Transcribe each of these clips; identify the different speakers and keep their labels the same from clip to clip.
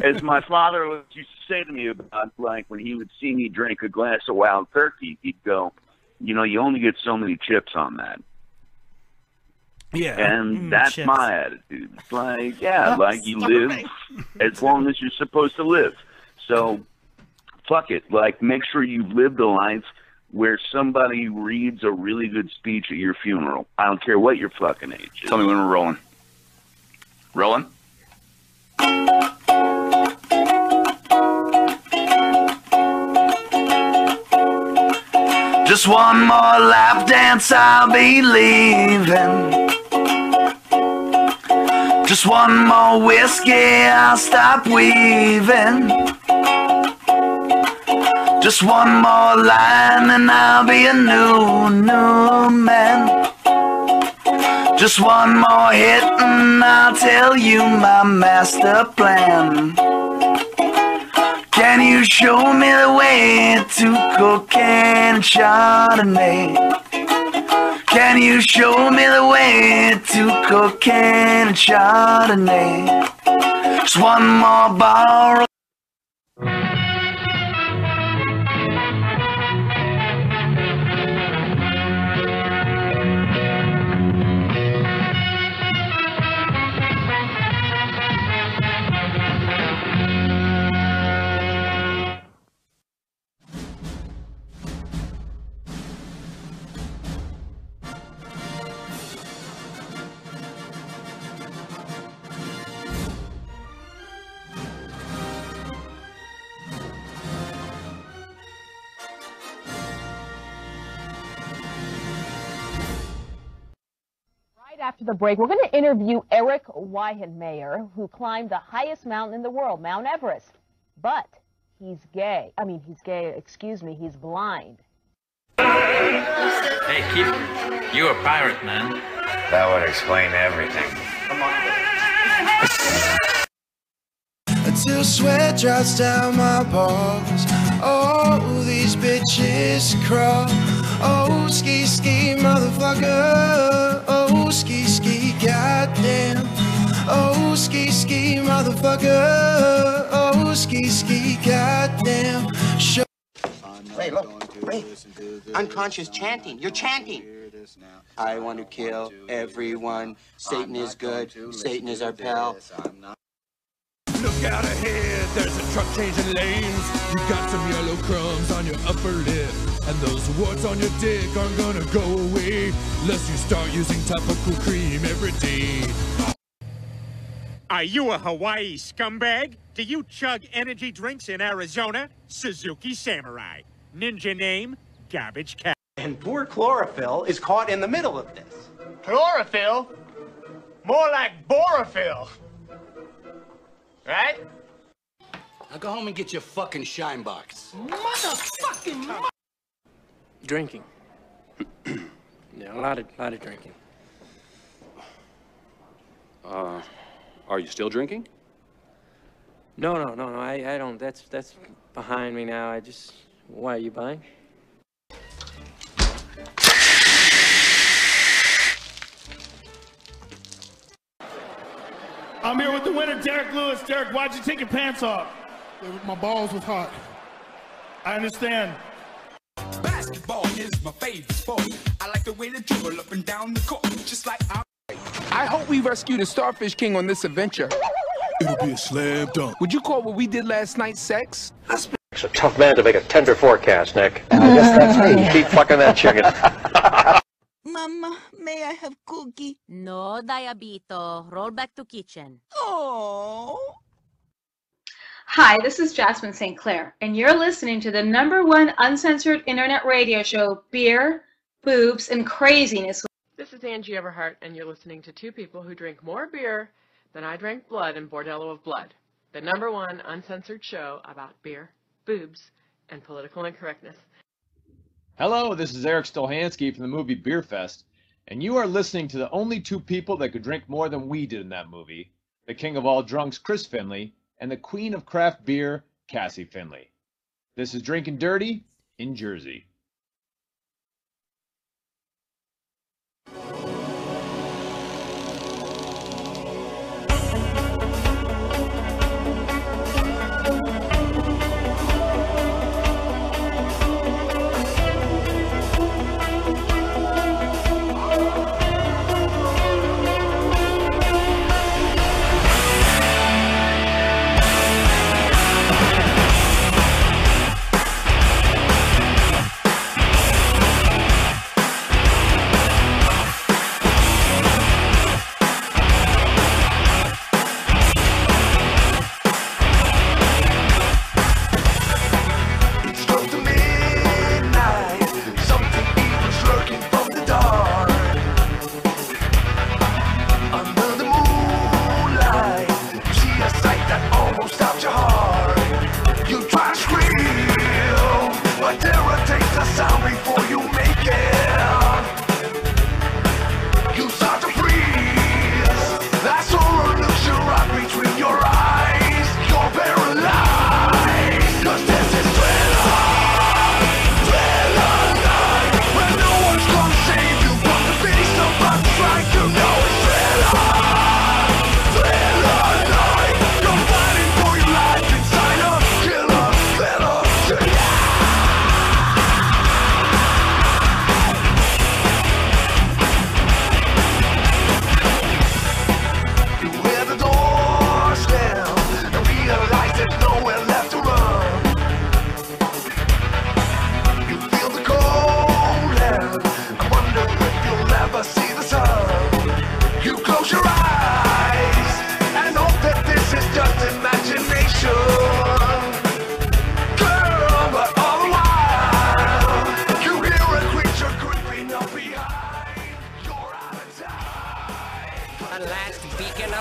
Speaker 1: as my father was- used to say to me about, like when he would see me drink a glass of wild turkey, he'd go, "You know, you only get so many chips on that."
Speaker 2: Yeah.
Speaker 1: And
Speaker 2: Mm,
Speaker 1: that's
Speaker 2: chips.
Speaker 1: my attitude. It's like, yeah,
Speaker 2: Oh,
Speaker 1: like you
Speaker 2: sorry.
Speaker 1: live as long as you're supposed to live. So fuck it. Like make sure you've lived a life where somebody reads a really good speech at your funeral. I don't care what your fucking age is.
Speaker 3: Tell me when we're rolling. Rolling? Just one more lap dance, I'll be leaving. Just one more whiskey, I'll stop weaving. Just one more line, and I'll be a new, new man. Just one more hit and I'll tell you my master plan. Can you show me the way to cocaine and Chardonnay? Can you show me the way to cocaine and Chardonnay? Just one more bar.
Speaker 4: Right after the break, we're going to interview Eric Weihenmayer, who climbed the highest mountain in the world, Mount Everest. But he's gay. I mean, he's gay, excuse me, he's blind.
Speaker 5: Hey, keep. You a pirate, man. That would explain everything.
Speaker 6: Until sweat drops down my balls. Oh, these bitches crawl. Oh, ski ski, motherfucker. Oh, ski ski, goddamn. Oh, ski ski, motherfucker. Oh, ski ski, goddamn. Show-
Speaker 7: Hey, look. Hey. Unconscious chanting. You're chanting.
Speaker 6: I want to kill everyone. Satan is good. Satan is our pal.
Speaker 8: Look out ahead, there's a truck changing lanes. You got some yellow crumbs on your upper lip, and those warts on your dick aren't gonna go away unless you start using topical cream every day.
Speaker 9: Are you a Hawaii scumbag? Do you chug energy drinks in Arizona? Suzuki Samurai. Ninja name, Garbage Cat.
Speaker 10: And poor chlorophyll is caught in the middle of this.
Speaker 11: Chlorophyll? More like borophyll. Right?
Speaker 12: Now go home and get your fucking shine box.
Speaker 11: Motherfucking
Speaker 13: Drinking. yeah, a lot of lot of drinking.
Speaker 14: Uh, are you still drinking?
Speaker 13: No, no, no, no. I, I don't. That's that's behind me now. I just. Why are you buying?
Speaker 15: I'm here with the winner, Derek Lewis. Derek, why'd you take your pants off? They were- My balls was hot. I understand.
Speaker 16: Basketball is my favorite sport. I like the way they dribble up and down the court, just like I.
Speaker 17: I hope we rescue the Starfish King on this adventure.
Speaker 8: It'll be a slam dunk.
Speaker 17: Would you call what we did last night sex?
Speaker 18: It's a tough man to make a tender forecast, Nick. I guess that's me. Keep fucking that chicken.
Speaker 19: Mama, may I have cookie? No, diabito. Roll back to kitchen. Oh.
Speaker 20: Hi, this is Jasmine St. Clair, and you're listening to the number one uncensored internet radio show, Beer, Boobs, and Craziness.
Speaker 1: This is Angie Everhart, and you're listening to two people who drink more beer than I drank blood in Bordello of Blood, the number one uncensored show about beer, boobs, and political incorrectness.
Speaker 7: Hello, this is Eric Stolhansky from the movie Beer Fest, and you are listening to the only two people that could drink more than we did in that movie the king of all drunks, Chris Finley, and the queen of craft beer, Cassie Finley. This is Drinking Dirty in Jersey.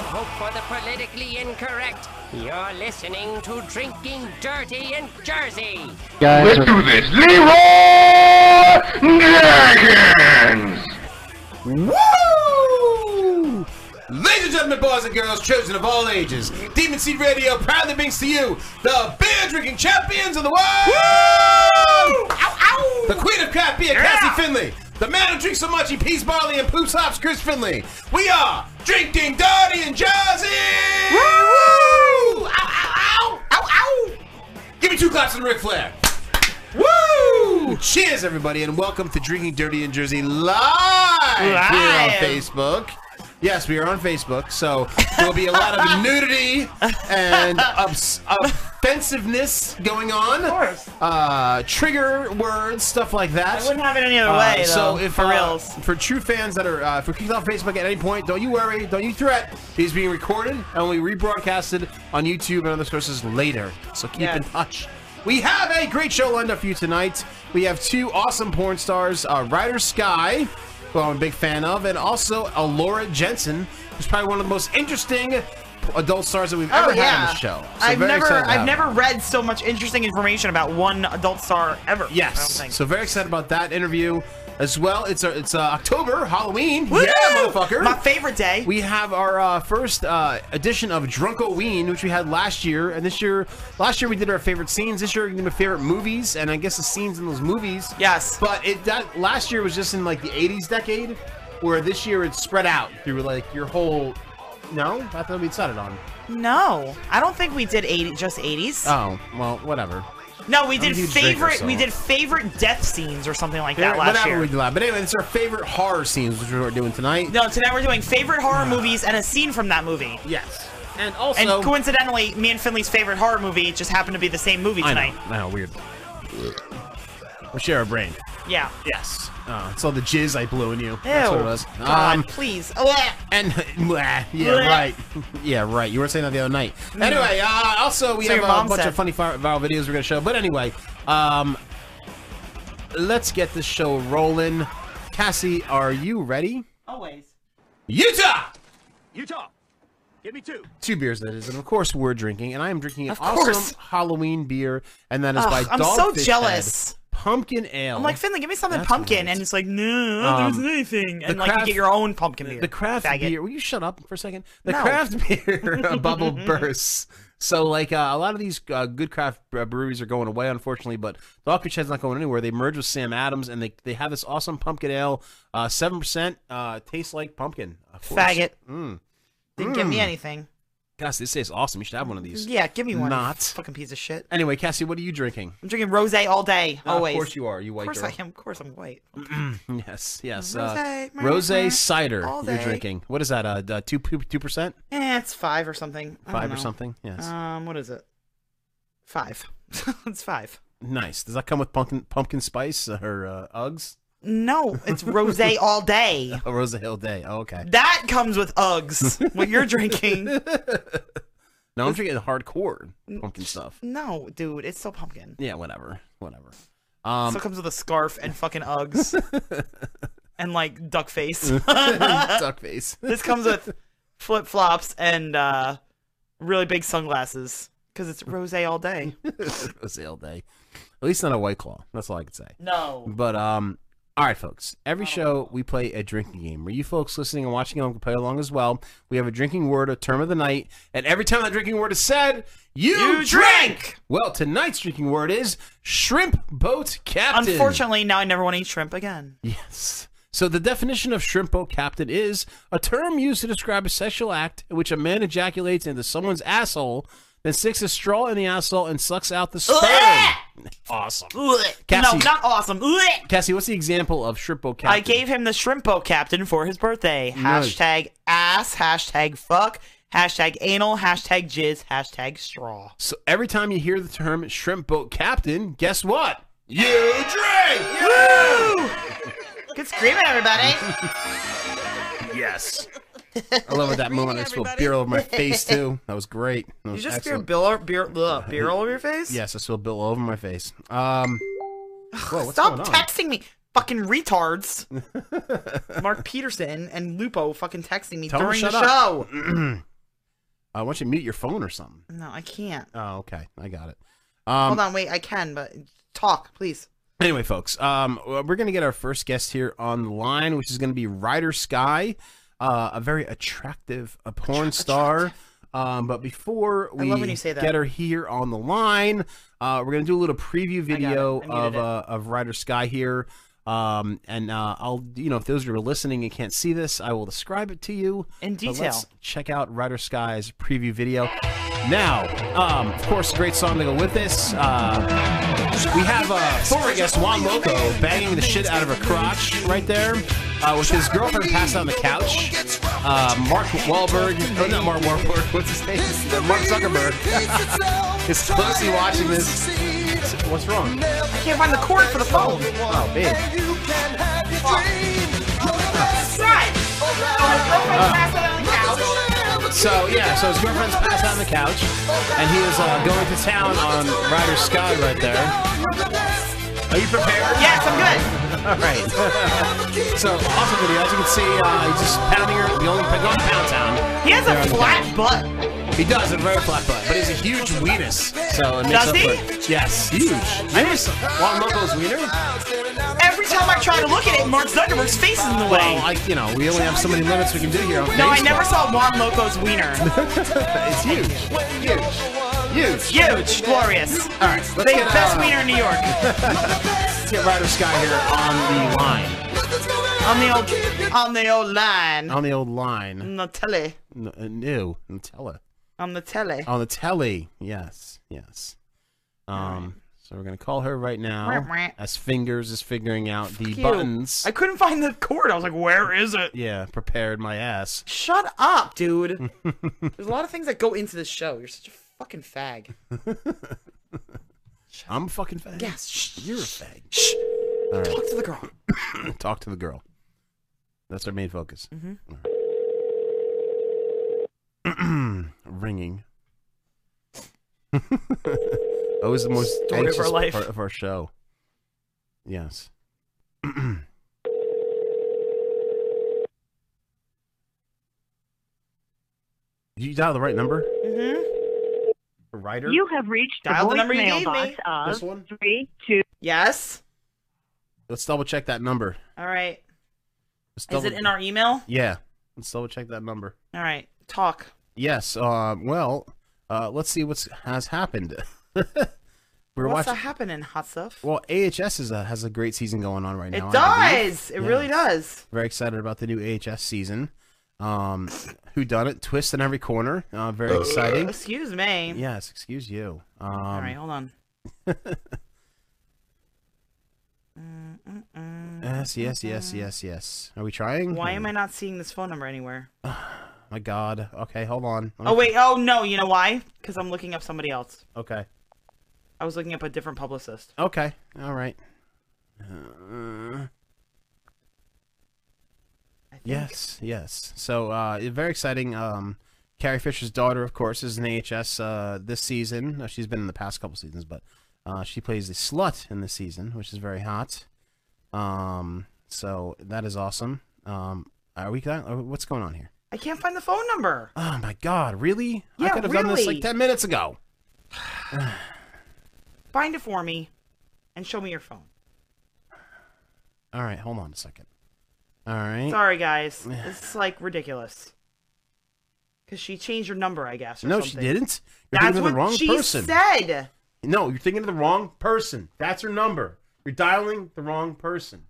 Speaker 21: totally incorrect. You're listening to Drinking Dirty in Jersey.
Speaker 22: Guys,
Speaker 21: Let's
Speaker 22: are-
Speaker 21: do
Speaker 22: this.
Speaker 21: Leroy
Speaker 15: Woo! Ladies and gentlemen, boys and girls, children of all ages, Demon Seed Radio proudly brings to you the beer drinking champions of the world! Ow, ow! The queen of craft beer, Cassie Finley. The man who drinks so much he pees barley and poops hops, Chris Finley. We are drinking dirty in Jersey! Woo! Ow, ow, ow! Ow, ow! Give me two claps and Ric Flair. Woo! Cheers, everybody, and welcome to Drinking Dirty in Jersey live, here on
Speaker 23: Live.
Speaker 15: Facebook. Yes, we are on Facebook, so there will be a lot of nudity and obs- offensiveness going on. Of course. Uh, trigger words, stuff like that.
Speaker 24: I wouldn't have it any other way,
Speaker 15: So
Speaker 24: though,
Speaker 15: if
Speaker 24: for
Speaker 15: uh,
Speaker 24: reals.
Speaker 15: for true fans that are uh, if we're kicked off Facebook at any point, don't you worry, don't you threat. It is being recorded and will be rebroadcasted on YouTube and other sources later. So keep in touch. We have a great show lined up for you tonight. We have two awesome porn stars, uh, Ryder Sky, who I'm a big fan of, and also Alora Jensen, who's probably one of the most interesting adult stars that we've
Speaker 24: Oh
Speaker 15: ever had on
Speaker 24: yeah,
Speaker 15: the show. So
Speaker 24: I've
Speaker 15: very
Speaker 24: never,
Speaker 15: excited to have
Speaker 24: I've
Speaker 15: her.
Speaker 24: never read so much interesting information about one adult star ever. Yes. I don't think.
Speaker 15: So very excited about that interview as well. It's uh, it's uh, October, Halloween.
Speaker 24: Woo!
Speaker 15: Yeah, motherfucker.
Speaker 24: My favorite day.
Speaker 15: We have our uh, first uh, edition of Drunko Ween, which we had last year, and this year, last year we did our favorite scenes. This year we did our favorite movies, and I guess the scenes in those movies.
Speaker 24: Yes.
Speaker 15: But it that last year was just in like the '80s decade, where this year it's spread out through like your whole. No, I thought we decided on.
Speaker 24: No, I don't think we did 80, just 80s.
Speaker 15: Oh well, whatever.
Speaker 24: No, we
Speaker 15: I'm a
Speaker 24: did
Speaker 15: huge drinker,
Speaker 24: favorite. We
Speaker 15: so-
Speaker 24: did favorite death scenes or something like that
Speaker 15: Yeah,
Speaker 24: last
Speaker 15: whatever
Speaker 24: year.
Speaker 15: we did last. But anyway, it's our favorite horror scenes, which we're doing tonight.
Speaker 24: No, today we're doing favorite horror movies and a scene from that movie.
Speaker 15: Yes. And
Speaker 24: also, and coincidentally, me and Finley's favorite horror movie just happened to be the same movie tonight.
Speaker 15: I know, I know weird. We'll share a brain.
Speaker 24: Yeah.
Speaker 15: Yes. Oh, it's all the jizz I blew in you. That's what it
Speaker 24: Ew.
Speaker 15: was.
Speaker 24: God,
Speaker 15: Um,
Speaker 24: please. Ugh.
Speaker 15: and bleh, yeah,
Speaker 24: Bleh.
Speaker 15: right. yeah, right. You were saying that the other night.
Speaker 24: Mm.
Speaker 15: Anyway, uh, also we
Speaker 24: So your
Speaker 15: have
Speaker 24: mom
Speaker 15: a bunch
Speaker 24: said.
Speaker 15: of funny fir- viral videos we're gonna show. But anyway, um, let's get this show rolling. Cassie, are you ready?
Speaker 24: Always.
Speaker 15: Utah.
Speaker 9: Utah, give me two.
Speaker 15: Two beers, that is, and of course we're drinking, and I am drinking an
Speaker 9: Of
Speaker 15: awesome
Speaker 9: course.
Speaker 15: Halloween beer, and that is
Speaker 24: Ugh,
Speaker 15: by
Speaker 24: I'm so
Speaker 15: Dogfish
Speaker 24: jealous.
Speaker 15: Head Pumpkin Ale.
Speaker 24: I'm like Finley, give me something
Speaker 15: That's
Speaker 24: pumpkin, and it's like no,
Speaker 15: Um,
Speaker 24: there's anything,
Speaker 15: the
Speaker 24: and like you
Speaker 15: craft-
Speaker 24: get your own pumpkin beer.
Speaker 15: The craft
Speaker 24: faggot.
Speaker 15: beer. Will you shut up for a second? The
Speaker 24: No.
Speaker 15: craft beer uh, bubble bursts. So, like uh, a lot of these uh, good craft bre- breweries are going away, unfortunately. But Dogfish Head's not going anywhere. They merged with Sam Adams, and they they have this awesome pumpkin ale, seven percent, uh, tastes like pumpkin. Of course.
Speaker 24: Faggot.
Speaker 15: Mm.
Speaker 24: Didn't give me
Speaker 15: Mm.
Speaker 24: anything.
Speaker 15: Gosh, this tastes awesome. You should have one of these.
Speaker 24: Yeah, give me one.
Speaker 15: Not.
Speaker 24: Fucking piece of shit.
Speaker 15: Anyway, Cassie, what are you drinking?
Speaker 24: I'm drinking rosé all day,
Speaker 15: Ah, of
Speaker 24: always.
Speaker 15: course you are, you white
Speaker 24: Of course
Speaker 15: girl.
Speaker 24: I am. Of course I'm white.
Speaker 15: yes, Mm. yes. Uh,
Speaker 24: Rosé, meh,
Speaker 15: rose
Speaker 24: meh,
Speaker 15: cider.
Speaker 24: all
Speaker 15: You're
Speaker 24: day.
Speaker 15: drinking. What is that? Uh, d- two two percent.
Speaker 24: Eh, it's five or something. I don't
Speaker 15: Five or
Speaker 24: know.
Speaker 15: something, yes.
Speaker 24: Um, what is it? Five. it's five.
Speaker 15: Nice. Does that come with pumpkin pumpkin spice or uh, Uggs?
Speaker 24: No, it's rosé all day.
Speaker 15: Oh, Rosa Hill Day. Oh, okay.
Speaker 24: That comes with Uggs. what you're drinking?
Speaker 15: No, I'm drinking hardcore pumpkin stuff.
Speaker 24: No, dude, it's still pumpkin.
Speaker 15: Yeah, whatever, whatever.
Speaker 24: It
Speaker 15: Um,
Speaker 24: still comes with a scarf and fucking Uggs. and like duck face.
Speaker 15: Duck face.
Speaker 24: this comes with flip flops and uh, really big sunglasses because it's rose all day.
Speaker 15: Rosa Hill Day. At least not a White Claw. That's all I can say.
Speaker 24: No.
Speaker 15: But um, all right, folks. Every show we play a drinking game. Where you folks listening and watching along can play along as well. We have a drinking word, a term of the night, and every time that drinking word is said, you,
Speaker 24: You
Speaker 15: drink. Well, tonight's drinking word is shrimp boat captain.
Speaker 24: Unfortunately, now I never want to eat shrimp again.
Speaker 15: Yes. So the definition of shrimp boat captain is a term used to describe a sexual act in which a man ejaculates into someone's asshole, then sticks a straw in the asshole and sucks out the sperm. awesome.
Speaker 24: No,
Speaker 15: Cassie.
Speaker 24: not awesome. Blech.
Speaker 15: Cassie, what's the example of shrimp boat captain?
Speaker 24: I gave him the shrimpo captain for his birthday.
Speaker 15: Nice.
Speaker 24: Hashtag ass, hashtag fuck, hashtag anal, hashtag jizz, hashtag straw.
Speaker 15: So every time you hear the term shrimp boat captain, guess what? You drink!
Speaker 24: Woo! Good screaming, everybody.
Speaker 15: Yes. I love it that moment. I spilled beer all over my face too. That was great. That
Speaker 24: You
Speaker 15: was
Speaker 24: just
Speaker 15: excellent.
Speaker 24: spilled beer, beer, ugh, beer all over your face?
Speaker 15: Yes, I spilled bill all over my face. Um, whoa, what's
Speaker 24: Stop
Speaker 15: going on?
Speaker 24: texting me, fucking retards. Mark Peterson and Lupo fucking texting me
Speaker 15: Tell him
Speaker 24: during
Speaker 15: to
Speaker 24: the
Speaker 15: shut
Speaker 24: show.
Speaker 15: up. I want you to mute your phone or something.
Speaker 24: No, I can't.
Speaker 15: Oh, okay. I got it. Um,
Speaker 24: Hold on, wait. I can, but talk, please.
Speaker 15: Anyway, folks, um, we're going to get our first guest here on the line, which is going to be Ryder Sky, uh, a very attractive a porn star. Um, but before
Speaker 24: I
Speaker 15: we
Speaker 24: love when you say that.
Speaker 15: get her here on the line, uh, we're going to do a little preview video
Speaker 24: I muted
Speaker 15: of
Speaker 24: it.
Speaker 15: uh, of Ryder Sky here. Um, and uh, I'll, you know, if those who are listening and can't see this, I will describe it to you
Speaker 24: In
Speaker 15: But
Speaker 24: detail.
Speaker 15: let's check out Ryder Sky's preview video. Now, um, of course, great song to go with this. Uh, we have uh, former guest Juan Loco banging the shit out of her crotch right there, uh, with his girlfriend passed out on the couch. Uh, Mark Wahlberg, oh, not Mark Wahlberg, what's his name? Uh, Mark Zuckerberg is closely watching this. What's wrong?
Speaker 24: I can't find the cord for the phone.
Speaker 15: Oh, babe. So yeah, so his girlfriend's passed out on the couch, and he is uh, going to town on Ryder Sky right there. Are you prepared?
Speaker 24: Yes, I'm good.
Speaker 15: All right. so awesome video. As you can see, uh, he's just pounding her. The only going to pound town.
Speaker 24: He has a
Speaker 15: There on the
Speaker 24: flat
Speaker 15: couch.
Speaker 24: butt.
Speaker 15: He does a very flat butt, but he's a huge weenus. So it makes
Speaker 24: Does
Speaker 15: up
Speaker 24: he?
Speaker 15: for it. Yes, huge. I noticed Juan Loco's wiener.
Speaker 24: Every time I try to look at it, Mark Zuckerberg's face is in the way.
Speaker 15: Well, I, you know, we only have so many limits we can do here. On
Speaker 24: no, I
Speaker 15: Facebook.
Speaker 24: never saw Juan Loco's wiener.
Speaker 15: it's huge. Huge.
Speaker 24: Huge. Glorious.
Speaker 15: All right, let's
Speaker 24: the
Speaker 15: get,
Speaker 24: best
Speaker 15: uh,
Speaker 24: wiener in New York.
Speaker 15: Let's get Ryder Sky here on the line.
Speaker 24: on the old, on the old line.
Speaker 15: On the old line.
Speaker 24: On the telly.
Speaker 15: N- uh, new Nutella.
Speaker 24: On the telly.
Speaker 15: On the telly. Yes. Yes. Um. So we're gonna call her right
Speaker 24: Wah,
Speaker 15: now.
Speaker 24: wah.
Speaker 15: As fingers is figuring out the
Speaker 24: Phew.
Speaker 15: buttons.
Speaker 24: I couldn't find the cord. I was like, where is it?
Speaker 15: Yeah. Prepared my ass.
Speaker 24: Shut up, dude. There's a lot of things that go into this show. You're such a fucking fag.
Speaker 15: I'm a fucking fag.
Speaker 24: Yes. Shh.
Speaker 15: You're a fag.
Speaker 24: Shh.
Speaker 15: All right.
Speaker 24: Talk to the girl.
Speaker 15: Talk to the girl. That's our main focus.
Speaker 24: Mhm.
Speaker 15: All right. Ringing. Always the most
Speaker 24: Story of our
Speaker 15: anxious
Speaker 24: life.
Speaker 15: part of our show. Yes. you dial the right number.
Speaker 24: Mm-hmm.
Speaker 15: Writer.
Speaker 25: have reached
Speaker 24: the Dial the number you voicemail gave me. box
Speaker 15: This one?
Speaker 25: three two.
Speaker 24: Yes.
Speaker 15: Let's double check that number.
Speaker 24: All right.
Speaker 15: Let's
Speaker 24: Is
Speaker 15: double-
Speaker 24: it in our email?
Speaker 15: Yeah. Let's double check that number.
Speaker 24: All right. Talk.
Speaker 15: Yes. Uh, well, uh, let's see what's has happened. We're
Speaker 24: What's
Speaker 15: watching.
Speaker 24: happening, hot stuff?
Speaker 15: Well, AHS is a, has a great season going on right
Speaker 24: It
Speaker 15: now. I believe.
Speaker 24: does. It really
Speaker 15: Yeah.
Speaker 24: does.
Speaker 15: Very excited about the new AHS season. Um, who done it? Twist in every corner. Uh, very exciting.
Speaker 24: Excuse me.
Speaker 15: Yes. Excuse you. Um,
Speaker 24: All right, hold on. Mm, mm,
Speaker 15: Yes. Yes. Yes. Yes. Yes. Are we trying?
Speaker 24: Why am I not seeing this phone number anywhere?
Speaker 15: My God. Okay. Hold on. Let me-
Speaker 24: Oh wait. Oh no. You know why? Because I'm looking up somebody else.
Speaker 15: Okay.
Speaker 24: I was looking up a different publicist.
Speaker 15: Okay. All right. Uh, yes, yes. So uh, it's very exciting. Um, Carrie Fisher's daughter, of course, is in AHS uh, this season. Uh, She's been in the past couple seasons, but uh, she plays the slut in this season, which is very hot. Um, so that is awesome. Um, are we? uh, What's going on here?
Speaker 24: I can't find the phone number.
Speaker 15: Oh my God! Really? I
Speaker 24: Yeah,
Speaker 15: could have done this
Speaker 24: really.
Speaker 15: like ten minutes ago.
Speaker 24: Find it for me, and show me your phone.
Speaker 15: All right, hold on a second. All right.
Speaker 24: Sorry, guys. This is like ridiculous. Cause she changed her number, I guess. Or
Speaker 15: No, she
Speaker 24: something.
Speaker 15: didn't. You're
Speaker 24: That's
Speaker 15: thinking of
Speaker 24: what
Speaker 15: the wrong
Speaker 24: she
Speaker 15: person.
Speaker 24: said.
Speaker 15: No, you're thinking of the wrong person. That's her number. You're dialing the wrong person.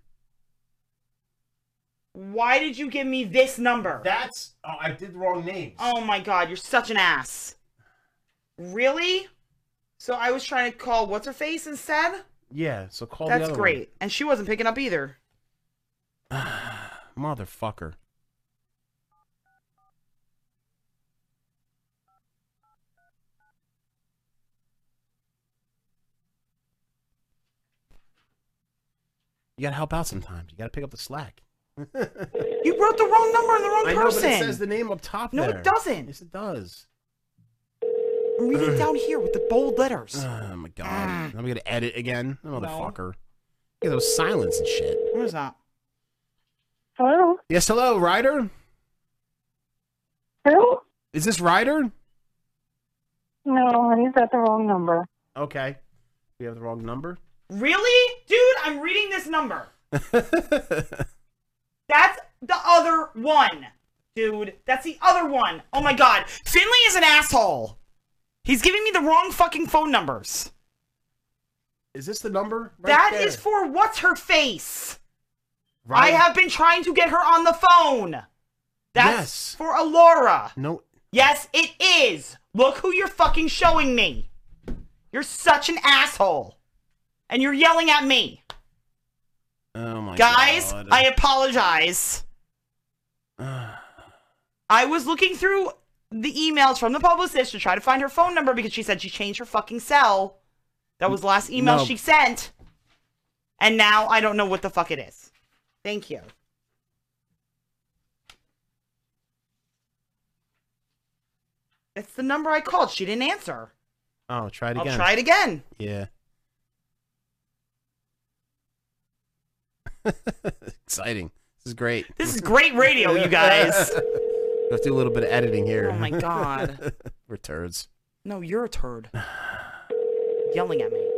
Speaker 24: Why did you give me this number?
Speaker 15: That's oh, I did the wrong names.
Speaker 24: Oh my god, you're such an ass. Really? So I was trying to call what's her face instead.
Speaker 15: Yeah, so call the
Speaker 24: That's
Speaker 15: other
Speaker 24: great, and she wasn't picking up either.
Speaker 15: one. Motherfucker. You gotta help out sometimes. You gotta pick up the slack.
Speaker 24: You wrote the wrong number and the wrong
Speaker 15: I know,
Speaker 24: person.
Speaker 15: but it says the name up top
Speaker 24: No, it
Speaker 15: there.
Speaker 24: doesn't.
Speaker 15: Yes, it does.
Speaker 24: I'm reading down here with the bold letters.
Speaker 15: Oh my
Speaker 24: Ah.
Speaker 15: god. Am I gonna edit again? Motherfucker. Look at those silence and shit.
Speaker 24: What is that?
Speaker 15: Hello. Yes, hello, Ryder. Hello. Is this Ryder?
Speaker 25: No, honey, is that the wrong number?
Speaker 15: Okay. We have the wrong number.
Speaker 24: Really? Dude, I'm reading this number. that's the other one. Dude, that's the other one. Oh my god. Finley is an asshole. He's giving me the wrong fucking phone numbers.
Speaker 15: Is this the number?
Speaker 24: That is for what's her face.
Speaker 15: Right.
Speaker 24: I have been trying to get her on the phone. That's
Speaker 15: Yes.
Speaker 24: for Alora.
Speaker 15: No.
Speaker 24: Yes, it is. Look who you're fucking showing me. You're such an asshole. And you're yelling at me.
Speaker 15: Oh my
Speaker 24: Guys,
Speaker 15: god.
Speaker 24: I apologize. I was looking through the emails from the publicist to try to find her phone number because she said she changed her fucking cell. That was the last email
Speaker 15: No.
Speaker 24: she sent. And now I don't know what the fuck it is. Thank you. It's the number I called. She didn't answer.
Speaker 15: Oh, try it
Speaker 24: I'll
Speaker 15: again.
Speaker 24: try it again.
Speaker 15: Yeah. Exciting. This is great.
Speaker 24: This is great radio, you guys.
Speaker 15: Let's do a little bit of editing here.
Speaker 24: Oh my God.
Speaker 15: We're turds.
Speaker 24: No, you're a turd. Yelling at me.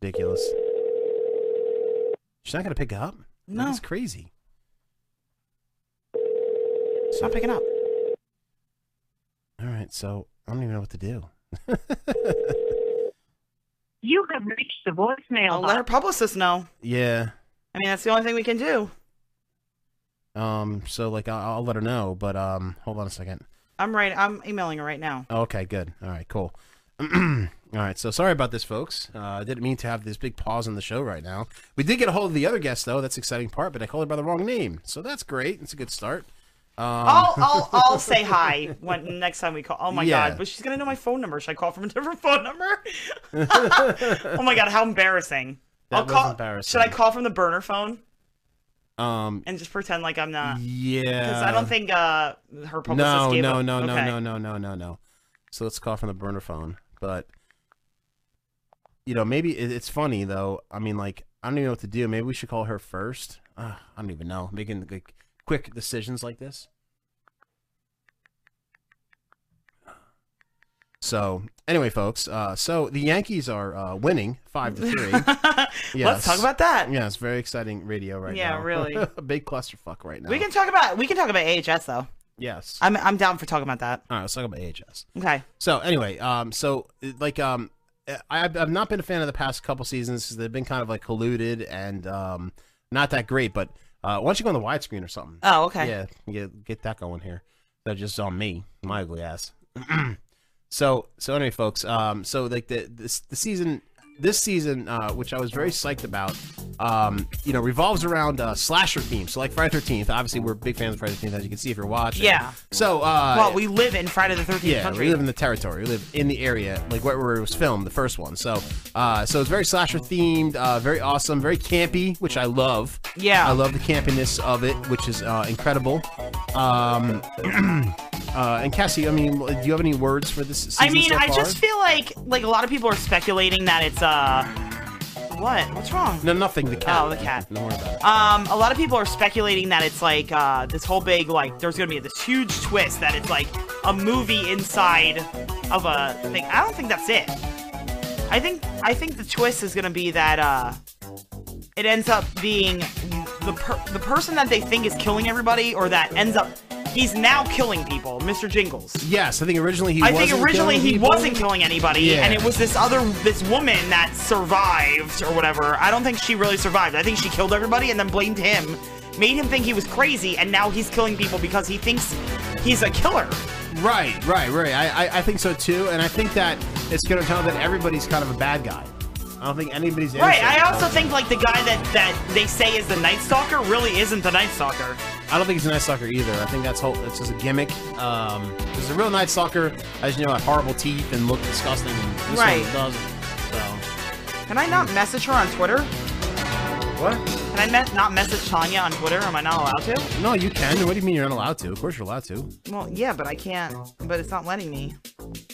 Speaker 15: Ridiculous. She's not gonna pick up.
Speaker 24: No.
Speaker 15: that's crazy.
Speaker 24: It's not picking up.
Speaker 15: All right, so I don't even know what to do.
Speaker 24: You have reached the voicemail. I'll let her publicist know.
Speaker 15: Yeah.
Speaker 24: I mean, that's the only thing we can do.
Speaker 15: Um. So like, I'll, I'll let her know. But um, hold on a second.
Speaker 24: I'm right. I'm emailing her right now.
Speaker 15: Okay, good. All right, cool. All right, so sorry about this, folks. Uh, I didn't mean to have this big pause on the show right now. We did get a hold of the other guest, though. That's the exciting part, but I called her by the wrong name, so that's great. It's a good start. Um,
Speaker 24: I'll, I'll, I'll say hi when next time we call. Oh my
Speaker 15: Yeah.
Speaker 24: god! But she's gonna know my phone number. Should I call from a different phone number? oh my god! How embarrassing!
Speaker 15: That
Speaker 24: I'll
Speaker 15: was
Speaker 24: call.
Speaker 15: embarrassing.
Speaker 24: Should I call from the burner phone
Speaker 15: Um,
Speaker 24: and just pretend like I'm not? Because
Speaker 15: yeah.
Speaker 24: I don't think uh her publicist
Speaker 15: No,
Speaker 24: gave
Speaker 15: no,
Speaker 24: up-
Speaker 15: no, no,
Speaker 24: Okay.
Speaker 15: no, no, no, no, no. So let's call from the burner phone. But you know, maybe it- it's funny though. I mean, like, I don't even know what to do. Maybe we should call her first. Uh, I don't even know. Making like quick decisions like this. So anyway, folks. Uh, so the Yankees are uh, winning five to three.
Speaker 24: Let's talk about that.
Speaker 15: Yeah, it's very exciting radio right
Speaker 24: Yeah,
Speaker 15: now.
Speaker 24: really.
Speaker 15: a big clusterfuck right now.
Speaker 24: We can talk about we can talk about AHS though.
Speaker 15: Yes.
Speaker 24: I'm I'm down for talking about that.
Speaker 15: All right, let's talk about AHS.
Speaker 24: Okay.
Speaker 15: So anyway, um, so like um, I, I've I've not been a fan of the past couple seasons 'cause they've been kind of like colluded and um, not that great. But uh, why don't you go on the widescreen or something?
Speaker 24: Oh, okay.
Speaker 15: Yeah, get get that going here. That's just on me, my ugly ass. Uh, so so anyway, folks. Um, so like the this the season this season, uh, which I was very psyched about, um, you know, revolves around uh, slasher themes. So like Friday Thirteenth, obviously we're big fans of Friday Thirteenth, as you can see if you're watching.
Speaker 24: Yeah.
Speaker 15: So uh,
Speaker 24: well, we live in Friday the Thirteenth
Speaker 15: yeah,
Speaker 24: country.
Speaker 15: we live in the territory. We live in the area, like where, where it was filmed, the first one. So, uh, so it's very slasher themed, uh, very awesome, very campy, which I love.
Speaker 24: Yeah.
Speaker 15: I love the campiness of it, which is uh, incredible. Um, uh, and Cassie, I mean, do you have any words for this? Season
Speaker 24: I mean,
Speaker 15: so
Speaker 24: I
Speaker 15: far?
Speaker 24: just feel like like a lot of people are speculating that it's uh what? What's wrong?
Speaker 15: no nothing. The cat.
Speaker 24: Oh, the cat.
Speaker 15: Don't worry about it.
Speaker 24: Um, a lot of people are speculating that it's like uh, this whole big like there's gonna be this huge twist that it's like a movie inside of a thing. I don't think that's it. I think I think the twist is gonna be that uh, it ends up being the per- the person that they think is killing everybody or that ends up he's now killing people, Mr. Jingles.
Speaker 15: Yes, I think originally he.
Speaker 24: I think
Speaker 15: wasn't
Speaker 24: originally
Speaker 15: killing
Speaker 24: he
Speaker 15: people.
Speaker 24: wasn't killing anybody,
Speaker 15: Yeah.
Speaker 24: and it was this other this woman that survived or whatever. I don't think she really survived. I think she killed everybody and then blamed him, made him think he was crazy, and now he's killing people because he thinks he's a killer.
Speaker 15: Right, right, right. I, I, I think so too, and I think that it's going to tell that everybody's kind of a bad guy. I don't think anybody's.
Speaker 24: Right.
Speaker 15: innocent.
Speaker 24: I also think like the guy that that they say is the Night Stalker really isn't the Night Stalker.
Speaker 15: I don't think he's a Night Stalker either. I think that's whole, that's just a gimmick. Um, there's a real Night Stalker, as you know, had horrible teeth and looked disgusting. And this
Speaker 24: Right.
Speaker 15: one doesn't.
Speaker 24: Can I not message her on Twitter?
Speaker 15: So what?
Speaker 24: Can I me- not message Tanya on Twitter? Am I not allowed to?
Speaker 15: No, you can. What do you mean you're not allowed to? Of course you're allowed to.
Speaker 24: Well, yeah, but I can't. But it's not letting me.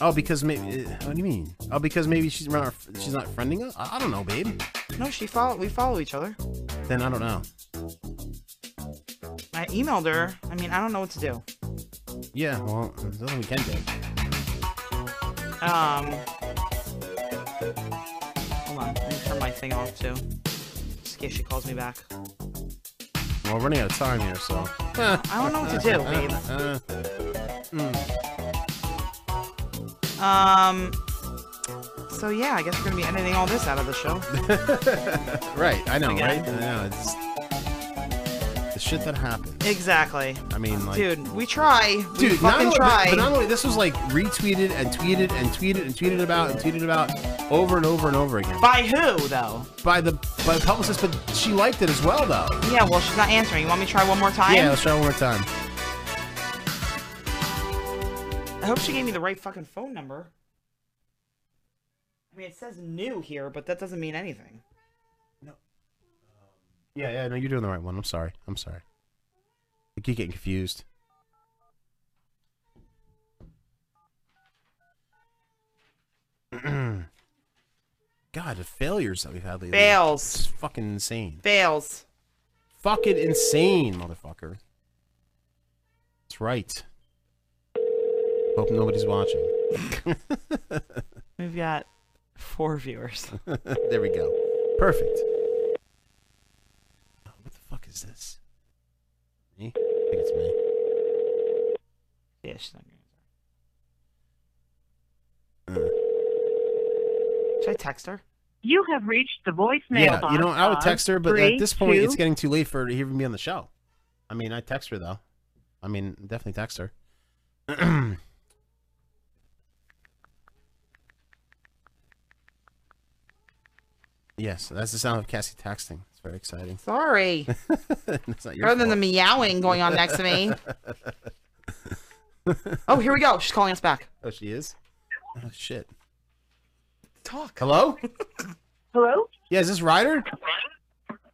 Speaker 15: Oh, because maybe. What do you mean? Oh, because maybe she's not she's not friending us. I, I don't know, babe.
Speaker 24: No, she follow. We follow each other.
Speaker 15: Then I don't know.
Speaker 24: I emailed her. I mean, I don't know what to do.
Speaker 15: Yeah, well, there's nothing we can do.
Speaker 24: Um. Hold on. Let me turn my thing off too. Just in case she calls me back.
Speaker 15: Well, we're running out of time here, so.
Speaker 24: I don't know what to do, babe.
Speaker 15: Hmm.
Speaker 24: Um. So yeah, I guess we're gonna be editing all this out of the show.
Speaker 15: Right, I know,
Speaker 24: Okay.
Speaker 15: right? I know. It's the shit that happened.
Speaker 24: exactly.
Speaker 15: I mean, like,
Speaker 24: Dude, we try. We
Speaker 15: Dude, not
Speaker 24: fucking
Speaker 15: only,
Speaker 24: try.
Speaker 15: But, but not only this was like retweeted and tweeted and tweeted and tweeted about and tweeted about over and over and over again.
Speaker 24: By who though?
Speaker 15: By the by the publicist, but she liked it as well though.
Speaker 24: yeah, well, she's not answering. You want me to try one more time?
Speaker 15: Yeah, let's try one more time.
Speaker 24: I hope she gave me the right fucking phone number. I mean, it says new here, but that doesn't mean anything.
Speaker 15: Yeah, yeah, no, you're doing the right one. I'm sorry. I'm sorry. I keep getting confused. God, the failures that we've had lately.
Speaker 24: Fails.
Speaker 15: It's fucking insane.
Speaker 24: Fails.
Speaker 15: Fucking insane, motherfucker. That's right. Hope nobody's watching.
Speaker 24: We've got four viewers.
Speaker 15: there we go. Perfect. Oh, What the fuck is this? Me? I think it's me.
Speaker 24: Yeah, she's not gonna
Speaker 15: answer.
Speaker 24: Should I text her?
Speaker 26: You have reached the voicemail
Speaker 15: Uh. Yeah, you know, I would
Speaker 26: box
Speaker 15: text her, but
Speaker 26: three,
Speaker 15: at this point,
Speaker 26: two-
Speaker 15: it's getting too late for her to even be on the show. I mean, I text her though. I mean, definitely text her. yes, that's the sound of Cassie texting. It's very exciting.
Speaker 24: Sorry.
Speaker 15: It's not your
Speaker 24: Other than the
Speaker 15: fault.
Speaker 24: meowing going on next to me. Oh, here we go. She's calling us back.
Speaker 15: Oh, she is. Oh shit.
Speaker 24: Talk.
Speaker 15: Hello.
Speaker 26: Hello.
Speaker 15: Yeah, is this Ryder?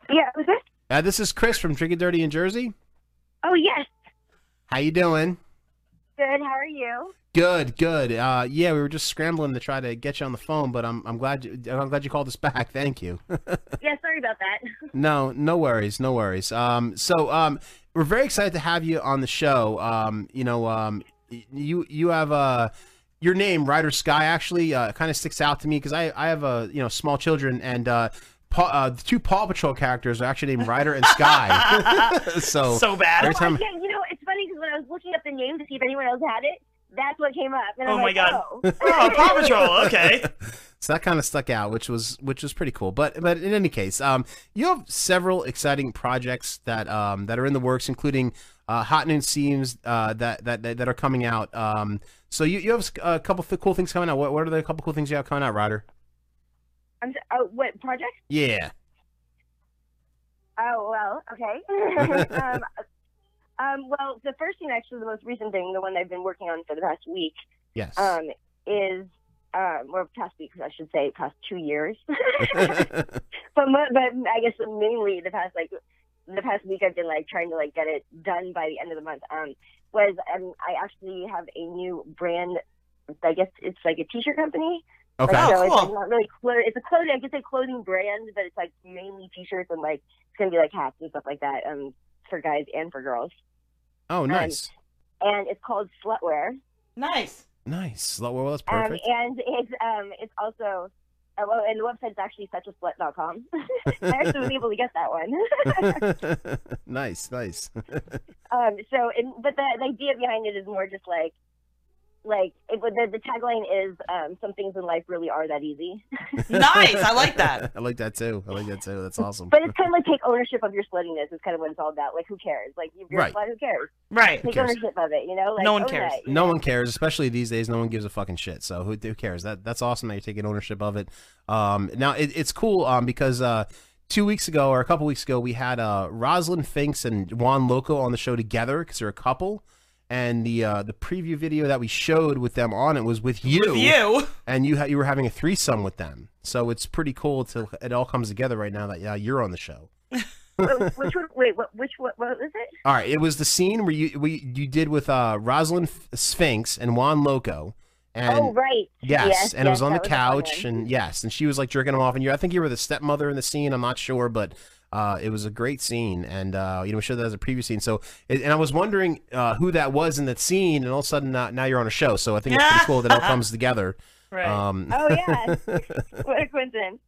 Speaker 26: Yeah, who's this?
Speaker 15: Uh, this is Chris from Drinking Dirty in Jersey.
Speaker 26: Oh, yes.
Speaker 15: How you doing?
Speaker 26: Good. How are you?
Speaker 15: Good, good. Uh, yeah, we were just scrambling to try to get you on the phone, but I'm I'm glad you I'm glad you called us back. Thank you.
Speaker 26: Yeah, sorry about that.
Speaker 15: no, no worries, no worries. Um, so um, we're very excited to have you on the show. Um, you know, um, y- you you have uh, your name, Ryder Sky, actually uh, kind of sticks out to me because I I have uh, you know small children and. Uh, Paw, uh, the two Paw Patrol characters are actually named Ryder and Sky. so
Speaker 24: So bad.
Speaker 15: Every
Speaker 26: Oh,
Speaker 15: time,
Speaker 26: yeah, you know, it's funny because when I was looking up the name to see if anyone else had it, that's what came up. And
Speaker 24: Oh
Speaker 26: I'm
Speaker 24: my
Speaker 26: like,
Speaker 24: god.
Speaker 26: Oh.
Speaker 24: Oh, Paw Patrol. Okay.
Speaker 15: So that kind of stuck out, which was which was pretty cool. But but in any case, um, you have several exciting projects that um that are in the works, including uh, Hot Noon Seams uh, that, that that that are coming out. Um, so you, you have a couple of cool things coming out. What, what are the couple cool things you have coming out, Ryder?
Speaker 26: I'm so- oh, what project?
Speaker 15: Yeah.
Speaker 26: Oh well, okay. um, um, well, the first thing, actually, the most recent thing, the one I've been working on for the past week,
Speaker 15: Yes.
Speaker 26: um, is um, or past week, I should say, past two years. but mo- but I guess mainly the past like the past week I've been like trying to like get it done by the end of the month. Um, was um, I actually have a new brand. I guess it's like a t-shirt company.
Speaker 4: Okay.
Speaker 26: Like,
Speaker 4: Oh,
Speaker 26: so it's like,
Speaker 4: cool.
Speaker 26: not really clo- It's a clothing. I guess a clothing brand, but it's like mainly t-shirts and like it's gonna be like hats and stuff like that. Um, for guys and for girls. Um,
Speaker 15: Oh, nice,
Speaker 26: And it's called Slutwear.
Speaker 24: Nice.
Speaker 15: nice. Well, that's
Speaker 26: Um,
Speaker 15: perfect.
Speaker 26: and it's um, it's also, uh, well, and the website's actually suchaslut.com. I actually was able to get that one.
Speaker 15: nice, nice.
Speaker 26: um, so, and, but the, the idea behind it is more just like, like it, but the, the tagline is um, some things in life really are that easy.
Speaker 15: nice.
Speaker 24: I like that.
Speaker 15: I like that too. I like that too. That's awesome.
Speaker 26: But it's kind of like take ownership of your sluttiness is kind of what it's all about. Like who cares? Like if you're
Speaker 15: Right.
Speaker 26: a slut, who cares?
Speaker 24: Right.
Speaker 26: Take
Speaker 15: Who cares?
Speaker 26: ownership of it. You know, like
Speaker 24: No one
Speaker 26: own
Speaker 24: cares.
Speaker 26: it.
Speaker 15: No one cares, especially these days. No one gives a fucking shit. So who, who cares? That that's awesome that you're taking ownership of it. Um, now it, it's cool um, because uh, two weeks ago or a couple weeks ago we had uh, Rosalind Finks and Juan Loco on the show together because they're a couple. And the uh, the preview video that we showed with them on it was with you.
Speaker 24: With you.
Speaker 15: And you ha- you were having a threesome with them. So it's pretty cool to it all comes together right now that yeah you're on the show.
Speaker 26: Wait, which one? Wait, what? Which what? What was it?
Speaker 15: All right, it was the scene where you we you did with uh, Rosalind F- Sphinx and Juan Loco, and
Speaker 26: oh right.
Speaker 15: yes, and it was on the
Speaker 26: that a fun
Speaker 15: couch,
Speaker 26: one.
Speaker 15: and yes, and she was like jerking him off, and you I think you were the stepmother in the scene. I'm not sure, but Uh, it was a great scene, and uh, you know we showed that as a preview scene. So, and and I was wondering uh, who that was in that scene, and all of a sudden uh, now you're on a show. So I think it's pretty cool that it all comes together.
Speaker 26: Right.
Speaker 15: Um,
Speaker 26: Oh, yeah. What a coincidence.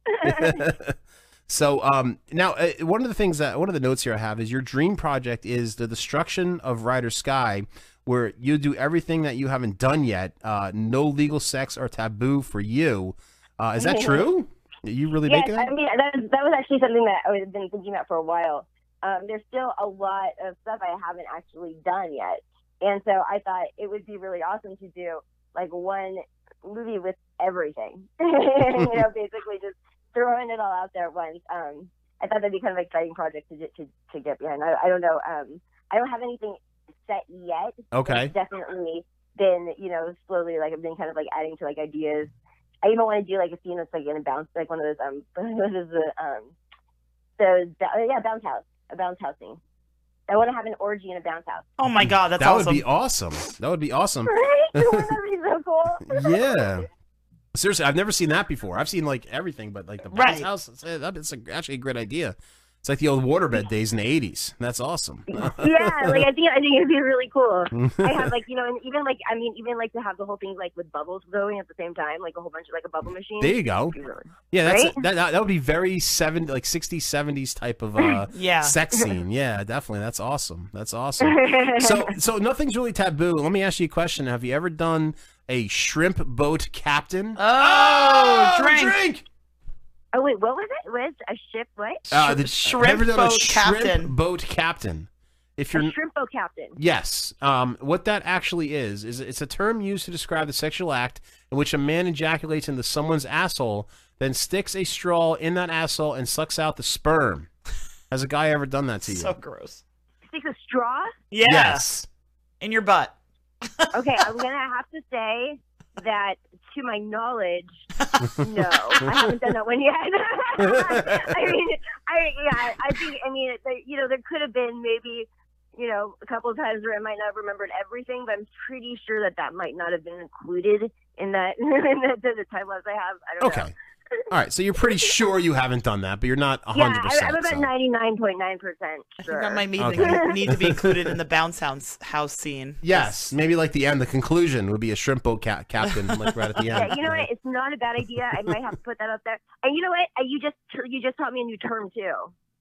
Speaker 15: so um, now, uh, one of the things that one of the notes here I have is your dream project is the destruction of Rider Sky, where you do everything that you haven't done yet. Uh, no legal sex or taboo for you. Uh, is that true? You really
Speaker 26: Mm-hmm. yes,
Speaker 15: making that?
Speaker 26: I mean that was, that was actually something that I had been thinking about for a while. Um, there's still a lot of stuff I haven't actually done yet, and so I thought it would be really awesome to do like one movie with everything. you know, basically just throwing it all out there at once. Um, I thought that'd be kind of an exciting project to get- to to get behind. I, I don't know. Um, I don't have anything set yet.
Speaker 15: Okay.
Speaker 26: It's definitely been you know slowly like I've been kind of like adding to like ideas I even want to do like a scene that's like in a bounce, like one of those um, one of those uh, um, those oh, yeah, bounce house, a bounce house scene. I want to have an orgy in a bounce house.
Speaker 24: Oh my god, that's
Speaker 15: that
Speaker 24: awesome.
Speaker 15: would be awesome. That would be awesome.
Speaker 26: Right? Wouldn't that be so cool?
Speaker 15: yeah. Seriously, I've never seen that before. I've seen like everything, but like the bounce
Speaker 24: Right.
Speaker 15: house. It's, it's a, actually a great idea. It's like the old waterbed days in the '80s. That's awesome.
Speaker 26: yeah, like I think I think it'd be really cool. I have like you know, and even like I mean, even like to have the whole thing like with bubbles going at the same time, like a whole bunch of like a bubble machine.
Speaker 15: there you go. Yeah, that's that, that. That would be very seven, like '60s, '70s type of uh,
Speaker 26: Yeah.
Speaker 15: sex scene. Yeah, definitely. That's awesome. That's awesome. so, so nothing's really taboo. Let me ask you a question. Have you ever done a shrimp boat captain?
Speaker 24: Oh, drink.
Speaker 26: Oh wait, what was it? Was a ship? What?
Speaker 15: Uh, the
Speaker 24: shrimp
Speaker 15: have you ever done a
Speaker 24: boat
Speaker 15: shrimp
Speaker 24: captain.
Speaker 15: Boat captain. If
Speaker 26: a
Speaker 15: you're
Speaker 26: shrimpo captain.
Speaker 15: Yes. Um, what that actually is is it's a term used to describe the sexual act in which a man ejaculates into someone's asshole, then sticks a straw in that asshole and sucks out the sperm. Has a guy ever done that to you?
Speaker 24: so gross.
Speaker 26: Stick a straw.
Speaker 24: Yeah.
Speaker 15: Yes.
Speaker 24: In your butt.
Speaker 26: Okay, I'm gonna have to say that to my knowledge, no, I haven't done that one yet. I mean, I yeah, I think I mean, there- you know, there could have been maybe, you know, a couple of times where I might not have remembered everything, but I'm pretty sure that that might not have been included in that in the, the, the time lapse I have. I don't know.
Speaker 15: Okay. All right. So you're pretty sure you haven't done that, but you're not 100%.
Speaker 26: Yeah, I, I'm
Speaker 15: so-
Speaker 26: about ninety nine point nine percent sure.
Speaker 24: That might need,
Speaker 15: Okay.
Speaker 24: need to be included in the bounce house house scene.
Speaker 15: Yes, maybe like the end, the conclusion would be a shrimp boat ca- captain, like right at the
Speaker 26: Yeah,
Speaker 15: end.
Speaker 26: you know what? It's not a bad idea. I might have to put that up there. And you know what? Uh, You just you just taught me a new term too.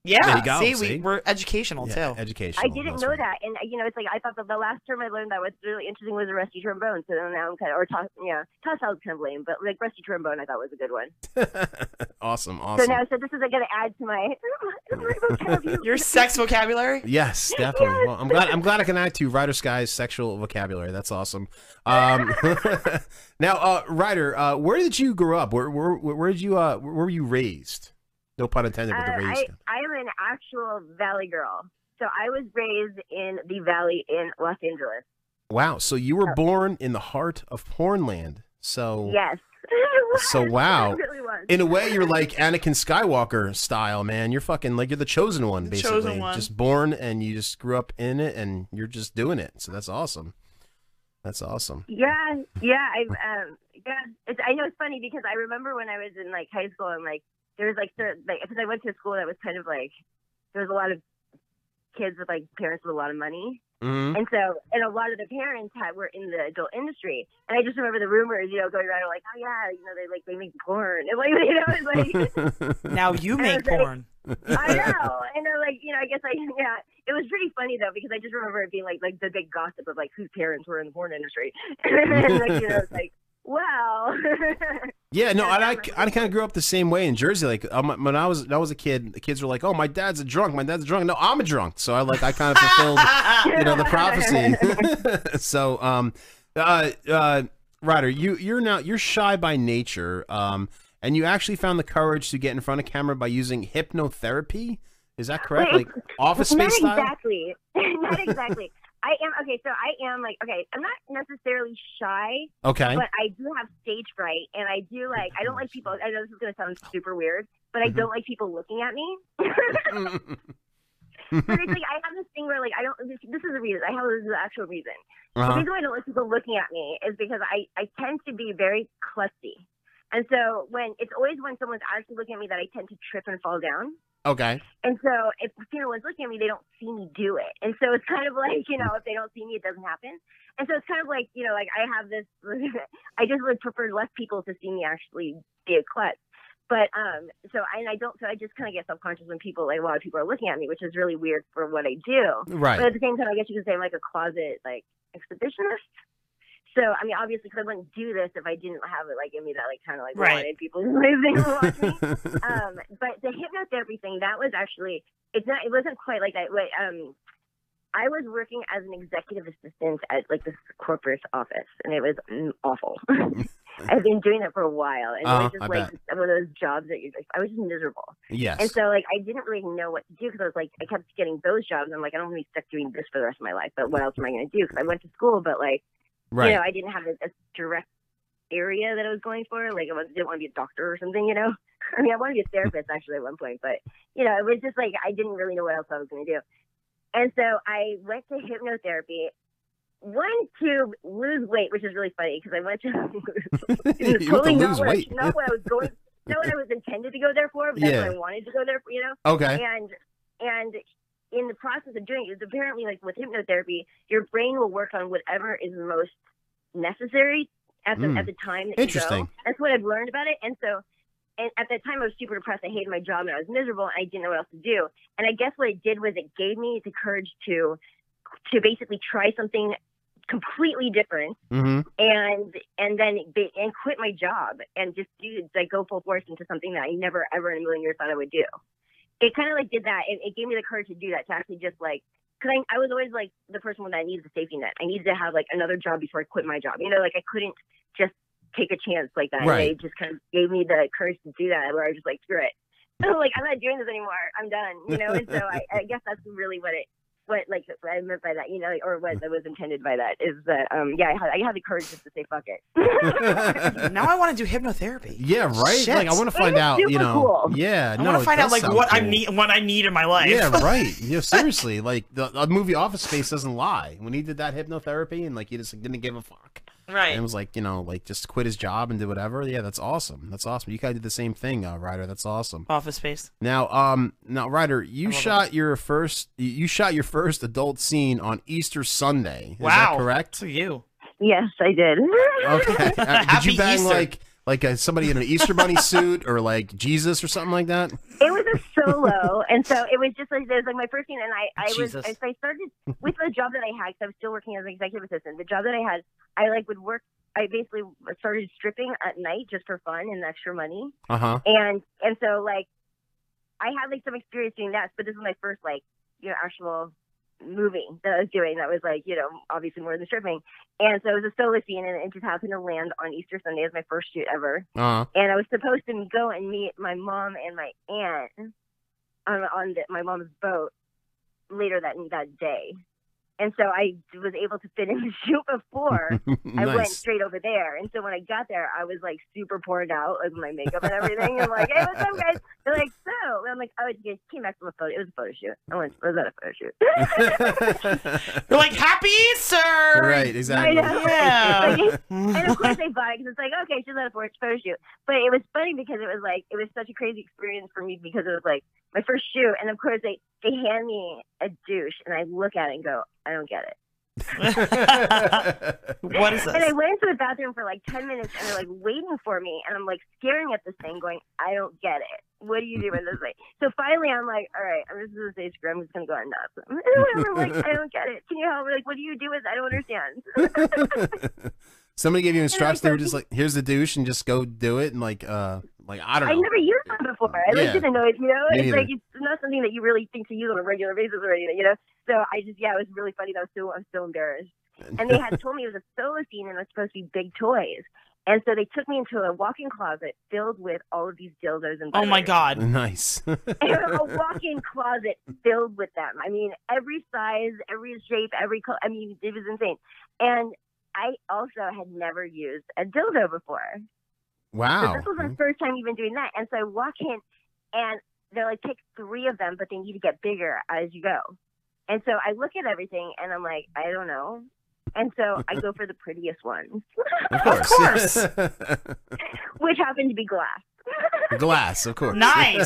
Speaker 24: Yeah.
Speaker 15: There you go,
Speaker 24: see,
Speaker 15: see?
Speaker 24: We, we're educational
Speaker 15: Yeah,
Speaker 24: too.
Speaker 15: educational.
Speaker 26: I didn't know that, and you know, it's like I thought that the last term I learned that was really interesting was a rusty trombone. So now I'm kind of, or toss, yeah, toss I was kind of lame, but like rusty trombone, I thought was a good one.
Speaker 15: Awesome,
Speaker 26: So
Speaker 15: awesome.
Speaker 26: now, so this is going to add to my
Speaker 24: your sex vocabulary.
Speaker 15: Yes, definitely. Well, I'm glad. I'm glad I can add to Ryder Sky's sexual vocabulary. That's awesome. Um, now, uh, Ryder, uh, where did you grow up? Where, where, where did you? Uh, where were you raised? No pun intended with
Speaker 26: Uh,
Speaker 15: the raised.
Speaker 26: I, I am an actual valley girl. So I was raised in the valley in Los Angeles.
Speaker 15: Wow. So you were born in the heart of Pornland. So
Speaker 26: Yes.
Speaker 15: So wow.
Speaker 26: It really was.
Speaker 15: In a way, you're like Anakin Skywalker style, man. You're fucking like you're the chosen one,
Speaker 24: The
Speaker 15: basically.
Speaker 24: chosen one.
Speaker 15: Just born and you just grew up in it, and you're just doing it. So that's awesome. That's awesome.
Speaker 26: Yeah, yeah. I've um, yeah. It's, I know it's funny because I remember when I was in like high school and like there was like certain like because I went to a school that was kind of like there was a lot of kids with like parents with a lot of money.
Speaker 6: Mm-hmm.
Speaker 15: Mhm.
Speaker 26: And so, and a lot of the parents had were in the adult industry, and I just remember the rumors, you know, going around like, oh yeah, you know, they like they make porn, and like you know, it's like
Speaker 24: now you make porn.
Speaker 26: I know. And then like, you know, I guess I yeah. It was pretty funny though because I just remember it being like like the big gossip of like whose parents were in the porn industry. and like, you know, it's like, wow.
Speaker 15: Yeah, no, and I, I kind of grew up the same way in Jersey. Like um, when I was when I was a kid, the kids were like, "Oh, my dad's a drunk. My dad's a drunk." No, I'm a drunk. So I like I kind of fulfilled, you know, the prophecy. so, um, uh, uh, Ryder, you you're now you're shy by nature, um, and you actually found the courage to get in front of camera by using hypnotherapy. Is that correct?
Speaker 26: Wait,
Speaker 15: Like office space
Speaker 26: Not
Speaker 15: style.
Speaker 26: exactly. not exactly. I am okay, so I am like okay, I'm not necessarily shy.
Speaker 15: Okay.
Speaker 26: But I do have stage fright and I do like I don't like people I know this is gonna sound super weird, but I
Speaker 15: Mm-hmm.
Speaker 26: don't like people looking at me. but it's like I have this thing where like I don't. This, this is the reason. I have this is the actual reason.
Speaker 4: Uh-huh.
Speaker 26: The reason why I don't let people looking at me is because I I tend to be very klutzy, and so when it's always when someone's actually looking at me that I tend to trip and fall down.
Speaker 15: Okay.
Speaker 26: And so if no one's looking at me, they don't see me do it. And so it's kind of like, you know, if they don't see me, it doesn't happen. And so it's kind of like, you know, like I have this, I just would prefer less people to see me actually be a klutz. But um, so I, and I don't, so I just kind of get self-conscious when people, like a lot of people are looking at me, which is really weird for what I do.
Speaker 4: Right.
Speaker 26: But at the same time, I guess you could say I'm like a closet, like expeditionist. So I mean, obviously, 'cause I wouldn't do this if I didn't have it like in me that like kind of like
Speaker 4: Right.
Speaker 26: wanted people to live and watch me. um, but the hypnotherapy thing that was actually it's not it wasn't quite like that. But, um, I was working as an executive assistant at like this corporate office, and it was mm, awful. I've been doing it for a while, and
Speaker 4: Uh-huh,
Speaker 26: it was just
Speaker 4: I
Speaker 26: like
Speaker 4: bet.
Speaker 26: one of those jobs that you just I was just miserable.
Speaker 4: Yes.
Speaker 26: And so like I didn't really know what to do because I was like I kept getting those jobs. I'm like I don't want to be stuck doing this for the rest of my life. But what else am I going to do? Because I went to school, but like
Speaker 4: Right.
Speaker 26: you know, I didn't have a, a direct area that I was going for. Like, I was, didn't want to be a doctor or something, you know? I mean, I wanted to be a therapist actually at one point, but, you know, it was just like I didn't really know what else I was going to do. And so I went to hypnotherapy. One to lose weight, which is really funny because I went to
Speaker 4: You
Speaker 26: It's
Speaker 4: have to
Speaker 26: totally not
Speaker 4: lose
Speaker 26: what I-
Speaker 4: weight.
Speaker 26: not what I was going, not what I was intended to go there for, but that's
Speaker 4: Yeah.
Speaker 26: what I wanted to go there for, you know.
Speaker 4: Okay.
Speaker 26: And and in the process of doing it, it's apparently like with hypnotherapy, your brain will work on whatever is most necessary at the
Speaker 4: Mm.
Speaker 26: at the time. That You
Speaker 4: Interesting.
Speaker 26: go. That's what I've learned about it, and so. And at that time, I was super depressed. I hated my job and I was miserable. And I didn't know what else to do. And I guess what it did was it gave me the courage to to basically try something completely different
Speaker 4: Mm-hmm.
Speaker 26: and and then be, and quit my job and just do like go full force into something that I never ever in a million years thought I would do. It kind of like did that. It, it gave me the courage to do that to actually just like because I, I was always like the person that needed the safety net. I needed to have like another job before I quit my job. You know, like I couldn't just take a chance like that.
Speaker 4: Right.
Speaker 26: It just kind of gave me the courage to do that where I was just like screw it. like I'm not doing this anymore. I'm done. You know, and so I, I guess that's really what it what like what I meant by that. You know, like, or what was intended by that is that um yeah I had, I had the courage just to say fuck it.
Speaker 24: now I want to do hypnotherapy.
Speaker 15: Yeah, right.
Speaker 24: Shit.
Speaker 15: Like I want to find out. You know. Yeah.
Speaker 24: I
Speaker 15: no,
Speaker 24: want
Speaker 15: it
Speaker 24: to find out
Speaker 15: does
Speaker 24: like
Speaker 15: sound
Speaker 24: what I
Speaker 15: cool.
Speaker 24: need, what I need in my life.
Speaker 15: Yeah, right. Yeah, seriously. Like the, the movie Office Space doesn't lie. When he did that hypnotherapy and like he just like, didn't give a fuck.
Speaker 24: Right.
Speaker 15: And was like, you know, like just quit his job and do whatever. Yeah, that's awesome. That's awesome. You guys did the same thing, uh, Ryder. That's awesome.
Speaker 24: Office Space.
Speaker 15: Now, um, now Ryder, you
Speaker 24: love
Speaker 15: shot your first, you- you shot your first adult scene on Easter Sunday. Is
Speaker 24: Wow.
Speaker 15: that correct?
Speaker 24: To you.
Speaker 26: Yes, I did.
Speaker 15: Okay. Uh, did
Speaker 24: Happy
Speaker 15: you bang
Speaker 24: Easter.
Speaker 15: like like uh, somebody in an Easter bunny suit or like Jesus or something like that?
Speaker 26: It was a solo, and so it was just like it was like my first scene, and I I
Speaker 15: Jesus.
Speaker 26: was as I started with the job that I had, 'cause I was still working as an executive assistant. The job that I had, I like would work. I basically started stripping at night just for fun and extra money.
Speaker 4: Uh
Speaker 25: Uh-huh.
Speaker 15: Uh-huh.
Speaker 4: huh.
Speaker 26: And and so like I had like some experience doing that, but this was my first like you know actual movie that I was doing that was like you know obviously more than stripping. And so it was a solo scene, and it just happened to land on Easter Sunday as my first shoot ever.
Speaker 15: Uh-huh.
Speaker 4: Uh huh.
Speaker 26: And I was supposed to go and meet my mom and my aunt on on the, my mom's boat later that that day. And so I was able to fit in the shoot before. I went
Speaker 4: Nice.
Speaker 26: straight over there. And so when I got there, I was like super poured out with my makeup and everything. I'm like, hey, what's up, guys? They're like, so. And I'm like, oh, it just came back from a photo. It was a photo shoot. I went, was that a photo shoot?
Speaker 24: You're like happy Easter.
Speaker 15: Right, exactly.
Speaker 26: I know.
Speaker 24: Yeah.
Speaker 26: Like, and of course they bought it because it's like, okay, she's at a forced photo shoot. But it was funny because it was like, it was such a crazy experience for me because it was like my first shoot. And of course they, they hand me a douche and I look at it and go, I don't get it.
Speaker 24: what is
Speaker 26: And I
Speaker 24: this?
Speaker 26: went into the bathroom for like 10 minutes and they're like waiting for me. And I'm like staring at this thing going, I don't get it. What do you do with this thing? So finally I'm like, all right, I'm just going to say screw it. I'm just going to go on nuts. I'm like, I don't get it. Can you help me? Like, what do you do with it? I don't understand.
Speaker 15: Somebody gave you instructions. They were just like, "Here's the douche," and just go do it. And like, uh, like I don't
Speaker 26: I
Speaker 15: know.
Speaker 26: never used them before. I like
Speaker 15: Yeah.
Speaker 26: didn't know it. You know,
Speaker 15: Me
Speaker 26: it's
Speaker 15: neither.
Speaker 26: like it's not something that you really think to use on a regular basis already. You know, so I just yeah, it was really funny. That I was so I was so embarrassed. And they had told me it was a solo scene and it was supposed to be big toys. And so they took me into a walk-in closet filled with all of these dildos and
Speaker 24: Oh my
Speaker 26: vibrators.
Speaker 24: god.
Speaker 15: Nice.
Speaker 26: a walk-in closet filled with them. I mean, every size, every shape, every color. I mean, it was insane. And I also had never used a dildo before. So
Speaker 15: Wow.
Speaker 26: this was my first time even doing that. And so I walk in and they're like, pick three of them, but they need to get bigger as you go. And so I look at everything and I'm like, I don't know. And so I go for the prettiest one,
Speaker 4: Of course.
Speaker 26: which happened to be glass.
Speaker 15: The glass, of course.
Speaker 26: so I'm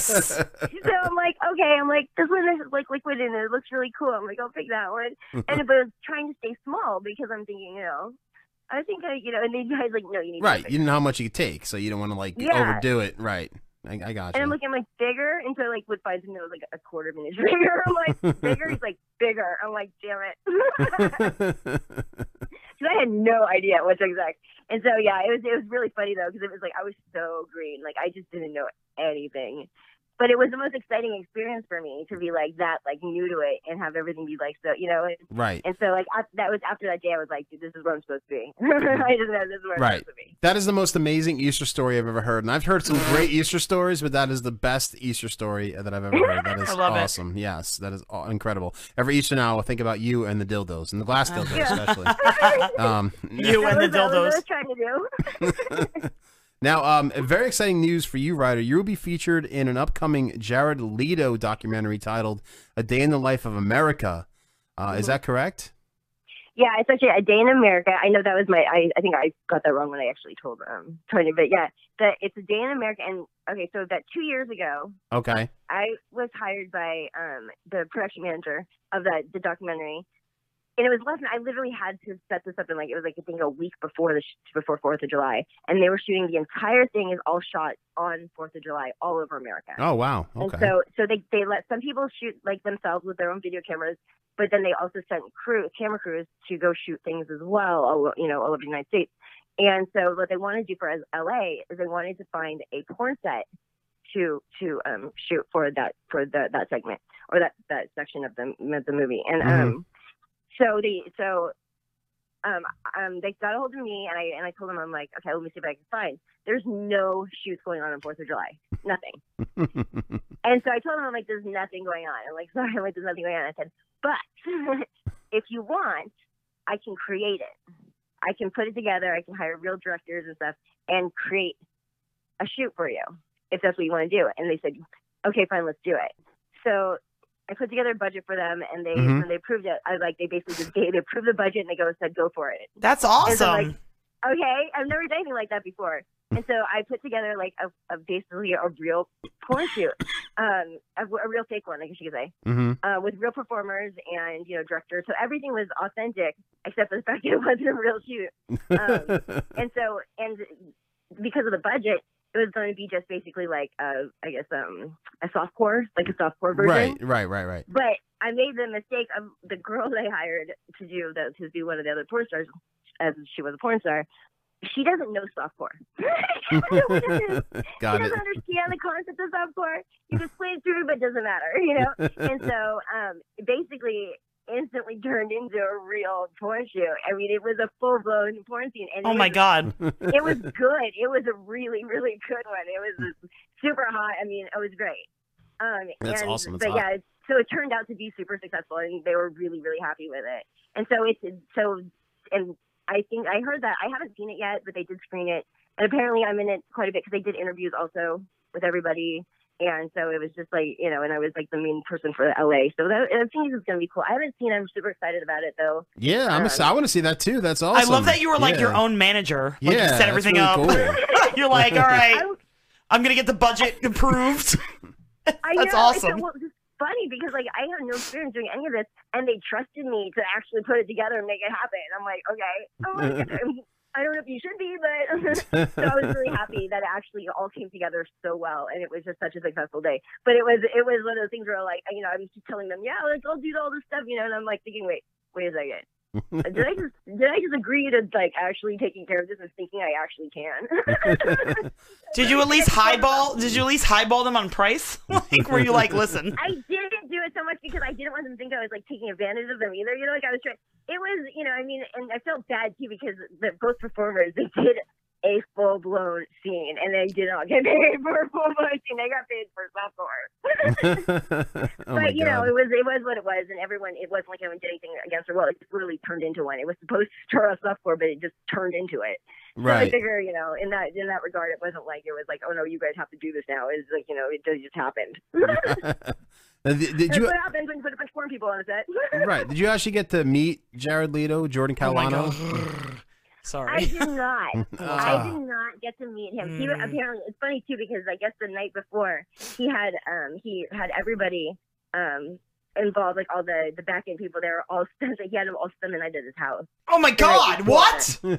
Speaker 26: like, okay, I'm like, this one is like liquid in it. It looks really cool. I'm like, I'll pick that one. And but I was trying to stay small because I'm thinking, you know, I think I, you know, and then you guys like, no, you need to
Speaker 15: right.
Speaker 26: pick
Speaker 15: You didn't know how much you could take, so you don't want to like
Speaker 26: Yeah.
Speaker 15: overdo it. Right. I, I got
Speaker 26: And I'm
Speaker 15: you.
Speaker 26: looking like bigger, and so I, like would find something that was like a quarter of an inch bigger. I'm like bigger, he's like bigger. I'm like damn it, because I had no idea what's exact. And so yeah, it was it was really funny though because it was like I was so green, like I just didn't know anything. But it was the most exciting experience for me to be like that, like new to it, and have everything be like so, you know. And,
Speaker 15: Right.
Speaker 26: And so like af that was after that day, I was like, dude, this is where I'm supposed to be. I just know this is where I'm
Speaker 15: Right.
Speaker 26: supposed to be.
Speaker 15: That is the most amazing Easter story I've ever heard, and I've heard some great Easter stories, but that is the best Easter story that I've ever heard. That is
Speaker 26: I love it.
Speaker 15: awesome. Yes, that is aw- incredible. Every Easter now, I will think about you and the dildos and the glass dildos,
Speaker 26: Yeah.
Speaker 15: especially. Um,
Speaker 26: That was- that was what I was trying to do.
Speaker 15: Now, um, very exciting news for you, Ryder. You will be featured in an upcoming Jared Leto documentary titled "A Day in the Life of America." Uh,
Speaker 26: Mm-hmm.
Speaker 15: Is that correct?
Speaker 26: Yeah, it's actually a day in America. I know that was my. I, I think I got that wrong when I actually told um Tony, but yeah, that it's a day in America. And okay, so that two years ago,
Speaker 15: Okay.
Speaker 26: I was hired by um the production manager of that the documentary, and it was less. than I literally had to set this up in like it was like I think a week before the sh- before Fourth of July, and they were shooting the entire thing is all shot on Fourth of July all over America.
Speaker 15: Oh wow.
Speaker 26: And
Speaker 15: Okay.
Speaker 26: so, so they, they let some people shoot like themselves with their own video cameras, but then they also sent crew camera crews to go shoot things as well, all, you know, all over the United States. And so, what they wanted to do for us- LA is they wanted to find a porn set to to um, shoot for that for the, that segment or that that section of the of the movie. And
Speaker 13: Mm-hmm.
Speaker 26: um, so they so um, um, they got a hold of me and I and I told them I'm like, okay, let me see what I can find. There's no shoots going on on Fourth of July, nothing. And so I told him, I'm like, there's nothing going on. I'm like, sorry, I'm like, there's nothing going on. I said, but if you want, I can create it. I can put it together. I can hire real directors and stuff and create a shoot for you if that's what you want to do. And they said, okay, fine, let's do it. So I put together a budget for them, and they
Speaker 24: Mhm.
Speaker 26: when they approved it, I like they basically just gave, they approved the budget and they go said go for it.
Speaker 24: That's
Speaker 26: And so,
Speaker 24: awesome.
Speaker 26: like, okay, I've never done anything like that before. And so I put together like a, a basically a real porn shoot, um, a, a real fake one, I guess you could say,
Speaker 15: Mhm.
Speaker 26: uh, with real performers and you know directors. So everything was authentic except for the fact that it wasn't a real shoot. Um, and so, and because of the budget, it was going to be just basically like uh, I guess um, a softcore, like a softcore version.
Speaker 15: Right. Right. Right. Right.
Speaker 26: But I made the mistake of the girl they hired to do the, to do one of the other porn stars, as she was a porn star. She doesn't know softcore.
Speaker 15: Got
Speaker 26: she
Speaker 15: it.
Speaker 26: doesn't understand the concept of softcore. You just play it through, but it doesn't matter, you know. and so, um, it basically, instantly turned into a real porn shoot. I mean, it was a full blown porn scene. And
Speaker 24: oh
Speaker 26: it
Speaker 24: my
Speaker 26: was-
Speaker 24: god.
Speaker 26: it was good. It was a really, really good one. It was super hot. I mean, it was great. Um,
Speaker 4: That's
Speaker 26: and-
Speaker 4: awesome. That's
Speaker 26: but
Speaker 4: hot.
Speaker 26: yeah, it's- so it turned out to be super successful, and they were really, really happy with it. And so it's so, and I think I heard that I haven't seen it yet, but they did screen it, and apparently I'm in it quite a bit because they did interviews also with everybody. And so it was just like you know, and I was like the main person for LA. So that I think this is gonna be cool. I haven't seen. it. I'm super excited about it though.
Speaker 15: Yeah, I'm. A, I want to see that too. That's
Speaker 24: I
Speaker 15: awesome.
Speaker 24: love that you were like your
Speaker 15: Yeah.
Speaker 24: own manager. Like
Speaker 15: Yeah,
Speaker 24: you
Speaker 15: that's
Speaker 24: set everything
Speaker 15: really
Speaker 24: up. You're like, all right, I'm gonna get the budget approved.
Speaker 26: I
Speaker 24: That's
Speaker 26: know. it's so-
Speaker 24: awesome.
Speaker 26: well, it's funny because like I have no experience doing any of this, and they trusted me to actually put it together and make it happen. I'm like, okay, oh my God. I don't know if you should be, but so I was really happy that it actually all came together so well, and it was just such a successful day. But it was it was one of those things where like you know I'm just telling them, yeah, let's all do all this stuff, you know, and I'm like thinking, wait, wait a second. Did I just did I just agree to like actually taking care of this and thinking I actually can?
Speaker 24: Did you at least highball? Did you at least highball them on price? Like, were you like, listen,
Speaker 26: I didn't do it so much because I didn't want them to think I was like taking advantage of them either. You know, like I was trying. It was, you know, I mean, and I felt bad too because the, both performers they did a full blown scene and they did not get paid for a full blown scene. They got paid for softcore.
Speaker 15: oh my
Speaker 26: but you know,
Speaker 15: god.
Speaker 26: it was it was what it was, and everyone it wasn't like anyone did anything against her. Well, it just literally turned into one. It was supposed to start us off for, but it just turned into it. So I
Speaker 15: Right.
Speaker 26: figure, you know, in that in that regard, it wasn't like it was like, oh no, you guys have to do this now. It's like you know, it just happened.
Speaker 15: Now, Did, did
Speaker 26: That's
Speaker 15: you
Speaker 26: what happens when you put a bunch of porn people on a set.
Speaker 15: right? Did you actually get to meet Jared Leto, Jordan Hmm.
Speaker 24: Oh my
Speaker 15: Catalano?
Speaker 26: I
Speaker 4: Sorry.
Speaker 26: did not.
Speaker 4: Ah.
Speaker 26: I did not get to meet him. He
Speaker 4: Mm.
Speaker 26: apparently it's funny too because I guess the night before he had um he had everybody um involved like all the the back end people they were all spent he had them all spend the night at his house.
Speaker 24: Oh my God! What?
Speaker 26: Yeah,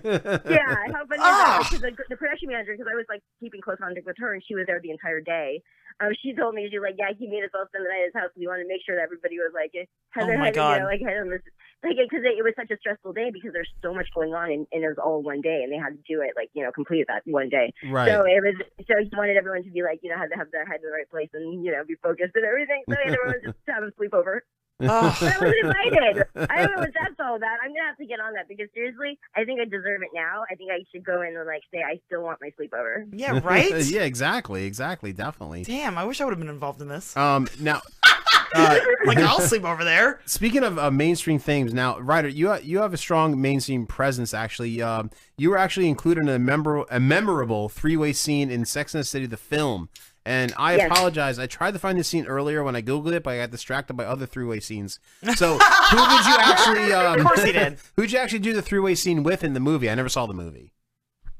Speaker 26: I how funny ah. the, the production manager because I was like keeping close contact with her and she was there the entire day. Um, she told me she was like, yeah, he made us all spend the night at his house. We wanted to make sure that everybody was like, eh, had
Speaker 4: Oh
Speaker 26: their head
Speaker 4: my
Speaker 26: in,
Speaker 4: God.
Speaker 26: You know, like had them like because it, it was such a stressful day because there's so much going on and, and it was all one day and they had to do it like you know complete that one day.
Speaker 4: Right.
Speaker 26: So it was so he wanted everyone to be like you know had to have their head in the right place and you know be focused and everything. So he had everyone just have a sleepover.
Speaker 4: Ah.
Speaker 26: But I wasn't invited. I don't know what that's all about. I'm gonna have to get on that because seriously, I think I deserve it now. I think I should go in and like say I still want my sleepover.
Speaker 24: Yeah, right?
Speaker 15: yeah, exactly, exactly, definitely.
Speaker 24: Damn, I wish I would have been involved in this.
Speaker 15: Um, now, uh,
Speaker 24: like I'll sleep over there.
Speaker 15: Speaking of uh, mainstream things, now Ryder, you you have a strong mainstream presence. Actually, um, you were actually included in a member a memorable three way scene in Sex and the City, the film. And I
Speaker 27: Yes.
Speaker 15: apologize. I tried to find this scene earlier when I googled it, but I got distracted by other three way scenes. So who did you actually? Um,
Speaker 26: Of course he did.
Speaker 15: Who'd you actually do the three way scene with in the movie? I never saw the movie.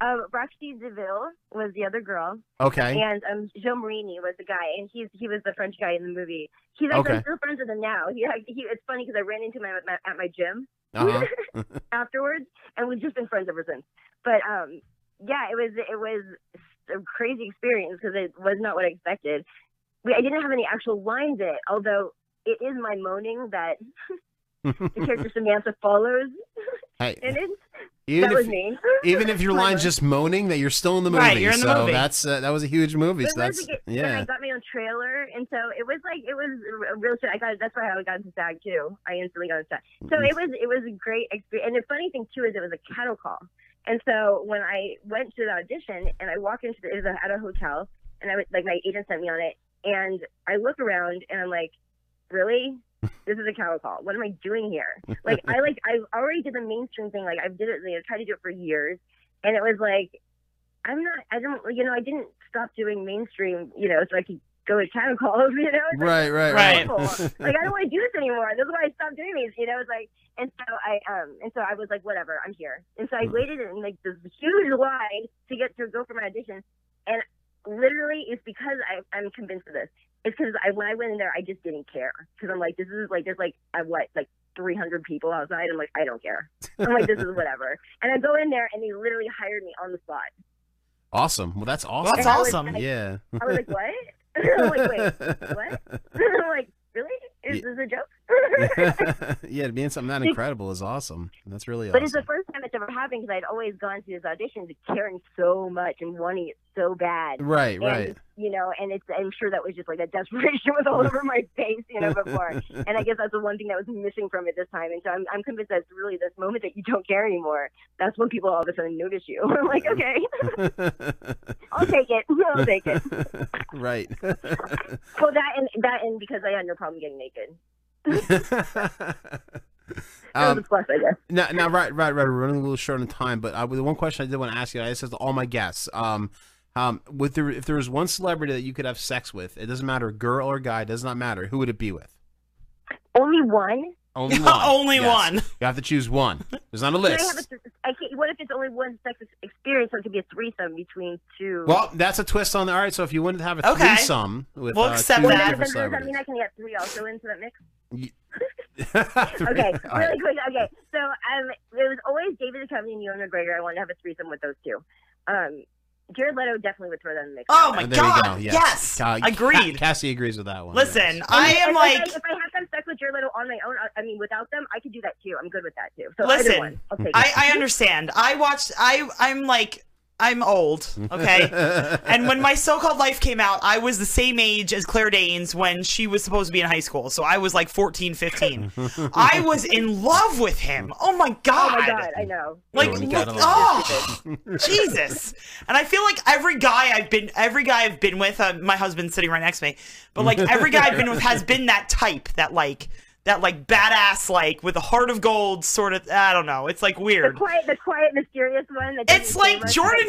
Speaker 26: Um, Roxy Deville was the other girl.
Speaker 15: Okay.
Speaker 26: And um, Joe Marini was the guy, and he's he was the French guy in the movie. He's actually
Speaker 15: Okay.
Speaker 26: I'm still friends with him now. He, he it's funny because I ran into him at my, at my gym
Speaker 15: Uh huh.
Speaker 26: afterwards, and we've just been friends ever since. But um, yeah, it was it was a crazy experience because it was not what I expected. We, I didn't have any actual lines in it, although it is my moaning that the character Samantha follows.
Speaker 15: Hey,
Speaker 26: And it,
Speaker 15: Even
Speaker 26: that was
Speaker 15: if-
Speaker 26: me.
Speaker 15: even if your
Speaker 26: My
Speaker 15: line's
Speaker 26: moan.
Speaker 15: just moaning that you're still in the movie,
Speaker 24: Right, you're in the
Speaker 15: so
Speaker 24: movie.
Speaker 15: that's uh, that was a huge movie.
Speaker 26: But
Speaker 28: But
Speaker 26: it
Speaker 15: So
Speaker 26: was,
Speaker 15: that's
Speaker 26: like, it-
Speaker 15: yeah.
Speaker 26: I got my own trailer, and so it was like it was a real shit. I got that's why I got into SAG too. I instantly got into SAG. So
Speaker 15: Mm-hmm.
Speaker 26: it was it was a great experience. And the funny thing too is it was a cattle call, and so when I went to the audition and I walk into the, it was at a hotel, and I was like my agent sent me on it, and I look around and I'm like, really. This is a cattle call. What am I doing here? Like I like I already did the mainstream thing. Like I did it. You know, tried to do it for years, and it was like I'm not. I don't. You know, I didn't stop doing mainstream. You know, so I could go to town calls. You know, It's like,
Speaker 15: Right, right,
Speaker 4: Right.
Speaker 26: awful. like I don't want to do this anymore. That's why I stopped doing these. You know, it's like, and so I um, and so I was like, whatever, I'm here. And so
Speaker 15: Hmm.
Speaker 26: I waited in like this huge line to get to go for my audition, and literally, it's because I, I'm convinced of this. It's because I when I went in there, I just didn't care because I'm like, this is like there's like I what like 300 people outside. I'm like, I don't care. I'm like, this is whatever. And I go in there, and they literally hired me on the spot.
Speaker 15: Awesome. Well, that's awesome.
Speaker 26: that's And I was awesome. like-
Speaker 15: yeah.
Speaker 26: I was like, what? I'm like, wait, what? I'm like, really? Is
Speaker 15: Ye-
Speaker 26: this a joke?
Speaker 15: yeah, being something that incredible is awesome. That's really
Speaker 26: But
Speaker 15: awesome.
Speaker 26: it's the first time it's ever happened because I'd always gone to these auditions caring so much and wanting it so bad.
Speaker 15: Right,
Speaker 26: And,
Speaker 15: right.
Speaker 26: You know, and it's I'm sure that was just like a desperation was all over my face, you know, before. and I guess that's the one thing that was missing from it this time. And so I'm, I'm convinced that's really this moment that you don't care anymore. That's when people all of a sudden notice you. I'm like, okay, I'll take it. I'll take it.
Speaker 15: right.
Speaker 26: Well, that and that and because I had no problem getting naked.
Speaker 15: Um,
Speaker 26: plus, I guess.
Speaker 15: Now, now, right, right, right. We're running a little short on time, but I, the one question I did want to ask you, I said to all my guests, um, um, with the, if there was one celebrity that you could have sex with, it doesn't matter, girl or guy, does not matter. Who would it be with?
Speaker 26: Only one.
Speaker 15: Only one.
Speaker 24: Only
Speaker 15: Yes.
Speaker 24: one.
Speaker 15: You have to choose one. There's not a
Speaker 26: Can I have
Speaker 15: list.
Speaker 26: a- I can't, what if it's only one sex ex- experience? So it could be a threesome between two.
Speaker 15: Well, that's a twist on the. All right, so if you wanted to have a
Speaker 24: Okay.
Speaker 15: threesome with
Speaker 24: We'll
Speaker 15: uh,
Speaker 24: accept
Speaker 15: two
Speaker 24: that.
Speaker 26: does, that- does
Speaker 15: different
Speaker 26: that
Speaker 15: celebrities,
Speaker 26: mean I can get three also into that mix?
Speaker 15: okay,
Speaker 26: really quick. Okay, so um, it was always David Duchovny and Ewan McGregor. I wanted to have a threesome with those two. Um, Jared Leto definitely would throw that in the mix.
Speaker 24: Oh my
Speaker 15: Uh, there you go.
Speaker 24: God,
Speaker 15: Yes,
Speaker 24: yes.
Speaker 15: Ca-
Speaker 24: Agreed.
Speaker 15: Ca- Cassie agrees with that one.
Speaker 24: Listen, I am
Speaker 26: And
Speaker 24: like,
Speaker 26: if I, if I have them sex with Jared Leto on my own, I, I mean, without them, I could do that too. I'm good with that too. So either
Speaker 24: listen,
Speaker 26: one, I'll take
Speaker 24: I,
Speaker 26: it.
Speaker 24: I understand. I watched. I I'm like. I'm old, okay? and when my so-called life came out, I was the same age as Claire Danes when she was supposed to be in high school. So I was like 14, 15. I was in love with him. Oh my god.
Speaker 26: Oh my god, I know.
Speaker 24: Like,
Speaker 15: Everyone
Speaker 24: look,
Speaker 15: got along.
Speaker 24: oh, Jesus! And I feel like every guy I've been, every guy I've been with, uh, my husband's sitting right next to me, but like every guy I've been with has been that type that like that like badass like with a heart of gold sort of I don't know. It's like
Speaker 26: The
Speaker 24: weird.
Speaker 26: quiet, the quiet, mysterious one. That it's like
Speaker 24: Jordan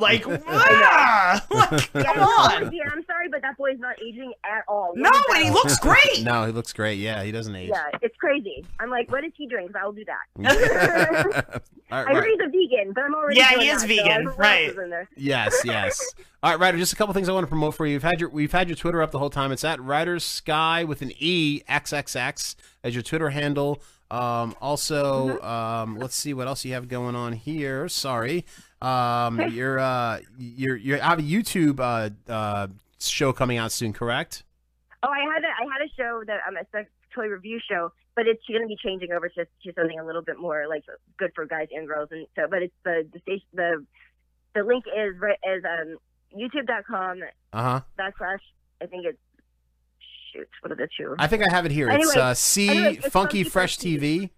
Speaker 24: like, ah, like come on.
Speaker 26: Yeah, Oh, I'm sorry, but that boy's not aging at all.
Speaker 24: No,
Speaker 26: What is
Speaker 24: and he
Speaker 26: that?
Speaker 24: looks great.
Speaker 15: no, he looks great. Yeah, he doesn't age.
Speaker 26: Yeah, it's crazy. I'm like, what is he doing? 'Cause I will do that.
Speaker 15: All
Speaker 26: I
Speaker 15: right,
Speaker 26: heard
Speaker 15: right.
Speaker 26: he's a vegan, but I'm already
Speaker 24: Yeah,
Speaker 26: doing
Speaker 24: he is
Speaker 26: that, so I
Speaker 24: vegan,
Speaker 26: don't know what else is
Speaker 24: right.
Speaker 26: in there.
Speaker 15: Yes, yes. All right, Ryder. Just a couple things I want to promote for you. You've had your we've had your Twitter up the whole time. It's at Ryder Sky with an E XXX as your Twitter handle. Um, also, um, let's see what else you have going on here. Sorry, um, your uh, your your I have a YouTube uh, uh, show coming out soon. Correct?
Speaker 26: Oh, I had a, I had a show that um, it's a toy review show, but it's going to be changing over to, to something a little bit more like good for guys and girls, and so. But it's the the station, the the link is ri- is um youtube.com
Speaker 15: Uh huh.
Speaker 26: backslash. I think it's shoot. What are the two?
Speaker 15: I think I have it here. it's
Speaker 26: Anyway,
Speaker 15: uh, C
Speaker 26: anyway, it's
Speaker 15: Funky Fresh TV.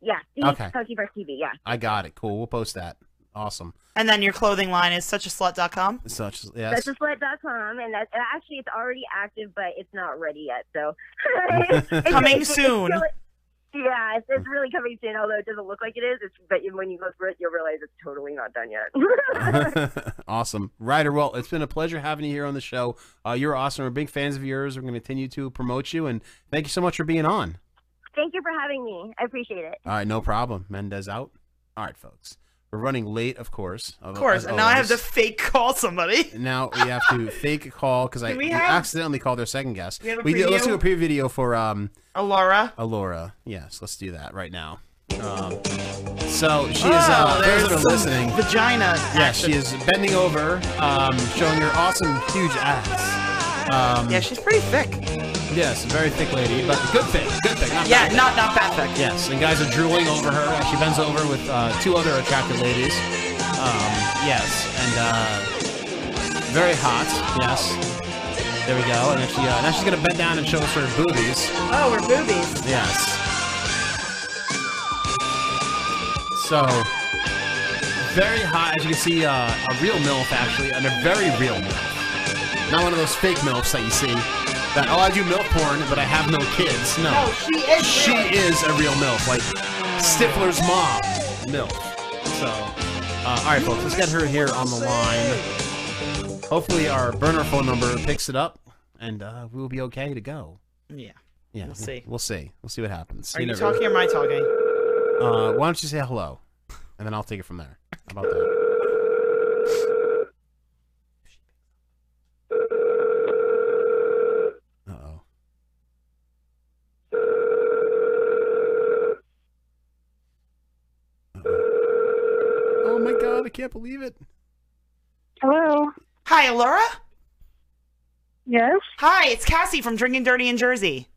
Speaker 26: Yeah. See,
Speaker 15: Okay.
Speaker 26: Funky Fresh TV. Yeah.
Speaker 15: I got it. Cool. We'll post that. Awesome.
Speaker 24: And then your clothing line is such a slut.com.
Speaker 15: Such
Speaker 26: Yes.
Speaker 15: yes.
Speaker 26: That's just slit.com, and that's and actually it's already active, but it's not ready yet. So
Speaker 24: Coming soon.
Speaker 26: still- yeah, it's, it's really coming soon. Although it doesn't look like it is, it's but when you go through it, you'll realize it's totally not done yet.
Speaker 15: awesome. Ryder, well, it's been a pleasure having you here on the show. Uh, you're awesome. We're big fans of yours. We're going to continue to promote you, and thank you so much for being on.
Speaker 26: Thank you for having me. I appreciate it.
Speaker 15: All right, no problem. Mendez out. All right, folks. We're running late, of course.
Speaker 24: Of course. And now I have to fake call somebody.
Speaker 15: Now we have to fake a call because I
Speaker 24: Do we
Speaker 15: we
Speaker 24: have-
Speaker 15: accidentally called our second guest.
Speaker 24: We have a
Speaker 15: did- let's
Speaker 24: preview?
Speaker 15: do a preview video for um
Speaker 24: Alora.
Speaker 15: Alora. Yes, let's do that right now. Um, so she is. uh,
Speaker 24: Oh,
Speaker 15: those
Speaker 24: there's
Speaker 15: that are
Speaker 24: some
Speaker 15: listening.
Speaker 24: Vagina.
Speaker 15: Yeah,
Speaker 24: action.
Speaker 15: she is bending over, um, showing her awesome huge ass. Um,
Speaker 24: Yeah, she's pretty thick.
Speaker 15: Yes, a very thick lady, but good thick, good thick. Not
Speaker 24: Yeah,
Speaker 15: bad thick.
Speaker 24: not not bad thick.
Speaker 15: Yes, and guys are drooling over her. as She bends over with uh, two other attractive ladies. Um, yes, and uh, very hot. Yes. There we go. And then she, uh, now she's gonna bend down and show us her boobies.
Speaker 24: Oh, we're boobies.
Speaker 15: Yes. So, very hot, as you can see, uh, a real MILF actually, and a very real MILF. Not one of those fake MILFs that you see. That, oh, I do MILF porn, but I have no kids. No.
Speaker 24: No, she is
Speaker 15: She
Speaker 24: real.
Speaker 15: is a real MILF, like Stifler's mom MILF. So, uh, alright, folks, let's get her here on the line. Hopefully, our burner phone number picks it up, and uh, we'll be okay to go.
Speaker 24: Yeah.
Speaker 15: Yeah,
Speaker 24: We'll see.
Speaker 15: We'll see. We'll see what happens.
Speaker 24: Are you
Speaker 15: never-
Speaker 24: talking or am I talking?
Speaker 15: Uh, why don't you say hello, and then I'll take it from there. How about that? Uh oh. Oh my god, I can't believe it.
Speaker 24: Hello. Hi, Alora.
Speaker 25: Yes.
Speaker 24: Hi, it's Cassie from Drinking Dirty in Jersey.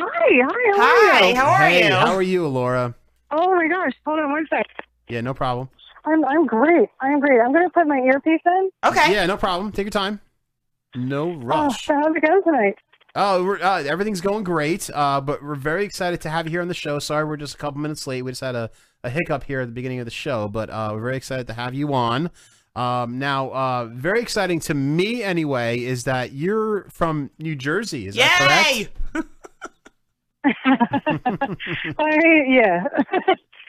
Speaker 25: Hi. Hi. How are
Speaker 24: Hi.
Speaker 25: you?
Speaker 24: How are
Speaker 15: hey,
Speaker 24: you?
Speaker 15: How are you, Laura?
Speaker 25: Oh my gosh! Hold on one sec.
Speaker 15: Yeah, no problem.
Speaker 25: I'm I'm great. I'm great. I'm gonna put my earpiece in.
Speaker 15: Okay. Yeah, no problem. Take your time. No rush.
Speaker 25: Oh, how's it going tonight?
Speaker 15: Oh, we're, uh, everything's going great. Uh, but we're very excited to have you here on the show. Sorry, we're just a couple minutes late. We just had a, a hiccup here at the beginning of the show, but uh, we're very excited to have you on. Um, now, uh, very exciting to me anyway is that you're from New Jersey. Is that correct?
Speaker 25: I yeah.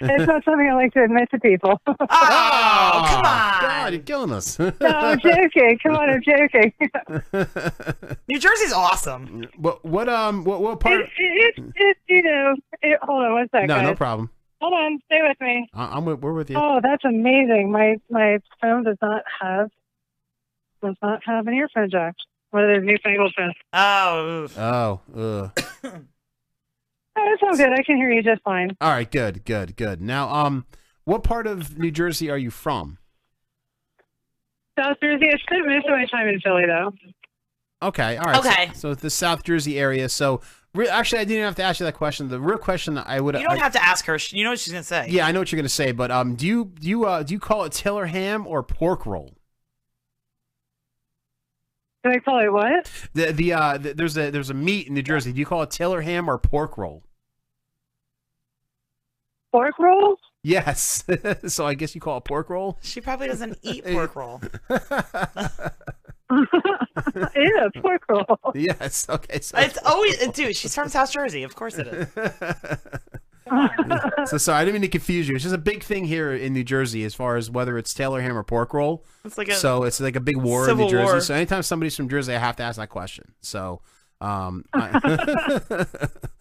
Speaker 25: it's not something I like to admit to people.
Speaker 15: Ah!
Speaker 24: Oh,
Speaker 15: come on! Ah, God, you're killing us.
Speaker 25: no, I'm joking. Come on, I'm joking.
Speaker 24: New Jersey's awesome.
Speaker 15: What what um what what part?
Speaker 25: It, it, it, it, you know, it, hold on one
Speaker 15: No,
Speaker 25: second.
Speaker 15: no problem.
Speaker 25: Hold on, stay with me.
Speaker 15: I, I'm with, we're with you.
Speaker 25: Oh, that's amazing. My my phone does not have does not have an earphone jack. One of those newfangled phones.
Speaker 24: Oh.
Speaker 15: Oh. ugh.
Speaker 25: Oh, that's all good. I can hear you just fine.
Speaker 15: All right. Good. Good. Good. Now, um, what part of New Jersey are you from?
Speaker 25: South Jersey. I spent most of my time in Philly though.
Speaker 15: Okay. All right. so-
Speaker 25: Okay.
Speaker 15: So, it's the South Jersey area. So re- actually, I didn't have to ask you that question. The real question I would.
Speaker 24: You don't have to ask her. She- You know what she's gonna say.
Speaker 15: Yeah, I know what you're gonna say, but um, do you do you uh do you call it Taylor ham or pork roll?
Speaker 25: Do I call it what?
Speaker 15: The the uh th there's a there's a meat in New Jersey. Do you call it Taylor ham or pork roll?
Speaker 25: Pork roll?
Speaker 15: Yes. so I guess you call it pork roll.
Speaker 24: She probably doesn't eat pork roll.
Speaker 25: yeah, poor girl.
Speaker 15: Yes. Okay. So,
Speaker 24: It's always, dude, she's from South Jersey. Of course it is.
Speaker 15: so sorry, I didn't mean to confuse you. It's just a big thing here in New Jersey as far as whether it's Taylor ham or pork roll.
Speaker 24: It's like a
Speaker 15: so it's like a big war in
Speaker 24: civil
Speaker 15: New Jersey.
Speaker 24: war.
Speaker 15: So anytime somebody's from Jersey, I have to ask that question. So um, I,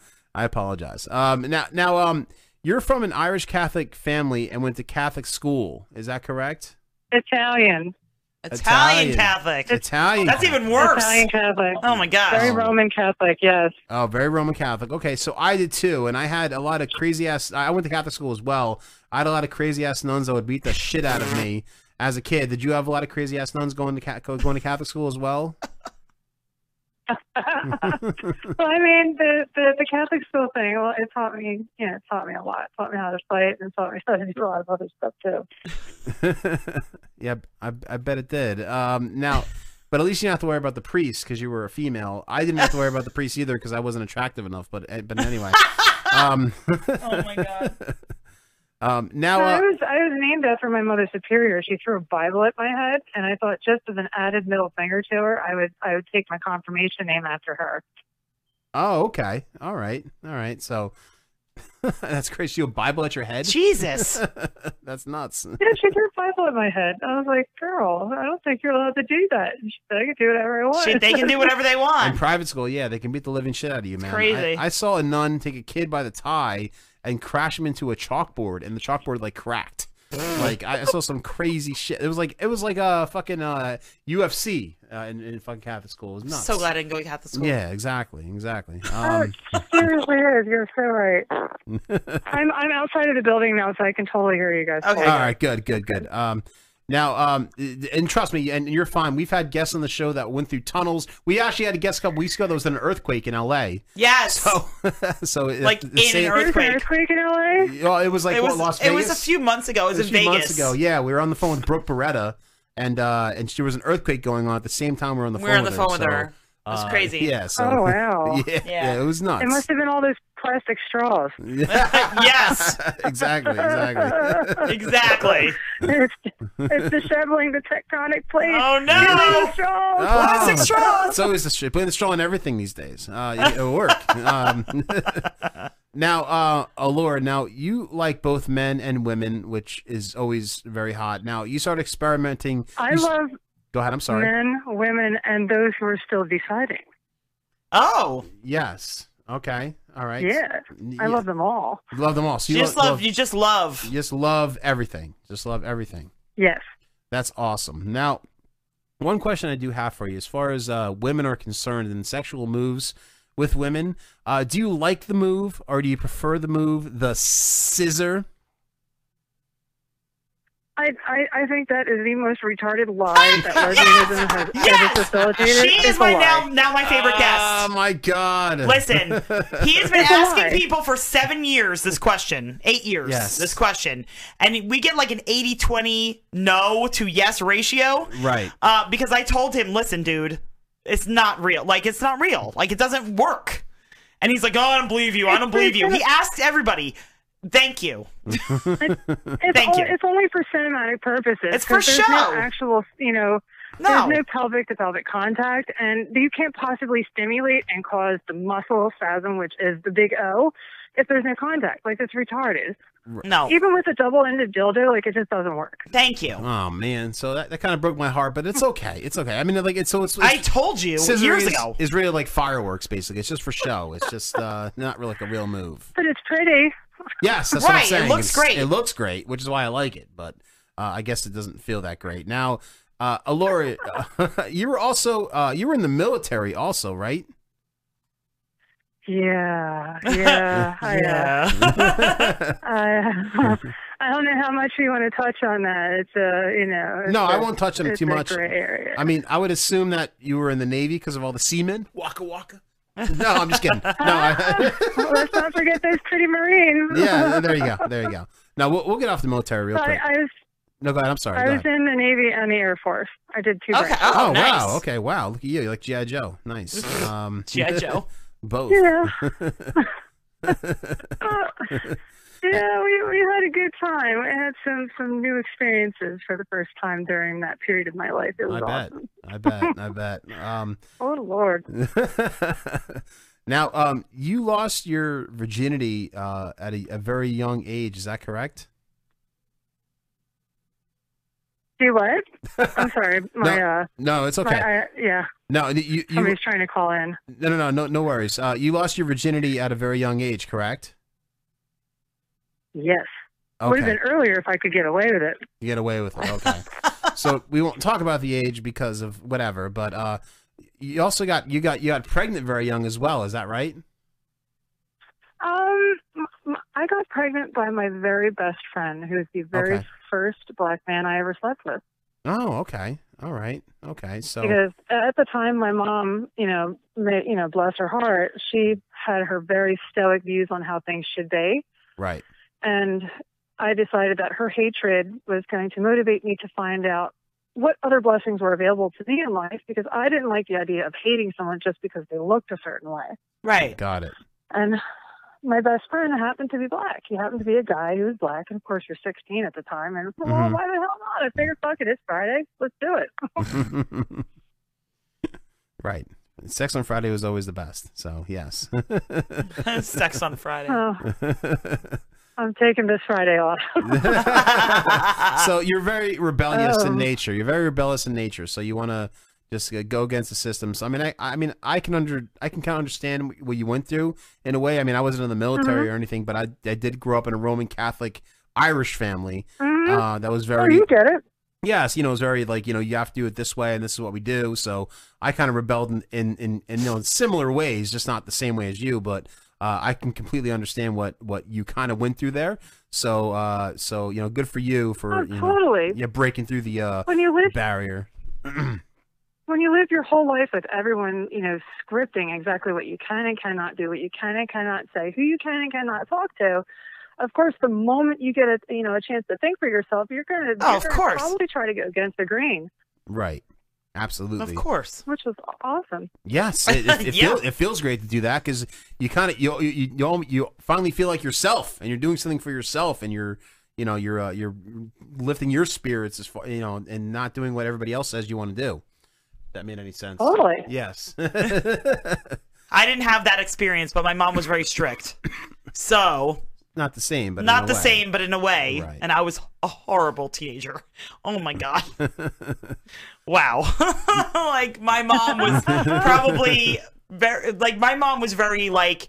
Speaker 15: I apologize. Um, now, now, um, you're from an Irish Catholic family and went to Catholic school. Is that correct?
Speaker 25: Italian.
Speaker 24: Italian Catholic.
Speaker 15: Italian.
Speaker 24: That's even worse.
Speaker 25: Italian Catholic.
Speaker 24: Oh my gosh.
Speaker 25: Very Roman Catholic, yes.
Speaker 15: Oh, very Roman Catholic. Okay, so I did too, and I had a lot of crazy ass. I went to Catholic school as well. I had a lot of crazy ass nuns that would beat the shit out of me as a kid. Did you have a lot of crazy ass nuns going to Ca- going to Catholic school as well?
Speaker 25: Well, I mean, the, the the Catholic school thing. Well, it taught me, yeah, it taught me a lot. It taught me how to fight, and it taught me how to do a lot of other stuff too.
Speaker 15: yeah, I, I bet it did. Um, now, but at least you didn't have to worry about the priest because you were a female. I didn't have to worry about the priest either because I wasn't attractive enough. But eh, but anyway. um, oh my god. Um, now
Speaker 25: So
Speaker 15: uh,
Speaker 25: I was I was named after my mother superior. She threw a Bible at my head, and I thought just as an added middle finger to her, I would I would take my confirmation name after her.
Speaker 15: Oh, okay. All right. All right. So that's crazy. You have a Bible at your head?
Speaker 24: Jesus.
Speaker 15: that's nuts.
Speaker 25: Yeah, she threw a Bible at my head. I was like, girl, I don't think you're allowed to do that. And she said, I can do whatever I want.
Speaker 24: they want.
Speaker 15: In private school, yeah, they can beat the living shit out of you, man. I-
Speaker 25: crazy.
Speaker 15: I, saw a nun take a kid by the tie and crash him into a chalkboard, and the chalkboard like cracked. like I I saw some crazy shit. It was like it was like a fucking uh, UFC uh, in, in fucking Catholic school. It was nuts.
Speaker 24: So glad I didn't go to Catholic school.
Speaker 15: Yeah, exactly, exactly. Um,
Speaker 25: You're weird. You're so right. I'm I'm outside of the building now, so I can totally hear you guys.
Speaker 15: All right. Good. Good. Good. Um. Now, um, and trust me, and you're fine. We've had guests on the show that went through tunnels. We actually had a guest a couple weeks ago that was in an earthquake in L.A.
Speaker 24: Yes.
Speaker 15: So, so it-
Speaker 24: Like
Speaker 15: the
Speaker 24: in an earthquake.
Speaker 25: earthquake in L.A.
Speaker 15: Oh, it was like
Speaker 24: it
Speaker 15: what,
Speaker 24: was,
Speaker 15: Las
Speaker 24: It was a
Speaker 15: Vegas?
Speaker 24: few months ago. It was
Speaker 15: a
Speaker 24: in
Speaker 15: few
Speaker 24: Vegas.
Speaker 15: months ago. Yeah, we were on the phone with Brooke Beretta, and uh, and she was an earthquake going on at the same time. We were on the
Speaker 24: We
Speaker 15: phone.
Speaker 24: were on
Speaker 15: with
Speaker 24: the phone with
Speaker 15: so,
Speaker 24: her. It was
Speaker 15: uh,
Speaker 24: crazy.
Speaker 15: Yeah. So,
Speaker 25: Oh, wow.
Speaker 15: Yeah,
Speaker 25: Yeah.
Speaker 15: yeah, It was nuts.
Speaker 25: It must have been all those plastic straws.
Speaker 24: yes.
Speaker 15: exactly. Exactly.
Speaker 24: Exactly.
Speaker 25: it's, it's disheveling the tectonic plate.
Speaker 24: Oh, no.
Speaker 25: straws.
Speaker 15: Oh. It's always the straw. Putting the straw in everything these days. Uh, it'll work. um, now, uh, Allure, now you like both men and women, which is always very hot. Now, you start experimenting.
Speaker 25: I
Speaker 15: you s-
Speaker 25: love
Speaker 15: Go ahead. I'm sorry.
Speaker 25: men, women, and those who are still deciding.
Speaker 24: Oh.
Speaker 15: Yes. Okay. All right.
Speaker 25: Yeah, I love them all.
Speaker 15: You love them all. So you
Speaker 24: Just
Speaker 15: lo-
Speaker 24: love- you just love.
Speaker 15: You just love everything. Just love everything.
Speaker 25: Yes.
Speaker 15: That's awesome. Now, one question I do have for you, as far as uh, women are concerned and sexual moves with women, uh, do you like the move or do you prefer the move, the scissor?
Speaker 25: I, I, I think that is the most retarded lie that lesbianism has ever facilitated.
Speaker 24: Ah, She
Speaker 25: It's
Speaker 24: is
Speaker 25: a
Speaker 24: my
Speaker 25: lie.
Speaker 24: now now my favorite
Speaker 15: Oh
Speaker 24: guest.
Speaker 15: my god!
Speaker 24: Listen, he has been
Speaker 25: It's a lie.
Speaker 24: asking people for seven years this question, eight years
Speaker 15: Yes.
Speaker 24: this question, and we get like an 80-20 no to yes ratio.
Speaker 15: Right.
Speaker 24: Uh, because I told him, listen, dude, it's not real. Like, it's not real. Like, it doesn't work. And he's like, oh, I don't believe you. I don't believe you. He asks everybody, thank you.
Speaker 25: It's
Speaker 24: Thank
Speaker 25: only,
Speaker 24: you.
Speaker 25: It's only for cinematic purposes.
Speaker 24: It's for
Speaker 25: 'cause there's
Speaker 24: show.
Speaker 25: No actual, you know,
Speaker 24: No.
Speaker 25: there's no pelvic to pelvic contact, and you can't possibly stimulate and cause the muscle spasm, which is the big O, if there's no contact. Like it's retarded.
Speaker 24: No.
Speaker 25: Even with a double-ended dildo, like it just doesn't work.
Speaker 24: Thank you.
Speaker 15: Oh man, so that, that kind of broke my heart, but it's okay. It's okay. I mean, like it's so it's.
Speaker 24: I told you
Speaker 15: scissor
Speaker 24: years
Speaker 15: is,
Speaker 24: ago.
Speaker 15: is really like fireworks. Basically, it's just for show. It's just uh, not really like a real move.
Speaker 25: But it's pretty.
Speaker 15: Yes, that's what
Speaker 25: Right,
Speaker 15: I'm
Speaker 25: it
Speaker 15: saying.
Speaker 25: looks
Speaker 15: It's-
Speaker 25: great.
Speaker 15: It looks great, which is why I like it. But uh, I guess it doesn't feel that great now. Uh, Alora, you were also uh, you were in the military, also, right?
Speaker 25: Yeah, yeah, I, uh, I, I don't know how much we want to touch on that. It's uh, you know. it's
Speaker 15: No, I
Speaker 25: a-
Speaker 15: won't touch them
Speaker 25: it's
Speaker 15: too
Speaker 25: a
Speaker 15: much.
Speaker 25: Gray area.
Speaker 15: I mean, I would assume that you were in the Navy because of all the seamen. Waka waka. No, I'm just kidding. No, I,
Speaker 25: Let's not forget those pretty Marines.
Speaker 15: yeah, there you go, there you go. Now we'll, we'll get off the military real
Speaker 25: So I,
Speaker 15: quick.
Speaker 25: I was
Speaker 15: No, go ahead. I'm sorry.
Speaker 25: I
Speaker 15: go
Speaker 25: was
Speaker 15: ahead.
Speaker 25: in the Navy and the Air Force. I did two. branches.
Speaker 15: oh wow. Okay. Wow. Look at you. You're like GI Joe. Nice. Um,
Speaker 25: G.I. Joe.
Speaker 15: both.
Speaker 25: Yeah.
Speaker 15: Oh.
Speaker 25: Yeah, we, we had a good time. I had some, some new experiences for the first time during that period of my life. It
Speaker 15: I
Speaker 25: was
Speaker 15: bet.
Speaker 25: awesome.
Speaker 15: I bet. I bet. Um,
Speaker 25: Oh, Lord.
Speaker 15: now, um, you lost your virginity uh, at a, a very young age. Is that correct?
Speaker 25: Do what? I'm sorry. My,
Speaker 15: no,
Speaker 25: uh,
Speaker 15: no, it's
Speaker 25: my-
Speaker 15: okay.
Speaker 25: I- yeah.
Speaker 15: no, you, you,
Speaker 25: Somebody's trying to call in.
Speaker 15: no, no, no, no, no worries. Uh, you lost your virginity at a very young age, correct?
Speaker 25: Yes. Would
Speaker 15: Okay.
Speaker 25: have been earlier if I could get away with it.
Speaker 15: You get away with it. Okay. so we won't talk about the age because of whatever, but uh, you also got you got you got pregnant very young as well. Is that right?
Speaker 25: Um, m- m- I got pregnant by my very best friend, who was the very
Speaker 15: Okay.
Speaker 25: first black man I ever slept with.
Speaker 15: Oh, okay. All right. Okay. So
Speaker 25: Because at the time, my mom, you know, ma- you know, bless her heart, she had her very stoic views on how things should be,
Speaker 15: right.
Speaker 25: and I decided that her hatred was going to motivate me to find out what other blessings were available to me in life because I didn't like the idea of hating someone just because they looked a certain way.
Speaker 24: Right.
Speaker 15: Got it.
Speaker 25: And my best friend happened to be black. He happened to be a guy who was black. And of course, you're 16 at the time. And well,
Speaker 15: Mhm.
Speaker 25: why the hell not? I figured, fuck it, it's Friday. Let's do it.
Speaker 15: right. Sex on Friday was always the best. So yes.
Speaker 24: Sex on Friday.
Speaker 25: Oh. I'm taking this Friday off.
Speaker 15: so you're very rebellious
Speaker 25: Oh.
Speaker 15: in nature. You're very rebellious in nature. So you want to just uh, go against the system. So I mean, I, I mean, I can under, I can kind of understand what you went through in a way. I mean, I wasn't in the military
Speaker 25: Mhm.
Speaker 15: or anything, but I, I did grow up in a Roman Catholic Irish family
Speaker 25: Mhm.
Speaker 15: uh, that was
Speaker 25: oh,
Speaker 15: very
Speaker 25: you get it.
Speaker 15: yes, you know, it's very like you know you have to do it this way, and this is what we do. So I kind of rebelled in in in, in you know, similar ways, just not the same way as you, but. Uh, I can completely understand what, what you kind of went through there. So uh, so you know, good for you for
Speaker 25: Oh,
Speaker 15: you know,
Speaker 25: totally.
Speaker 15: yeah, breaking through the uh,
Speaker 25: When you live-
Speaker 15: barrier.
Speaker 25: When you live your whole life with everyone, you know, scripting exactly what you can and cannot do, what you can and cannot say, who you can and cannot talk to, of course, the moment you get a you know a chance to think for yourself, you're gonna,
Speaker 15: Oh,
Speaker 25: you're
Speaker 15: of
Speaker 25: gonna
Speaker 15: course.
Speaker 25: probably try to go against the grain,
Speaker 15: Right. Absolutely.
Speaker 24: course,
Speaker 25: which was awesome.
Speaker 15: Yes, it, it, it,
Speaker 25: Yeah.
Speaker 15: feels, it feels great to do that because you kind of you, you you you al- you finally feel like yourself and you're doing something for yourself and you're you know you're uh, you're lifting your spirits as far you know and not doing what everybody else says you want to do. That made any sense?
Speaker 24: Totally.
Speaker 15: Yes.
Speaker 24: I didn't have that experience, but my mom was very strict. So
Speaker 15: not the same, but in
Speaker 24: not
Speaker 15: a
Speaker 24: the
Speaker 15: way.
Speaker 24: same, but in a way. And I was a horrible teenager. Oh my god. wow. like my mom was probably very like my mom was very like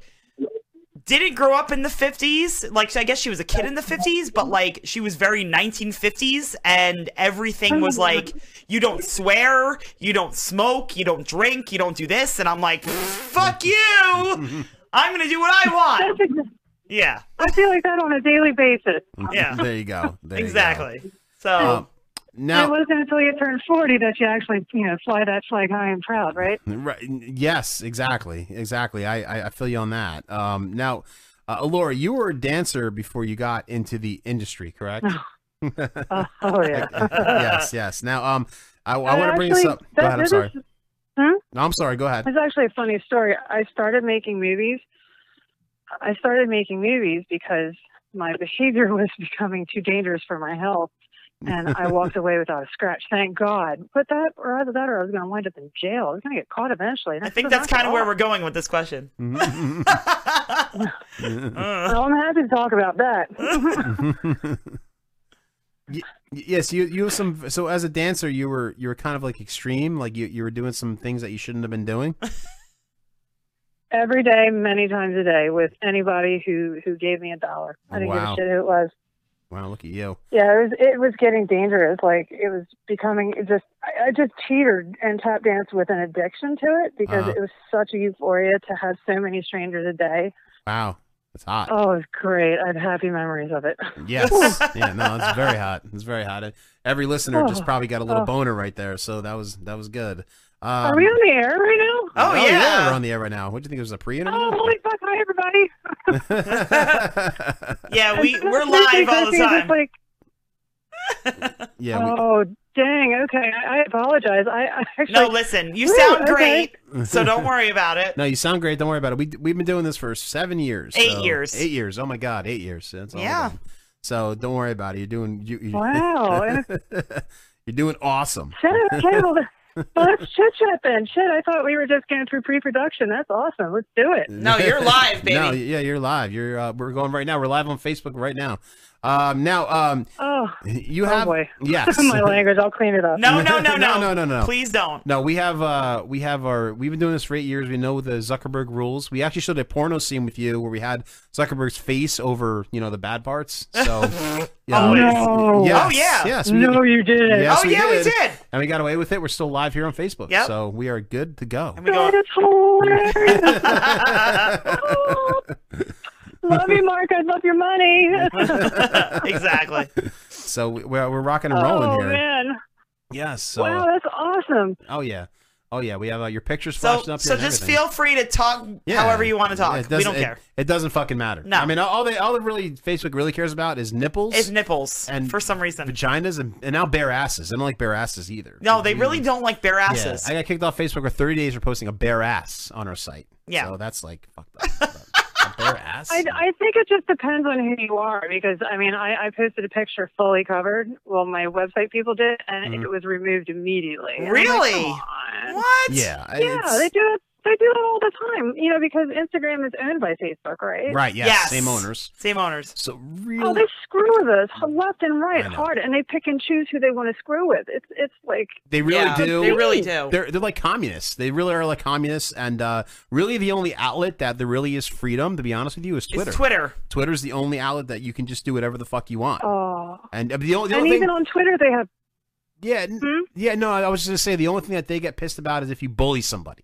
Speaker 24: didn't grow up in the 50s. Like I guess she was a kid in the 50s, but like she was very 1950s and everything
Speaker 25: Oh.
Speaker 24: was like you don't swear, you don't smoke, you don't drink, you don't do this and I'm like fuck you. I'm going to do what I want. Yeah.
Speaker 25: I feel like that on a daily basis.
Speaker 24: Yeah.
Speaker 15: there you go. There you go.
Speaker 24: exactly. So
Speaker 15: Um,
Speaker 25: it
Speaker 15: now,
Speaker 25: wasn't until you turned 40 that you actually, you know, fly that flag high and proud, right?
Speaker 15: Right. Yes, exactly. Exactly. I, I, I feel you on that. Um, now, uh, Laura, you were a dancer before you got into the industry, correct?
Speaker 25: Oh, oh, yeah.
Speaker 15: yes, yes. Now, um, I, I
Speaker 25: And
Speaker 15: want to bring this
Speaker 25: actually,
Speaker 15: up. Go
Speaker 25: that-
Speaker 15: ahead. I'm
Speaker 25: this
Speaker 15: sorry.
Speaker 25: is- Hmm?
Speaker 15: No, I'm sorry. Go ahead.
Speaker 25: It's actually a funny story. I started making movies. I started making movies because my behavior was becoming too dangerous for my health. And I walked away without a scratch. Thank God. But that, or either that, or I was going to wind up in jail. I was going to get caught eventually.
Speaker 24: I think that's kind of where we're going with this question. Uh.
Speaker 25: Well, I'm happy to talk about that.
Speaker 15: Y- yes, you you have some. So as a dancer, you were you were kind of like extreme. Like you you were doing some things that you shouldn't have been doing.
Speaker 25: Every day, many times a day, with anybody who who gave me a dollar. I didn't
Speaker 15: Wow.
Speaker 25: give a shit who it was.
Speaker 15: Wow, look at you.
Speaker 25: Yeah, it was it was getting dangerous. Like it was becoming it just I, I just teetered and tap danced with an addiction to it because
Speaker 15: Uh-huh.
Speaker 25: it was such a euphoria to have so many strangers a day.
Speaker 15: Wow, that's hot.
Speaker 25: Oh, it was great. I have happy memories of it.
Speaker 15: Yes. yeah. No, it's very hot. It's very hot. And Every listener just
Speaker 25: Oh,
Speaker 15: probably got a little
Speaker 25: oh.
Speaker 15: boner right there. So that was that was good. Um, Oh,
Speaker 25: Are we on the air right now?
Speaker 24: Oh,
Speaker 15: we're on the air right now. What do you think it was a pre-interview?
Speaker 25: Oh, holy fuck! Hi, everybody.
Speaker 24: yeah, we
Speaker 25: And
Speaker 24: we're
Speaker 25: seriously,
Speaker 24: live all
Speaker 25: Chrissy,
Speaker 24: the
Speaker 25: just
Speaker 24: time.
Speaker 25: like,
Speaker 15: Yeah. we-
Speaker 25: oh, Dang. Okay. I, I apologize. I, I actually,
Speaker 24: No, listen, you
Speaker 25: Woo,
Speaker 24: sound
Speaker 25: okay.
Speaker 24: great, so don't worry about it.
Speaker 15: No, you sound great. Don't worry about it. We we've been doing this for seven years.
Speaker 24: Eight
Speaker 15: so-
Speaker 24: years.
Speaker 15: Eight years. Oh my God, eight years. That's all we've
Speaker 24: Yeah.
Speaker 15: done. So don't worry about it. You're doing you. you
Speaker 25: Wow, and
Speaker 15: You're doing awesome.
Speaker 25: Shit, okay, well, th- well, let's chit chat then. Shit, I thought we were just going through pre-production. That's awesome. Let's do it.
Speaker 15: no, yeah, you're live. You're uh, we're going right now. We're live on Facebook right now. Um, now, um,
Speaker 25: oh,
Speaker 15: you have yes,
Speaker 25: My language. I'll clean it up.
Speaker 24: No, no, no,
Speaker 15: no, no,
Speaker 24: no,
Speaker 15: no, no.
Speaker 24: Please don't.
Speaker 15: No, we have uh we have our we've been doing this for eight years. We know the Zuckerberg rules. We actually showed a porno scene with you where we had Zuckerberg's face over you know the bad parts. So yeah,
Speaker 25: Oh, no.
Speaker 15: yes,
Speaker 25: Oh, yeah.
Speaker 15: yes,
Speaker 25: No, you didn't.
Speaker 15: Yes,
Speaker 25: Oh, yeah, we did.
Speaker 15: and we got away with it. We're still live here on Facebook,
Speaker 25: Yep.
Speaker 15: so we are good to go.
Speaker 25: That is hilarious. Oh, love you, Mark. I love your money.
Speaker 24: exactly.
Speaker 15: So we- we're we're rocking and rolling
Speaker 25: oh
Speaker 15: here.
Speaker 25: man!
Speaker 15: Yes. So
Speaker 25: Wow, that's awesome.
Speaker 15: oh yeah, oh yeah, we have uh, your pictures
Speaker 24: So,
Speaker 15: flashing up.
Speaker 24: so
Speaker 15: here and
Speaker 24: just
Speaker 15: everything.
Speaker 24: feel free to talk
Speaker 15: Yeah.
Speaker 24: however you want to
Speaker 15: Yeah,
Speaker 24: talk.
Speaker 15: it
Speaker 24: we
Speaker 15: doesn't-
Speaker 24: don't
Speaker 15: it-
Speaker 24: care.
Speaker 15: It doesn't fucking matter.
Speaker 24: No.
Speaker 15: I mean, all they all that really Facebook really cares about is nipples.
Speaker 24: Is nipples
Speaker 15: and
Speaker 24: for some reason.
Speaker 15: vaginas and, and now bare asses. I don't like bare asses either.
Speaker 24: No, they really don't like bare
Speaker 15: Yeah,
Speaker 24: asses.
Speaker 15: I got kicked off Facebook for 30 days for posting a bare ass on our site.
Speaker 24: Yeah.
Speaker 15: So that's like fucked up. a bare ass.
Speaker 25: I, I think it just depends on who you are because I mean I, I posted a picture fully covered. Well, my website people did, and
Speaker 15: Mhm.
Speaker 25: it was removed immediately. And I'm like,
Speaker 24: Really?
Speaker 25: "Come on."
Speaker 24: What?
Speaker 15: Yeah. I-
Speaker 25: Yeah,
Speaker 15: it's-
Speaker 25: they do it. They do it all the time, you know, because Instagram is owned by Facebook, right?
Speaker 15: Right. Yes, Same owners.
Speaker 24: Same owners.
Speaker 15: So
Speaker 25: Oh,
Speaker 15: really.
Speaker 25: they screw with us left and right
Speaker 15: Mm-hmm. I know.
Speaker 25: hard, and they pick and choose who they want to screw with. It's it's like
Speaker 15: They really
Speaker 24: Yeah,
Speaker 15: do.
Speaker 24: they really do.
Speaker 15: They're they're like communists. They really are like communists, and uh, really the only outlet that there really is freedom, to be honest with you, is Twitter.
Speaker 24: Twitter.
Speaker 15: Twitter's the only outlet that you can just do whatever the fuck you want.
Speaker 25: oh,
Speaker 15: And uh, the only, the
Speaker 25: and
Speaker 15: only thing,
Speaker 25: even on Twitter they have
Speaker 15: yeah, n-
Speaker 24: Hmm?
Speaker 15: yeah, no, I was just gonna say the only thing that they get pissed about is if you bully somebody.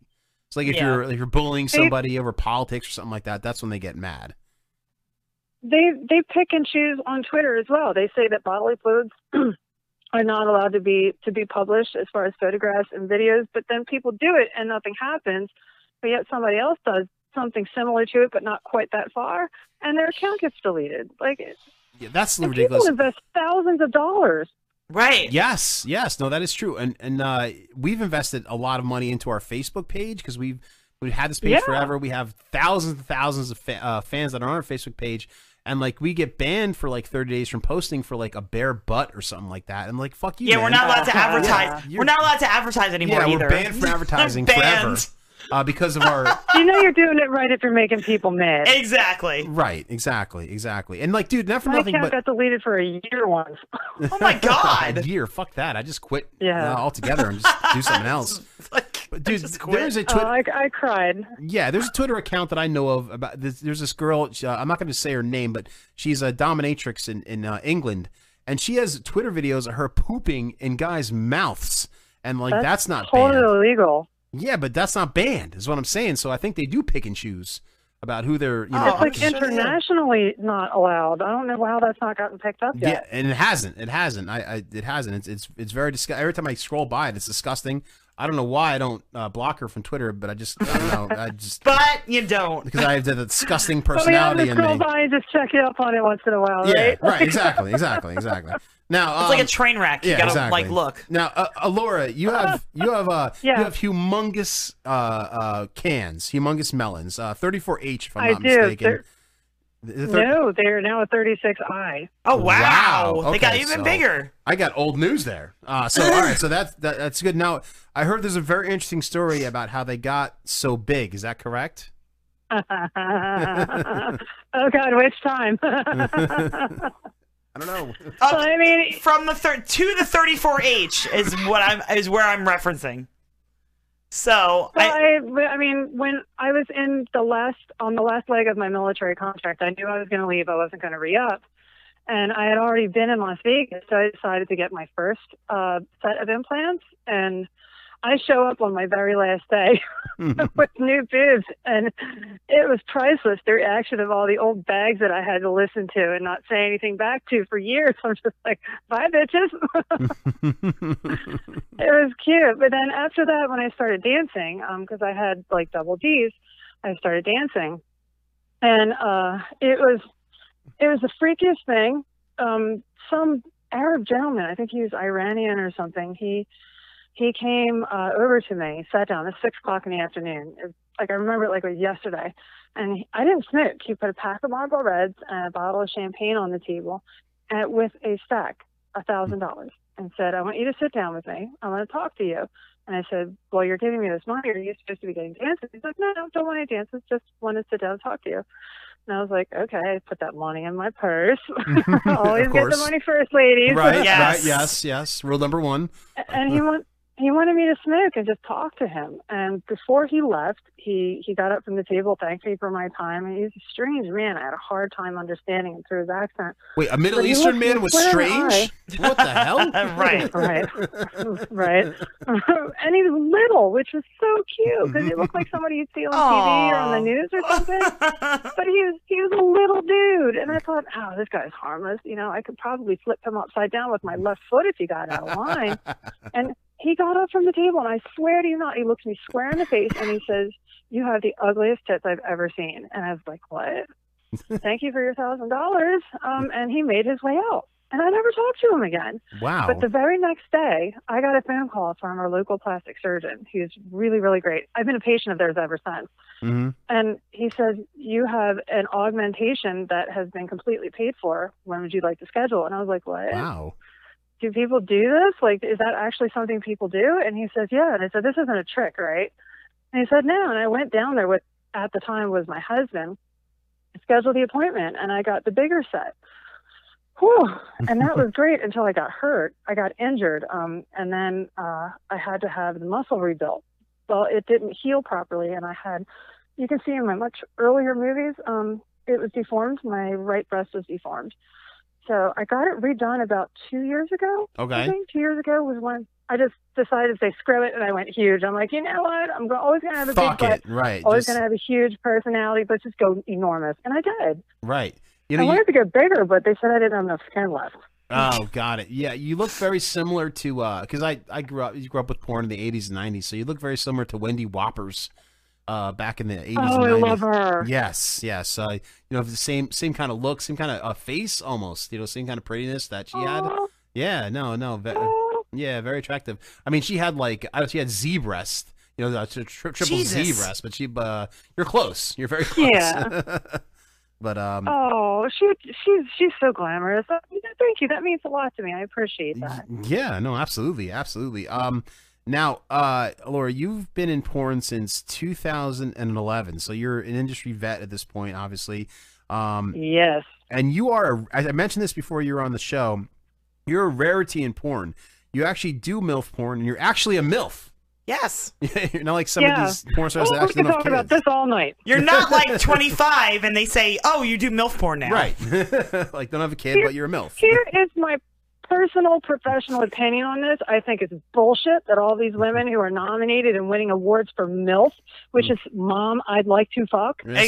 Speaker 15: It's like if
Speaker 25: Yeah.
Speaker 15: you're if you're bullying
Speaker 25: They-
Speaker 15: somebody over politics or something like that. That's when they get mad.
Speaker 25: they they pick and choose on Twitter as well. They say that bodily fluids are not allowed to be to be published as far as photographs and videos, but then people do it and nothing happens. But yet somebody else does something similar to it, but not quite that far, and their account gets deleted. Like it-
Speaker 15: Yeah, that's
Speaker 25: and
Speaker 15: ridiculous.
Speaker 25: people invest thousands of dollars.
Speaker 24: Right.
Speaker 15: Yes, yes, no, that is true, and and uh, we've invested a lot of money into our Facebook page because we've we've had this page
Speaker 25: Yeah.
Speaker 15: forever. We have thousands and thousands of fa- uh, fans that are on our Facebook page, and like we get banned for like thirty days from posting for like a bare butt or something like that, and like fuck you.
Speaker 24: Yeah, we're
Speaker 15: man.
Speaker 24: not allowed to
Speaker 15: Yeah,
Speaker 24: advertise.
Speaker 15: you're-
Speaker 24: We're not allowed to advertise anymore
Speaker 15: yeah,
Speaker 24: either.
Speaker 15: we're banned from advertising forever
Speaker 24: Banned.
Speaker 15: uh, because of our
Speaker 25: You know you're doing it right if you're making people mad.
Speaker 24: Exactly.
Speaker 15: right, exactly, exactly, and like, dude, not for
Speaker 25: My
Speaker 15: nothing,
Speaker 25: account
Speaker 15: but
Speaker 25: got deleted for a year once.
Speaker 24: Oh my god.
Speaker 15: a year. Fuck that. I just quit
Speaker 25: Yeah.
Speaker 15: uh, altogether and just do something else. But dude, there's a
Speaker 25: Oh,
Speaker 15: Twitter.
Speaker 25: I, I cried.
Speaker 15: Yeah, there's a Twitter account that I know of about this. There's this girl. she- Uh, I'm not going to say her name, but she's a dominatrix in in uh, England, and she has Twitter videos of her pooping in guys' mouths, and like that's, not
Speaker 25: totally
Speaker 15: banned.
Speaker 25: illegal.
Speaker 15: Yeah, but that's not banned, is what I'm saying. So I think they do pick and choose about who they're.
Speaker 24: Oh,
Speaker 15: You know,
Speaker 25: Oh, it's like internationally not allowed. I don't know how that's not gotten picked up
Speaker 15: Yeah,
Speaker 25: yet.
Speaker 15: and it hasn't. It hasn't. I, I it hasn't. It's it's it's very disgusting. Every time I scroll by it, it's disgusting. I don't know why I don't uh, block her from Twitter, but I just I don't know. I just
Speaker 24: But you don't
Speaker 15: because I have the disgusting
Speaker 25: But we have to
Speaker 15: personality in
Speaker 25: scroll
Speaker 15: me.
Speaker 25: by and just check it up on it once in a while,
Speaker 15: Yeah,
Speaker 25: right?
Speaker 15: right. Exactly. Exactly. Exactly. Now
Speaker 24: It's like
Speaker 15: um,
Speaker 24: a train wreck. You
Speaker 15: yeah,
Speaker 24: gotta
Speaker 15: exactly.
Speaker 24: like look.
Speaker 15: Now, uh, Alora, you have you have uh
Speaker 24: Yeah.
Speaker 15: you have humongous uh uh cans, humongous melons, uh 34H if I'm
Speaker 25: I
Speaker 15: not
Speaker 25: do.
Speaker 15: mistaken.
Speaker 25: They're-
Speaker 15: The thir-
Speaker 25: No, they're now a 36i.
Speaker 24: Oh wow.
Speaker 15: Wow,
Speaker 24: They got
Speaker 15: okay,
Speaker 24: even
Speaker 15: so-
Speaker 24: bigger.
Speaker 15: I got old news there. Uh, so all right, so that's that, that's good. Now I heard there's a very interesting story about how they got so big. Is that correct?
Speaker 25: oh God, which time? I
Speaker 15: don't know.
Speaker 24: Up
Speaker 25: I mean,
Speaker 24: from the thir- to the 34H is what I'm is where I'm referencing. So
Speaker 25: Well, I, I mean, when I was in the last on the last leg of my military contract, I knew I was going to leave. I wasn't going to re up, and I had already been in Las Vegas, so I decided to get my first uh, set of implants. And I show up on my very last day
Speaker 6: Mm-hmm.
Speaker 25: with new boobs, and it was priceless. The reaction of all the old bags that I had to listen to and not say anything back to for years. I'm just like, bye, bitches. It was cute. But then after that, when I started dancing, because I had like double D's, I started dancing, and uh, it was it was the freakiest thing. Um, some Arab gentleman. I think he was Iranian or something. He he came uh, over to me, sat down. It's six o'clock in the afternoon. It- like I remember it like it was yesterday. And he, I didn't smoke. He put a pack of Marlboro Reds and a bottle of champagne on the table, and with a stack, a
Speaker 15: Mm.
Speaker 25: thousand dollars, and said, "I want you to sit down with me. I want to talk to you." And I said, "Well, you're giving me this money. Are you supposed to be getting dances?" He's like, "No, no, don't want any dances. Just want to sit down and talk to you." And I was like, "Okay." I put that money in my purse. Always get the
Speaker 15: course.
Speaker 25: money first, ladies.
Speaker 15: Right, right, yes, yes. Rule number one.
Speaker 25: and he want, he wanted me to smoke and just talk to him. And before he left, he he got up from the table, thanked me for my time. And he's a strange man. I had a hard time understanding him through his accent.
Speaker 15: Wait, a Middle
Speaker 25: But he
Speaker 15: Eastern
Speaker 25: looked me
Speaker 15: man was
Speaker 25: square in the
Speaker 15: strange?
Speaker 25: eye.
Speaker 15: What the hell?
Speaker 25: Right. right, right. and he's little, which was so cute because he looked like somebody you'd see on TV or on the
Speaker 4: Aw.
Speaker 25: news or something. but he was he was a little dude, and I thought, oh, this guy's harmless. You know, I could probably flip him upside down with my left foot if he got out of line. and he got up from the table, and I swear to you not, he looked me square in the face, and he says, "You have the ugliest tits I've ever seen." And I was like, what? Thank you for your thousand dollars. Um, and he made his way out. And I never talked to him again.
Speaker 15: Wow.
Speaker 25: But the very next day, I got a phone call from our local plastic surgeon, who's really, really great. I've been a patient of theirs ever since.
Speaker 15: Mm-hmm.
Speaker 25: And he says, You have an augmentation that has been completely paid for. When would you like to schedule? And I was like, What?
Speaker 15: Wow.
Speaker 25: Do people do this? Like, is that actually something people do? And he says, Yeah. And I said, This isn't a trick, right? And he said, No. And I went down there with, at the time, was my husband, scheduled the appointment, and I got the bigger set. Whew. And that was great until I got hurt. I got injured. Um, and then uh, I had to have the muscle rebuilt. Well, it didn't heal properly, and I had you can see in my much earlier movies, um, it was deformed. My right breast was deformed. So I got it redone about two years ago. I
Speaker 15: Okay.
Speaker 25: think two years ago was when I just decided to say screw it, and I went huge. I'm like, you know what? I'm go- always gonna have a
Speaker 15: Fuck
Speaker 25: big
Speaker 15: it.
Speaker 25: butt.
Speaker 15: Right.
Speaker 25: Always
Speaker 15: just-
Speaker 25: gonna have a huge personality, but just go enormous. And I did.
Speaker 15: Right. You know,
Speaker 25: I
Speaker 15: you-
Speaker 25: wanted to go bigger, but they said I didn't have enough skin left.
Speaker 15: Oh, got it. Yeah, you look very similar to because I I grew up you grew up with porn in the eighties and nineties, so you look very similar to Wendy Whoppers, uh, back in the eighties.
Speaker 25: Oh, I
Speaker 15: and 90s.
Speaker 25: love her.
Speaker 15: Yes, yes. Uh, you know, the same same kind of look, same kind of uh, face, almost. You know, same kind of prettiness that she had. Yeah, no, no. Ve- yeah, very attractive. I mean, she had like I, she had Z breast. You know, that's a tri- triple Z
Speaker 25: Jesus.
Speaker 15: breast, but she uh, you're close. You're very close.
Speaker 25: Yeah.
Speaker 15: but um.
Speaker 25: oh, she she's she's so glamorous. Uh, Thank you. That means a lot to me. I appreciate that.
Speaker 15: Yeah, no, absolutely, absolutely. Um, now, uh, Laura, you've been in porn since 2011, so you're an industry vet at this point, obviously. Um,
Speaker 25: yes,
Speaker 15: and you are. a- I I mentioned this before you were on the show. You're a rarity in porn. You actually do milf porn, and you're actually a milf.
Speaker 24: Yes.
Speaker 15: you're not like some
Speaker 24: Yeah.
Speaker 15: of these porn stars
Speaker 24: Oh,
Speaker 15: that
Speaker 24: we
Speaker 15: actually
Speaker 24: could
Speaker 15: milf
Speaker 24: talk about
Speaker 15: kids.
Speaker 25: this all night.
Speaker 24: You're not like 25 and they say, oh, you do MILF porn now.
Speaker 15: Right. like, don't have a kid, but you're a milf.
Speaker 25: Here is my personal professional opinion on this. I think it's bullshit that all these women who are nominated and winning awards for MILF,
Speaker 15: Mm.
Speaker 25: which is mom I'd like to fuck,
Speaker 15: Yes.
Speaker 25: don't have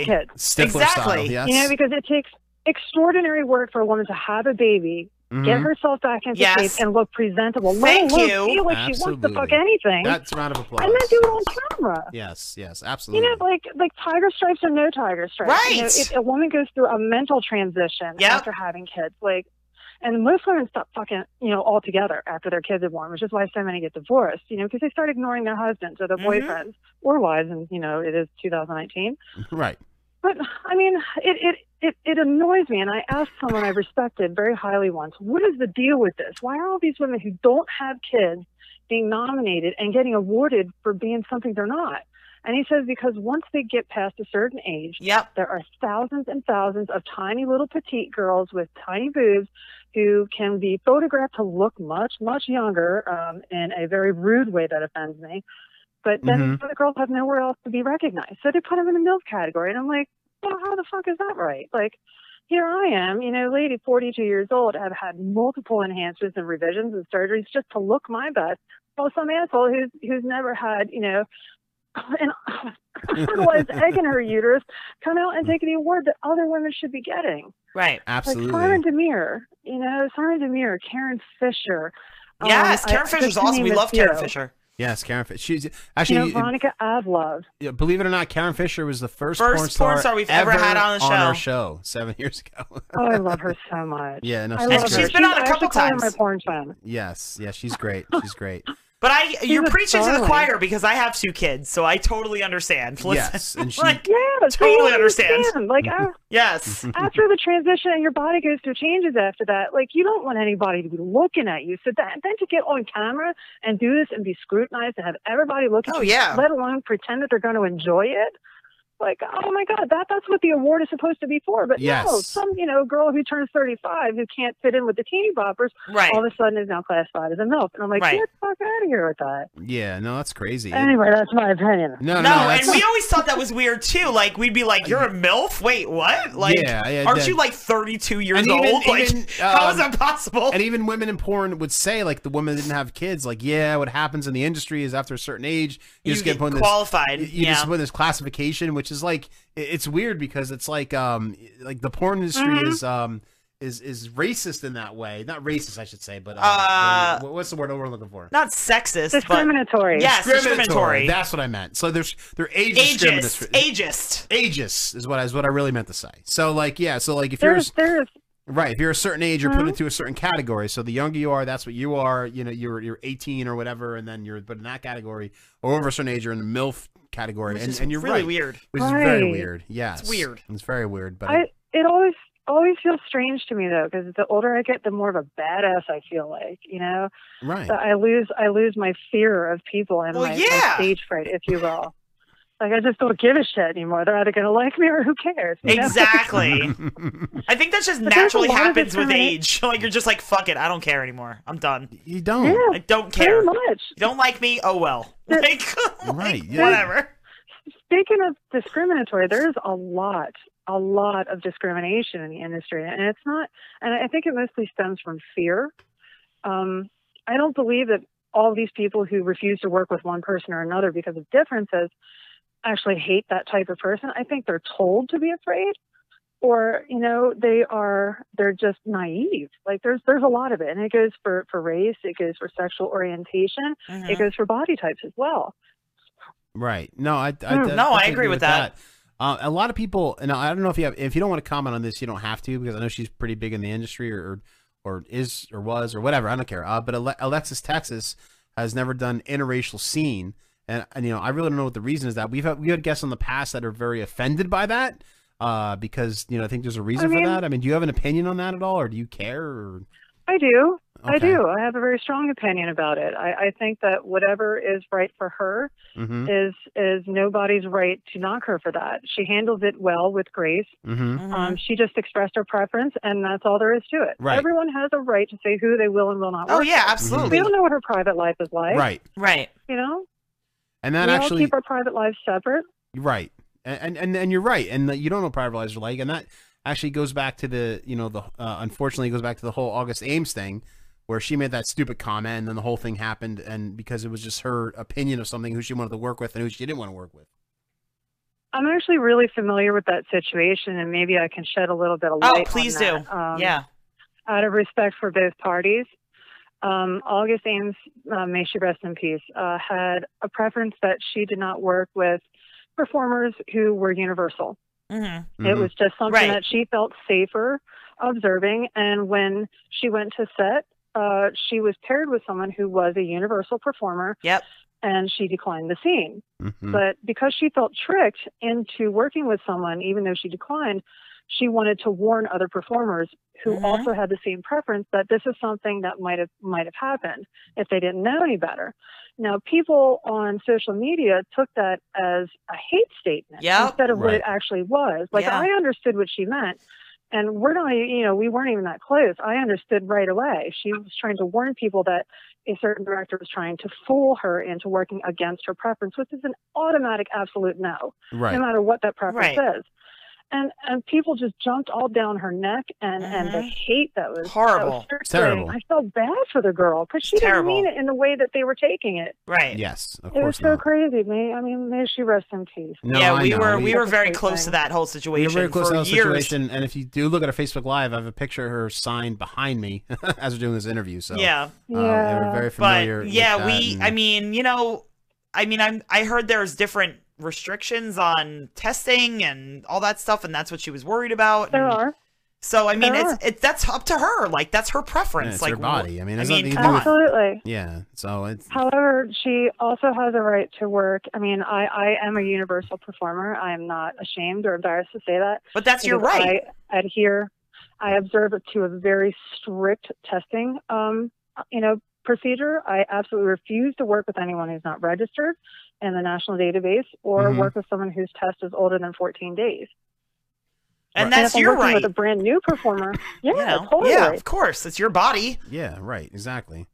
Speaker 15: Exactly.
Speaker 25: kids.
Speaker 15: Stifler style, Exactly. yes.
Speaker 25: You know, because it takes extraordinary work for a woman to have a baby, get
Speaker 15: Mhm.
Speaker 25: herself back into
Speaker 15: Yes.
Speaker 25: shape, and look presentable.
Speaker 15: Thank
Speaker 25: let alone
Speaker 15: you.
Speaker 25: feel like she wants to
Speaker 15: Absolutely.
Speaker 25: fuck anything.
Speaker 15: That's a round of applause.
Speaker 25: And then do it on camera.
Speaker 15: Yes, yes,
Speaker 25: You
Speaker 15: absolutely.
Speaker 25: know, like like tiger stripes or no tiger stripes. You know,
Speaker 15: Right.
Speaker 25: if a woman goes through a mental transition after having kids, like, and most women stop fucking, you know, altogether after their kids are born, which is why so many get divorced. You know, because they start ignoring their husbands or their
Speaker 15: Mhm.
Speaker 25: boyfriends or wives, and you know, it is 2019.
Speaker 15: right.
Speaker 25: But I mean, it it. It, it annoys me, and I asked someone I respected very highly once, "What is the deal with this? Why are all these women who don't have kids being nominated and getting awarded for being something they're not. And he says because once they get past a certain age, there are thousands and thousands of tiny little petite girls with tiny boobs who can be photographed to look much, much younger um, in a very rude way that offends me. But then
Speaker 15: Mhm.
Speaker 25: the girls have nowhere else to be recognized. So they put them in the milf category. And I'm like, well, how the fuck is that right? Like, here I am, you know, lady, 42 years old, have had multiple enhancements and revisions and surgeries just to look my best. Well, some asshole who's who's never had, you know, an fertilized egg in her uterus come out and take the award that other women should be getting.
Speaker 24: Right.
Speaker 15: Absolutely.
Speaker 25: Like Simon Demir, you know, Simon Demir, Karen Fisher.
Speaker 24: Yes,
Speaker 25: um, I-
Speaker 24: Karen
Speaker 25: just
Speaker 24: Fisher's
Speaker 25: to
Speaker 24: awesome.
Speaker 25: name
Speaker 24: We
Speaker 25: a
Speaker 24: love Karen
Speaker 25: few.
Speaker 24: Fisher.
Speaker 15: Yes, Karen Fisher. She's actually
Speaker 25: you know, Veronica, I've loved.
Speaker 15: Yeah, believe it or not, Karen Fisher was the first,
Speaker 25: First
Speaker 15: porn star,
Speaker 25: porn star we've ever had on the
Speaker 15: our
Speaker 25: show.
Speaker 15: show seven years ago.
Speaker 25: Oh, I love her so much.
Speaker 15: Yeah, no,
Speaker 25: I
Speaker 15: she's
Speaker 25: love her.
Speaker 15: great. She's been on a
Speaker 25: I
Speaker 15: couple
Speaker 25: actually call her
Speaker 15: times.
Speaker 25: My porn fan.
Speaker 15: yes, yeah, she's great. She's great.
Speaker 24: But I, you're
Speaker 25: a
Speaker 24: preaching to the
Speaker 25: darling.
Speaker 24: choir because I have two kids, so I totally understand. Listen,
Speaker 15: Yes, and she-
Speaker 24: like,
Speaker 25: yeah, so you
Speaker 24: totally understand. Mm-hmm.
Speaker 25: Like I,
Speaker 24: yes,
Speaker 25: after the transition and your body goes through changes after that, like you don't want anybody to be looking at you. So that then to get on camera and do this and be scrutinized and have everybody look at
Speaker 24: Oh,
Speaker 25: you,
Speaker 24: yeah.
Speaker 25: let alone pretend that they're going to enjoy it. Like, oh my God, that that's what the award is supposed to be for. But no,
Speaker 15: Yes.
Speaker 25: some you know girl who turns thirty five who can't fit in with the teeny boppers,
Speaker 24: Right.
Speaker 25: all of a sudden is now classified as a milf, and I'm like,
Speaker 15: Right.
Speaker 25: get the fuck out of here with that.
Speaker 15: Yeah, no, that's crazy.
Speaker 25: Anyway, that's my opinion.
Speaker 15: no, no,
Speaker 24: No,
Speaker 15: that's-
Speaker 24: and we always thought that was weird too. Like we'd be like, "You're a milf? Wait, what? Like,
Speaker 15: Yeah, yeah,
Speaker 24: aren't
Speaker 15: that-
Speaker 24: you like 32 years
Speaker 15: And
Speaker 24: old?
Speaker 15: even-
Speaker 24: like,
Speaker 15: even,
Speaker 24: how is
Speaker 15: um,
Speaker 24: that possible?"
Speaker 15: And even women in porn would say, like, the women that didn't have kids, like, yeah, what happens in the industry is after a certain age, you,
Speaker 24: You
Speaker 15: just get,
Speaker 24: get
Speaker 15: put in this-
Speaker 24: qualified,
Speaker 15: You, you
Speaker 24: yeah.
Speaker 15: just put in this classification, which is like, i- it's weird because it's like, um, like the porn industry
Speaker 24: Mhm.
Speaker 15: is, um, is is racist in that way? Not racist, I should say, but uh,
Speaker 24: Uh,
Speaker 15: what- what's the word we're looking for?
Speaker 24: Not sexist,
Speaker 25: Discriminatory.
Speaker 24: But, yes, discriminatory.
Speaker 15: That's what I meant. So there's they're age
Speaker 24: ageist.
Speaker 15: discriminatory.
Speaker 24: Ageist.
Speaker 15: Ageist is what I, is what I really meant to say. So like, yeah, so like if
Speaker 25: There's
Speaker 15: you're
Speaker 25: there's
Speaker 15: Right. If you're a certain age, you're put
Speaker 25: Mhm.
Speaker 15: into a certain category. So the younger you are, that's what you are. You know, you're you're 18 or whatever, and then you're put in that category. Or over a certain age, you're in the MILF category.
Speaker 24: Which
Speaker 15: and,
Speaker 24: is
Speaker 15: and you're
Speaker 24: really
Speaker 15: right,
Speaker 24: weird.
Speaker 15: Which is very
Speaker 25: Right.
Speaker 15: weird. Yes.
Speaker 24: weird.
Speaker 15: It's very weird. But
Speaker 25: I it always always feels strange to me though because the older I get, the more of a badass I feel like you know.
Speaker 15: Right.
Speaker 25: So I lose I lose my fear of people and
Speaker 24: Well,
Speaker 25: my, my
Speaker 24: yeah.
Speaker 25: stage fright, if you will. like I just don't give a shit anymore. They're either gonna like me or who cares? you know?
Speaker 24: Exactly. I think that just
Speaker 25: But there's a
Speaker 24: naturally
Speaker 25: lot of
Speaker 24: happens with
Speaker 25: discriminate-
Speaker 24: age. Like you're just like, fuck it, I don't care anymore. I'm done.
Speaker 15: You don't.
Speaker 25: Yeah,
Speaker 24: I don't care.
Speaker 25: Very much.
Speaker 24: You don't like me? Oh well. Like,
Speaker 15: right. yeah.
Speaker 24: whatever.
Speaker 25: Speaking of discriminatory, there's a lot, a lot of discrimination in the industry, and it's not. And I think it mostly stems from fear. Um, I don't believe that all these people who refuse to work with one person or another because of differences actually hate that type of person. I think they're told to be afraid, or you know, they are they're just naive. Like there's there's a lot of it, and it goes for for race, it goes for sexual orientation,
Speaker 15: Mhm.
Speaker 25: it goes for body types as well.
Speaker 15: Right. No, I, I
Speaker 24: Hmm.
Speaker 15: de-
Speaker 24: No, I
Speaker 15: definitely
Speaker 24: agree with that.
Speaker 15: Uh, a lot of people, and I don't know if you have, if you don't want to comment on this, you don't have to because I know she's pretty big in the industry, or or, or is or was or whatever. I don't care. Uh, but Ale- Alexis Texas has never done interracial scene, and, and you know I really don't know what the reason is that we've had we had guests in the past that are very offended by that, uh, because you know I think there's a reason
Speaker 25: mean-
Speaker 15: for that. I mean, do you have an opinion on that at all, or do you care? Or
Speaker 25: I do. I
Speaker 15: Okay.
Speaker 25: do. I have a very strong opinion about it. I, I think that whatever is right for her
Speaker 24: Mm-hmm.
Speaker 15: Mhm.
Speaker 25: is is nobody's right to knock her for that. She handles it well with grace.
Speaker 24: Mm-hmm.
Speaker 15: Mhm.
Speaker 25: Um, she just expressed her preference, and that's all there is to it.
Speaker 15: Right.
Speaker 25: Everyone has a right to say who they will and will not.
Speaker 24: Oh,
Speaker 25: work
Speaker 24: yeah,
Speaker 25: with.
Speaker 24: absolutely.
Speaker 25: We don't know what her private life is like.
Speaker 15: right,
Speaker 24: Right.
Speaker 25: You know,
Speaker 15: and that
Speaker 25: we all
Speaker 15: actually
Speaker 25: keep our private lives separate.
Speaker 15: Right. And and and you're right. And that you don't know private lives are like, and that actually goes back to the you know the uh, unfortunately it goes back to the whole August Ames thing, where she made that stupid comment, and then the whole thing happened, and because it was just her opinion of something who she wanted to work with and who she didn't want to work with.
Speaker 25: I'm actually really familiar with that situation, and maybe I can shed a little bit of
Speaker 24: Oh,
Speaker 25: light. on
Speaker 24: please
Speaker 25: that, Um,
Speaker 24: do. Yeah.
Speaker 25: Out of respect for both parties, um, August Ames, uh, may she rest in peace, uh, had a preference that she did not work with performers who were universal.
Speaker 24: Mm-hmm.
Speaker 25: It was just something
Speaker 24: Right.
Speaker 25: that she felt safer observing. And when she went to set, uh, she was paired with someone who was a universal performer.
Speaker 24: Yep.
Speaker 25: And she declined the scene.
Speaker 24: Mm-hmm.
Speaker 15: Mhm.
Speaker 25: But because she felt tricked into working with someone, even though she declined, she wanted to warn other performers who
Speaker 24: Mm-hmm.
Speaker 25: also had the same preference that this is something that might have might have happened if they didn't know any better. Now, people on social media took that as a hate statement
Speaker 24: Yep.
Speaker 25: instead of what it
Speaker 24: Right.
Speaker 25: actually was. Like
Speaker 24: Yeah.
Speaker 25: I understood what she meant, and we're not, you know, we weren't even that close. I understood right away. She
Speaker 15: Uh-huh.
Speaker 25: was trying to warn people that a certain director was trying to fool her into working against her preference, which is an automatic absolute no,
Speaker 4: Right.
Speaker 25: no matter what that preference
Speaker 4: Right.
Speaker 25: is. and and people just jumped all down her neck and and the hate that was that was
Speaker 24: Horrible.
Speaker 25: circulating.
Speaker 15: Uh-huh. Terrible.
Speaker 25: I felt bad for the girl because she didn't
Speaker 15: Terrible.
Speaker 25: mean it in the way that they were taking it.
Speaker 24: Right.
Speaker 15: Yes, of
Speaker 25: it was
Speaker 15: course
Speaker 25: so
Speaker 15: not.
Speaker 25: crazy. May I mean, may she rest in peace.
Speaker 15: No,
Speaker 24: yeah,
Speaker 15: I
Speaker 24: we
Speaker 15: know.
Speaker 24: were
Speaker 15: We-
Speaker 24: we were
Speaker 15: That's
Speaker 24: very close to that whole situation.
Speaker 15: We were very close
Speaker 24: for
Speaker 15: to that
Speaker 24: years.
Speaker 15: situation, and if you do look at her Facebook Live, I have a picture of her signed behind me as we're doing this interview. So
Speaker 24: Yeah.
Speaker 15: um, they were very familiar.
Speaker 24: But
Speaker 15: with
Speaker 24: yeah,
Speaker 15: that
Speaker 24: we.
Speaker 15: and-
Speaker 24: I mean, you know, I mean, I'm. I heard there's different restrictions on testing and all that stuff, and that's what she was worried about.
Speaker 25: There
Speaker 24: and-
Speaker 25: are.
Speaker 24: So I mean,
Speaker 25: There
Speaker 24: it's it, that's up to her. Like that's her preference.
Speaker 15: Yeah, it's
Speaker 24: like
Speaker 15: her body. I mean,
Speaker 24: I
Speaker 15: it's not
Speaker 24: mean,
Speaker 15: the-
Speaker 24: come on.
Speaker 25: Absolutely.
Speaker 15: yeah, so it's
Speaker 25: However, she also has a right to work. I mean, I, I am a universal performer. I am not ashamed or embarrassed to say that.
Speaker 24: But that's your
Speaker 25: because
Speaker 24: right.
Speaker 25: I adhere. I observe it to a very strict testing, um, you know, procedure. I absolutely refuse to work with anyone who's not registered in the national database or
Speaker 24: Mhm.
Speaker 25: work with someone whose test is older than 14 days.
Speaker 24: And that's
Speaker 25: if I'm
Speaker 24: your
Speaker 25: working
Speaker 24: right.
Speaker 25: With a brand new performer, yeah,
Speaker 24: you know?
Speaker 25: Oh, totally.
Speaker 24: Yeah, of course, it's your body.
Speaker 15: yeah, right, exactly.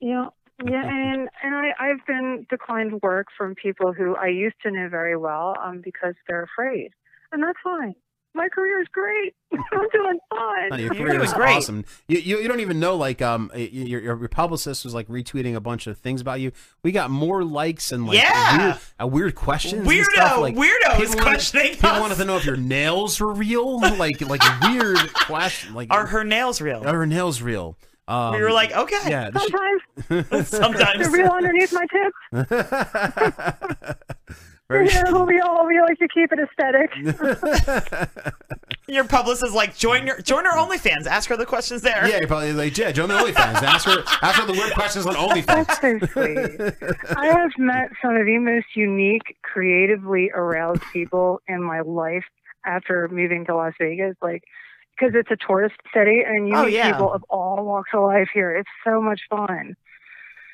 Speaker 25: Yeah, yeah, and and I I've been declined work from people who I used to know very well, um, because they're afraid, and that's fine. My career is great. I'm doing fine.
Speaker 15: No, your career is awesome. You, you you don't even know like um y- y- your your publicist was like retweeting a bunch of things about you. We got more likes and like
Speaker 24: Yeah.
Speaker 15: weird, uh, weird questions. and
Speaker 24: Weirdo-
Speaker 15: stuff. Like,
Speaker 24: weirdo is
Speaker 15: people wanted-
Speaker 24: questioning
Speaker 15: People
Speaker 24: us.
Speaker 15: wanted to know if your nails were real. Like like weird question. Like
Speaker 24: Are her nails real?
Speaker 15: are her nails real? Um,
Speaker 24: we were like, okay.
Speaker 15: yeah. this-
Speaker 24: Sometimes. Sometimes.
Speaker 25: They're real underneath my tip.
Speaker 15: Very-
Speaker 25: Yeah, we all we like to keep it aesthetic.
Speaker 24: Your publicist is like, join your join her OnlyFans. Ask her the questions there.
Speaker 15: yeah, you're probably like, yeah, join the OnlyFans. Ask her, ask her the weird questions on OnlyFans.
Speaker 25: I have met some of the most unique, creatively aroused people in my life after moving to Las Vegas. Like, because it's a tourist city and you
Speaker 24: Oh,
Speaker 25: meet
Speaker 24: yeah.
Speaker 25: people of all walks of life here. It's so much fun.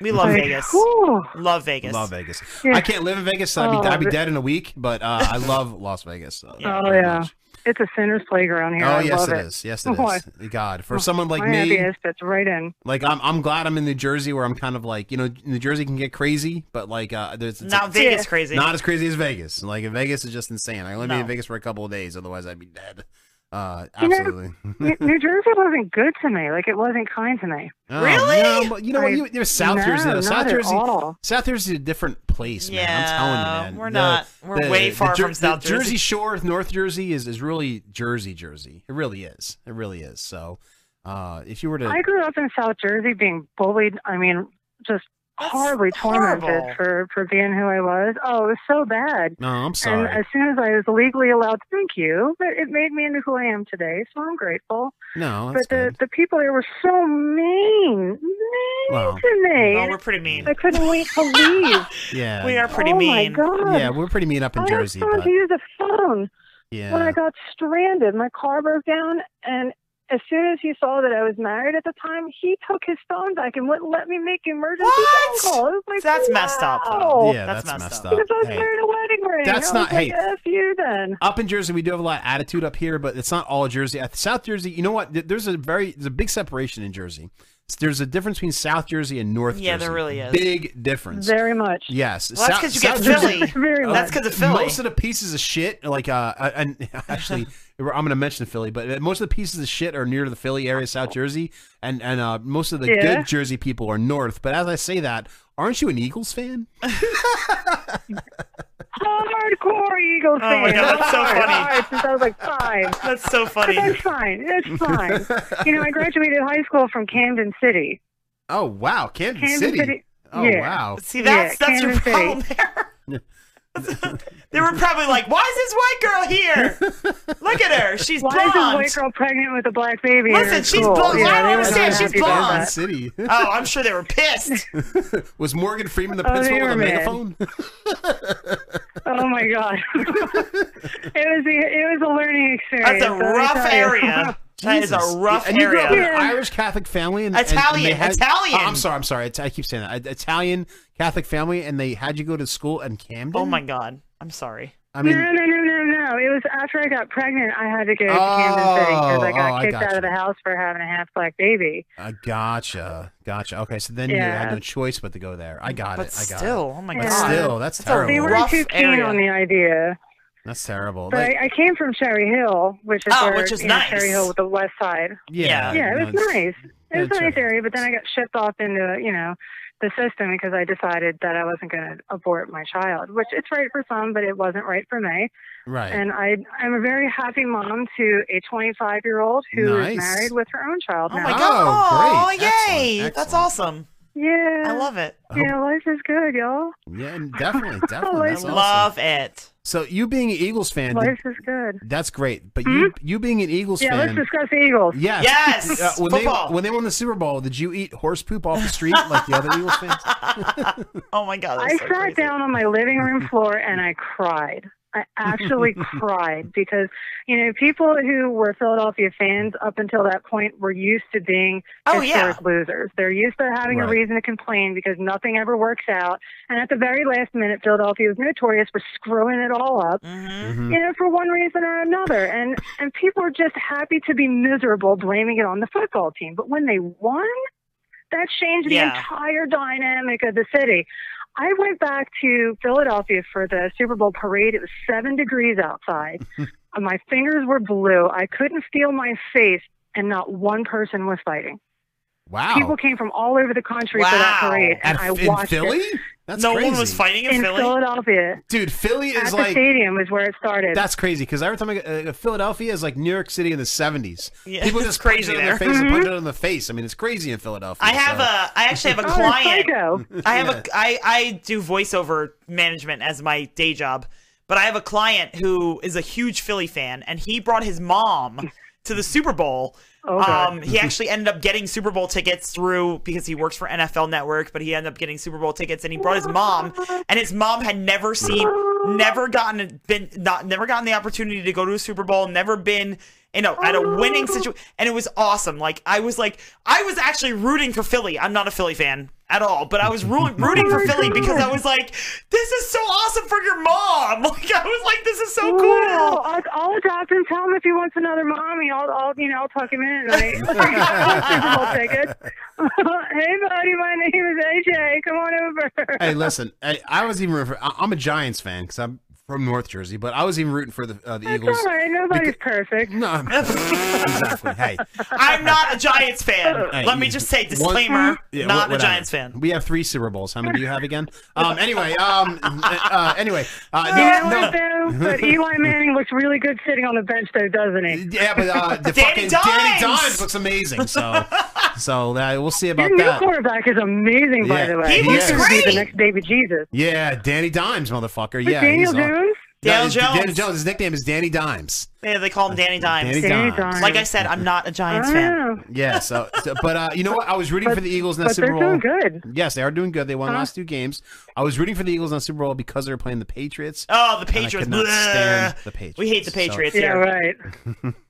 Speaker 24: We love
Speaker 25: Like,
Speaker 24: Vegas.
Speaker 25: whew.
Speaker 24: Love Vegas.
Speaker 15: Love Vegas.
Speaker 25: Yeah.
Speaker 15: I can't live in Vegas. So I'd be,
Speaker 25: Oh,
Speaker 15: I'd be
Speaker 25: but-
Speaker 15: dead in a week, but uh, I love Las Vegas. So.
Speaker 25: oh yeah, it's a sinner's playground here.
Speaker 15: Oh
Speaker 25: I
Speaker 15: yes,
Speaker 25: love
Speaker 15: it is. Yes, it is.
Speaker 25: Boy, Oh,
Speaker 15: God, for someone like
Speaker 25: my
Speaker 15: me,
Speaker 25: happiness fits right in.
Speaker 15: like I'm, I'm glad I'm in New Jersey, where I'm kind of like, you know, New Jersey can get crazy, but like, uh, there's it's
Speaker 24: Not
Speaker 15: like-
Speaker 24: Vegas Yeah. crazy.
Speaker 15: not as crazy as Vegas. Like in Vegas is just insane. I only be
Speaker 24: No.
Speaker 15: in Vegas for a couple of days, otherwise I'd be dead. Uh,
Speaker 25: You know,
Speaker 15: absolutely.
Speaker 25: New, New Jersey wasn't good to me. Like it wasn't kind to me.
Speaker 15: Oh, No, but you know what?
Speaker 25: I-
Speaker 15: You, you're South
Speaker 25: no,
Speaker 15: Jersey. though.
Speaker 25: not
Speaker 15: South
Speaker 25: at
Speaker 15: Jersey.
Speaker 25: all.
Speaker 15: South Jersey is a different place, man. I'm
Speaker 24: Yeah,
Speaker 15: telling you, man.
Speaker 24: we're not- we're way far
Speaker 15: Jer-
Speaker 24: from South
Speaker 15: the
Speaker 24: Jersey.
Speaker 15: Jersey Shore, North Jersey is is really Jersey, Jersey. It really is. It really is. So, uh, if you were to,
Speaker 25: I grew up in South Jersey being bullied. I mean, just horribly
Speaker 15: horrible.
Speaker 25: tormented for, for being who I was. Oh, it was so bad.
Speaker 15: no, I'm sorry.
Speaker 25: And as soon as I was legally allowed, thank you, but it made me into who I am today, so I'm grateful.
Speaker 15: no, that's
Speaker 25: but the, the people there were so mean, mean
Speaker 15: Wow.
Speaker 25: to me.
Speaker 24: Well, we're pretty mean.
Speaker 25: I couldn't wait to leave.
Speaker 15: yeah,
Speaker 24: We are pretty
Speaker 25: oh
Speaker 24: mean.
Speaker 25: my god!
Speaker 15: yeah, we're pretty mean up in
Speaker 25: I was
Speaker 15: Jersey,
Speaker 25: trying
Speaker 15: but
Speaker 25: to use a phone when
Speaker 15: yeah,
Speaker 25: I got stranded. My car broke down, and as soon as he saw that I was married at the time, he took his phone back and wouldn't let me make emergency
Speaker 24: What?
Speaker 25: phone calls. It was like,
Speaker 24: That's messed up,
Speaker 25: wow.
Speaker 24: though.
Speaker 15: yeah,
Speaker 24: That's
Speaker 15: that's,
Speaker 24: messed
Speaker 15: messed up.
Speaker 25: oh. Because I was
Speaker 15: Hey.
Speaker 25: wearing a wedding ring.
Speaker 15: That's
Speaker 25: I
Speaker 15: not-
Speaker 25: was like,
Speaker 15: hey.
Speaker 25: F you then.
Speaker 15: up in Jersey, we do have a lot of attitude up here, but it's not all Jersey. At South Jersey, you know what? Th- There's a very there's a big separation in Jersey. S- There's a difference between South Jersey and North
Speaker 24: Yeah,
Speaker 15: Jersey.
Speaker 24: there really is.
Speaker 15: Big difference.
Speaker 25: Very much.
Speaker 15: Yes.
Speaker 24: Well, that's
Speaker 15: South-
Speaker 24: 'cause you get
Speaker 15: South
Speaker 24: Philly.
Speaker 15: Jersey- Uh,
Speaker 25: Very
Speaker 24: That's
Speaker 25: much.
Speaker 24: because of Philly.
Speaker 15: Most of the pieces of shit, like uh, uh, and actually, I'm going to mention Philly, but uh, most of the pieces of shit are near the Philly area, South Jersey, and and uh, most of the
Speaker 25: Yeah.
Speaker 15: good Jersey people are north. But as I say that, aren't you an Eagles fan?
Speaker 25: Hardcore Eagles
Speaker 24: Oh my
Speaker 25: fan.
Speaker 24: God, that's so
Speaker 25: Hard,
Speaker 24: funny.
Speaker 25: hard, since I was like five.
Speaker 24: That's so
Speaker 25: But
Speaker 24: funny.
Speaker 25: that's fine. That's fine. you know, I graduated high school from Camden City.
Speaker 15: Oh wow, Kansas,
Speaker 25: Kansas
Speaker 15: City.
Speaker 25: City-
Speaker 15: Oh
Speaker 25: yeah.
Speaker 15: wow.
Speaker 24: See, that's
Speaker 25: Yeah,
Speaker 24: that's your
Speaker 25: Kansas City.
Speaker 24: problem there. they were probably like, "Why is this white girl here? Look at her. She's
Speaker 25: Why
Speaker 24: blonde."
Speaker 25: is a white girl pregnant with a black baby? in her
Speaker 24: Listen, she's
Speaker 25: school?
Speaker 24: blonde.
Speaker 25: Yeah,
Speaker 24: I don't
Speaker 25: they were not
Speaker 24: understand. She's
Speaker 25: happy about
Speaker 24: blonde.
Speaker 25: that.
Speaker 15: City.
Speaker 24: oh, I'm sure they were pissed.
Speaker 15: Was Morgan Freeman the
Speaker 25: Oh,
Speaker 15: principal
Speaker 25: they
Speaker 15: with
Speaker 25: were
Speaker 15: a
Speaker 25: mad.
Speaker 15: megaphone?
Speaker 25: Oh my god, it was a, it was a learning experience.
Speaker 24: That's a
Speaker 25: let me
Speaker 24: rough
Speaker 25: tell you.
Speaker 24: area. That is a
Speaker 15: Jesus.
Speaker 24: rough
Speaker 15: and you grew up in
Speaker 24: area.
Speaker 15: an Irish Catholic family and and-
Speaker 24: Italian,
Speaker 15: and they had-
Speaker 24: Italian.
Speaker 15: Oh, I'm sorry, I'm sorry. It's- I keep saying that. I- Italian Catholic family, and they had you go to school in Camden.
Speaker 24: Oh my god. I'm sorry.
Speaker 15: I mean,
Speaker 25: no, no, no, no, no. It was after I got pregnant. I had to go to Kansas
Speaker 15: Oh,
Speaker 25: City because I
Speaker 15: oh,
Speaker 25: got
Speaker 15: I
Speaker 25: kicked
Speaker 15: gotcha.
Speaker 25: out of the house for having a half black baby.
Speaker 15: uh, gotcha, gotcha. Okay, so then you
Speaker 25: Yeah.
Speaker 15: had no choice but to go there. I got
Speaker 24: But
Speaker 15: it. I got
Speaker 24: still,
Speaker 15: it.
Speaker 24: oh my
Speaker 15: But
Speaker 24: god.
Speaker 15: still, that's
Speaker 24: That's a
Speaker 25: They
Speaker 15: terrible.
Speaker 25: weren't
Speaker 24: rough
Speaker 25: too keen
Speaker 24: area.
Speaker 25: on the idea.
Speaker 15: That's terrible.
Speaker 25: But
Speaker 15: Like-
Speaker 25: I, I came from Cherry Hill, which is
Speaker 24: Oh,
Speaker 25: where,
Speaker 24: which is
Speaker 25: you know,
Speaker 24: nice.
Speaker 25: Cherry Hill with the west side.
Speaker 15: Yeah,
Speaker 25: yeah, it was
Speaker 15: no, it's-
Speaker 25: nice. It was
Speaker 15: it's
Speaker 25: a nice area, but then I got shipped off into you know the system because I decided that I wasn't going to abort my child, which it's right for some, but it wasn't right for me.
Speaker 15: Right.
Speaker 25: And I, I'm a very happy mom to a 25 year old who
Speaker 15: Nice.
Speaker 25: is married with her own child
Speaker 24: Oh
Speaker 25: now.
Speaker 24: my god! Oh,
Speaker 15: great.
Speaker 24: yay!
Speaker 15: Excellent,
Speaker 24: That's awesome.
Speaker 25: Yeah,
Speaker 24: I love it.
Speaker 25: Yeah, life is good, y'all.
Speaker 15: yeah, and definitely, definitely.
Speaker 24: I
Speaker 15: That's
Speaker 24: love
Speaker 15: awesome.
Speaker 24: it.
Speaker 15: So you being an Eagles fan, did-
Speaker 25: Life is good.
Speaker 15: that's great. But you you being an Eagles
Speaker 25: Yeah,
Speaker 15: fan,
Speaker 25: let's discuss the Eagles.
Speaker 15: Yes. Uh, when
Speaker 24: Football.
Speaker 15: they when they won the Super Bowl, did you eat horse poop off the street like the other Eagles fans?
Speaker 24: Oh my god!
Speaker 25: I sat down on my living room floor and I cried. I actually cried because, you know, people who were Philadelphia fans up until that point were used to being
Speaker 24: Oh, yeah.
Speaker 25: historic losers. They're used to having a
Speaker 24: Right.
Speaker 25: reason to complain because nothing ever works out. And at the very last minute, Philadelphia was notorious for screwing it all up,
Speaker 24: Mhm.
Speaker 25: you know, for one reason or another. And and people are just happy to be miserable, blaming it on the football team. But when they won, that changed the
Speaker 24: Yeah.
Speaker 25: entire dynamic of the city. I went back to Philadelphia for the Super Bowl parade. It was seven degrees outside. Uh, my fingers were blue. I couldn't feel my face, and not one person was fighting.
Speaker 15: Wow.
Speaker 25: People came from all over the country for that
Speaker 15: Wow.
Speaker 25: parade, and
Speaker 15: At-
Speaker 25: I
Speaker 15: in
Speaker 25: watched
Speaker 15: Philly?
Speaker 25: it.
Speaker 15: That's No one was crazy. fighting in Philly?
Speaker 25: Philadelphia.
Speaker 15: Dude, Philly
Speaker 25: At
Speaker 15: is
Speaker 25: the
Speaker 15: like
Speaker 25: stadium is where it started.
Speaker 15: That's crazy because every time I go, uh, Philadelphia is like New York City in the seventies.
Speaker 24: Yeah,
Speaker 15: People
Speaker 24: it's
Speaker 15: just punch
Speaker 24: crazy
Speaker 15: it in their
Speaker 24: there.
Speaker 15: face and
Speaker 24: Mhm.
Speaker 15: punch it in the face. I mean, it's crazy in Philadelphia.
Speaker 24: I have
Speaker 15: so.
Speaker 24: a. I actually have a
Speaker 15: Oh,
Speaker 24: client.
Speaker 15: psycho.
Speaker 24: I have a. I I do voiceover management as my day job, but I have a client who is a huge Philly fan, and he brought his mom to the Super Bowl.
Speaker 25: Oh, God.
Speaker 24: um, he actually ended up getting Super Bowl tickets through because he works for NFL Network, but he ended up getting Super Bowl tickets, and he brought his mom, and his mom had never seen, never gotten, been not, never gotten the opportunity to go to a Super Bowl, never been in a at a winning situation, and it was awesome. Like I was like I was actually rooting for Philly. I'm not a Philly fan at all, but I was rooting rooting for Philly because I was like, this is so awesome for your mom. Like I was like, this is
Speaker 15: Oh,
Speaker 24: so cool.
Speaker 25: Wow, I'll, I'll adopt him. Tell him if he wants another mommy. I'll, I'll you know, I'll tuck him in. at night. Super Bowl tickets. hey, buddy, my name is AJ. Come on over.
Speaker 15: hey, listen, I, I was even rooting for, I, I'm a Giants fan because I'm from North Jersey, but I was even rooting for the uh, the Eagles.
Speaker 25: It's all right. Nobody's perfect.
Speaker 15: No. exactly. Hey,
Speaker 24: I'm not a Giants fan.
Speaker 15: Hey,
Speaker 24: Let me
Speaker 15: you-
Speaker 24: just say
Speaker 15: one-
Speaker 24: disclaimer:
Speaker 15: Yeah,
Speaker 24: not
Speaker 15: wha-
Speaker 24: a
Speaker 15: whatever.
Speaker 24: Giants fan.
Speaker 15: We have three Super Bowls. How many do you have again? Um, anyway, um, uh, anyway, uh,
Speaker 25: yeah,
Speaker 15: no, no.
Speaker 25: though, but Eli Manning looks really good sitting on the bench, though, doesn't he?
Speaker 15: Yeah, but uh, the fucking Danny Dimes looks amazing. So, so uh, we'll see about
Speaker 25: Your new
Speaker 15: that.
Speaker 25: quarterback is amazing, by
Speaker 15: Yeah,
Speaker 25: the way.
Speaker 15: he
Speaker 25: He's gonna
Speaker 15: is.
Speaker 25: be
Speaker 15: Great.
Speaker 25: the next baby Jesus.
Speaker 15: Yeah, Danny Dimes, motherfucker.
Speaker 25: But
Speaker 15: yeah,
Speaker 25: Daniel
Speaker 15: he's aw-
Speaker 25: Jones?
Speaker 15: No,
Speaker 24: Daniel
Speaker 15: it's- Daniel
Speaker 24: Jones.
Speaker 15: Jones. His nickname is Danny Dimes.
Speaker 24: Yeah, they call him Danny Dimes.
Speaker 15: Danny Danny Dimes. Dimes.
Speaker 24: Like I said, I'm not a Giants fan.
Speaker 15: Yeah. So, so- but uh, you know what? I was rooting
Speaker 24: But-
Speaker 15: for the Eagles in that
Speaker 24: but
Speaker 15: Super Bowl.
Speaker 24: they're doing
Speaker 25: good.
Speaker 15: Yes, they are doing good. They won the
Speaker 24: Huh?
Speaker 15: last two games. I was rooting for the Eagles in the Super Bowl because they were playing the Patriots.
Speaker 24: Oh, the
Speaker 15: and I
Speaker 24: Patriots.
Speaker 15: could not
Speaker 24: Bleh.
Speaker 15: stand the Patriots.
Speaker 24: We hate the
Speaker 15: So-
Speaker 24: Patriots
Speaker 25: Yeah,
Speaker 24: here.
Speaker 25: right.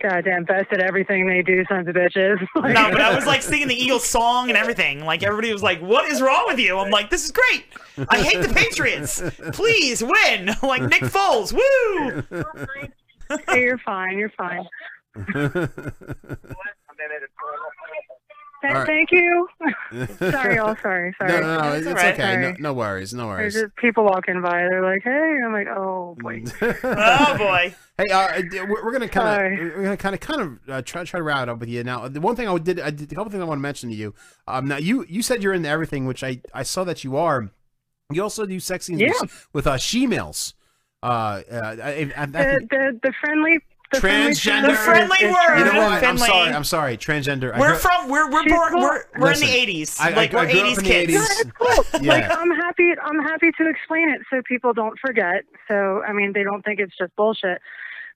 Speaker 25: Goddamn, best at everything they do, sons of bitches.
Speaker 24: No, but I was like singing the Eagles song and everything. Like everybody was like, "What is wrong with you?" I'm like, "This is great. I hate the Patriots. Please win." Like Nick Foles. Woo!
Speaker 25: Yeah, you're fine. You're fine. Th-
Speaker 15: All right.
Speaker 25: Thank you. sorry, all sorry,
Speaker 15: No,
Speaker 25: sorry.
Speaker 15: no, no, it's,
Speaker 25: Sorry.
Speaker 15: okay. No, no worries, no worries.
Speaker 25: There's just people walking by. They're like, "Hey," I'm like, "Oh boy."
Speaker 24: oh boy.
Speaker 15: Hey, uh, d- we're, we're gonna kind of we're gonna kind of kind of uh, try try to round up with you now. The one thing I did, I did a couple things I want to mention to you. Um, now you you said you're into everything, which I I saw that you are. You also do sex scenes
Speaker 25: Yeah.
Speaker 15: with, with uh, she-males. Uh, uh, I, I, I,
Speaker 25: The, the the friendly the
Speaker 15: transgender.
Speaker 25: friendly term is-
Speaker 15: You
Speaker 25: is
Speaker 15: know what? I'm
Speaker 25: friendly.
Speaker 15: sorry. I'm sorry. Transgender. I
Speaker 24: We're
Speaker 15: grew-
Speaker 24: from we're we're
Speaker 25: She's
Speaker 24: born
Speaker 25: cool.
Speaker 24: we're we're
Speaker 15: Listen,
Speaker 24: in the 80s.
Speaker 15: I- I-
Speaker 24: like
Speaker 15: I
Speaker 24: we're
Speaker 15: grew up
Speaker 24: 80s
Speaker 15: in the
Speaker 24: kids.
Speaker 15: 80s. Yeah.
Speaker 25: Like I'm happy I'm happy to explain it so people don't forget. So I mean they don't think it's just bullshit.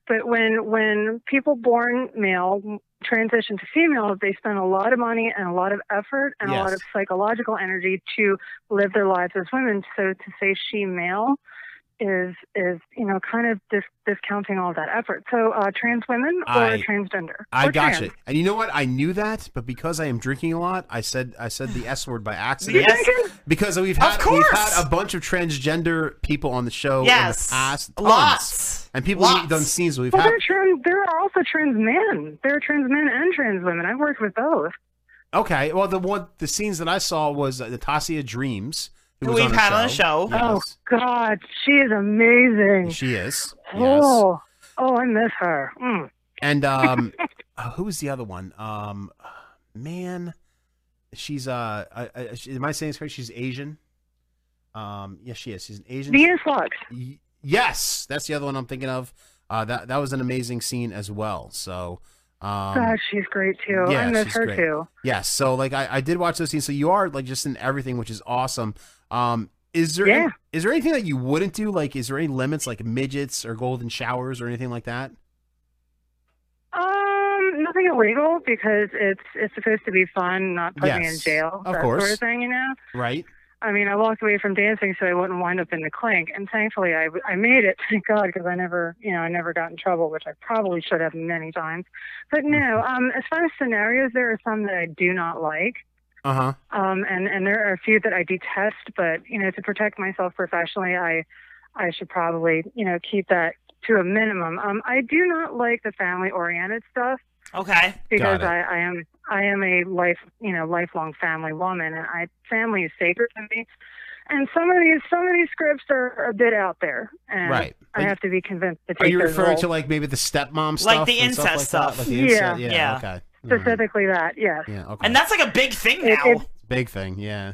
Speaker 25: But when when people born male transition to female, they spend a lot of money and a lot of effort and a lot
Speaker 4: Yes.
Speaker 25: of psychological energy to live their lives as women. So to say she male is is you know kind of dis- discounting all that effort. So uh, trans women or
Speaker 15: I-
Speaker 25: transgender.
Speaker 15: I
Speaker 25: or
Speaker 15: got
Speaker 25: trans.
Speaker 15: you. And you know what? I knew that, but because I am drinking a lot, I said I said the S word by accident.
Speaker 24: You're drinking?
Speaker 15: Because we've
Speaker 24: Of
Speaker 15: had we've
Speaker 24: course.
Speaker 15: had a bunch of transgender people on the show
Speaker 24: Yes.
Speaker 15: in the past. tons.
Speaker 24: Lots.
Speaker 15: And people
Speaker 24: Lots.
Speaker 15: we've done scenes we've
Speaker 25: Well,
Speaker 15: had.
Speaker 25: there are trans. There are also trans men. There are trans men and trans women. I've worked with both.
Speaker 15: Okay. Well, the one the scenes that I saw was uh, Natasha Dreams. who
Speaker 24: Who
Speaker 15: was
Speaker 24: we've
Speaker 15: on the
Speaker 24: had on the show.
Speaker 25: Oh God, she is amazing.
Speaker 15: She is.
Speaker 25: Oh, oh, I miss her. Mm.
Speaker 15: And um, uh, who was the other one? Um, man, she's uh, I, I, she- am I saying this correct? She's Asian. Um, yes, she is. She's an Asian.
Speaker 25: The influx.
Speaker 15: Y- yes, that's the other one I'm thinking of. Uh, that that was an amazing scene as well. So, um,
Speaker 25: God, she's great too. I miss
Speaker 15: she's
Speaker 25: her
Speaker 15: great.
Speaker 25: too.
Speaker 15: Yes, so like I, I did watch those scenes. So you are like just in everything, which is awesome. Um, is there
Speaker 25: Yeah.
Speaker 15: is there anything that you wouldn't do? Like, is there any limits, like midgets or golden showers or anything like that?
Speaker 25: Um, nothing illegal because it's it's supposed to be fun, not put me in
Speaker 15: Yes,
Speaker 25: jail,
Speaker 15: of
Speaker 25: that sort
Speaker 15: course.
Speaker 25: of thing, you know.
Speaker 15: Right?
Speaker 25: I mean, I walked away from dancing so I wouldn't wind up in the clink, and thankfully I I made it, thank God, because I never you know I never got in trouble, which I probably should have many times. But no, um, as far as scenarios, there are some that I do not like.
Speaker 15: Uh
Speaker 24: Uh-huh.
Speaker 15: huh.
Speaker 25: Um, and, and there are a few that I detest, but you know, to protect myself professionally, I I should probably you know keep that to a minimum. Um, I do not like the family-oriented stuff.
Speaker 24: Okay.
Speaker 25: Because
Speaker 24: Got it.
Speaker 25: I, I am I am a life you know lifelong family woman, and I family is sacred to me. And some of these some of these scripts are a bit out there, and
Speaker 15: Right.
Speaker 25: I have to be convinced to take
Speaker 15: Are you
Speaker 25: those
Speaker 15: referring
Speaker 25: roles.
Speaker 15: to like maybe the stepmom stuff,
Speaker 24: Like the
Speaker 15: and stuff
Speaker 24: incest
Speaker 15: like that?
Speaker 24: stuff.
Speaker 15: Like the incest-
Speaker 25: Yeah.
Speaker 15: yeah,
Speaker 25: Yeah.
Speaker 15: okay,
Speaker 25: specifically that? Yes.
Speaker 15: hmm. yeah, okay.
Speaker 24: And that's like a big thing
Speaker 25: It-
Speaker 24: now.
Speaker 25: it-
Speaker 15: big thing, yeah.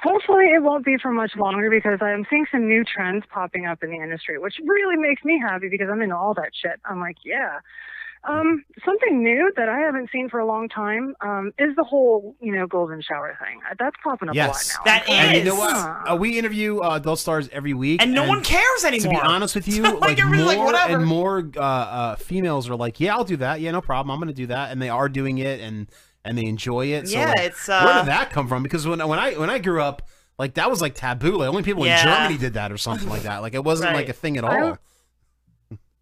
Speaker 25: Hopefully, it won't be for much longer because I'm seeing some new trends popping up in the industry, which really makes me happy because I'm into all that shit. I'm like, yeah. Um, something new that I haven't seen for a long time um, is the whole, you know, golden shower thing. Uh, That's popping up
Speaker 15: Yes,
Speaker 25: a lot now.
Speaker 24: That
Speaker 15: And you know
Speaker 24: is.
Speaker 15: what? Uh, we interview uh, adult stars every week,
Speaker 24: And no one cares
Speaker 15: To be
Speaker 24: anymore.
Speaker 15: honest with you,
Speaker 24: Like,
Speaker 15: like,
Speaker 24: everybody's
Speaker 15: more
Speaker 24: like, whatever.
Speaker 15: and more uh, uh, females are like, "Yeah, I'll do that. Yeah, no problem. I'm going to do that," and they are doing it, and and they enjoy it. So,
Speaker 24: Yeah,
Speaker 15: like,
Speaker 24: it's,
Speaker 15: where
Speaker 24: uh,
Speaker 15: did that come from? Because when when I when I grew up, like that was like taboo. Like only people
Speaker 24: Yeah.
Speaker 15: in Germany did that or something like that. Like it wasn't
Speaker 24: Right.
Speaker 15: like a thing at
Speaker 25: I
Speaker 15: all.
Speaker 25: don't-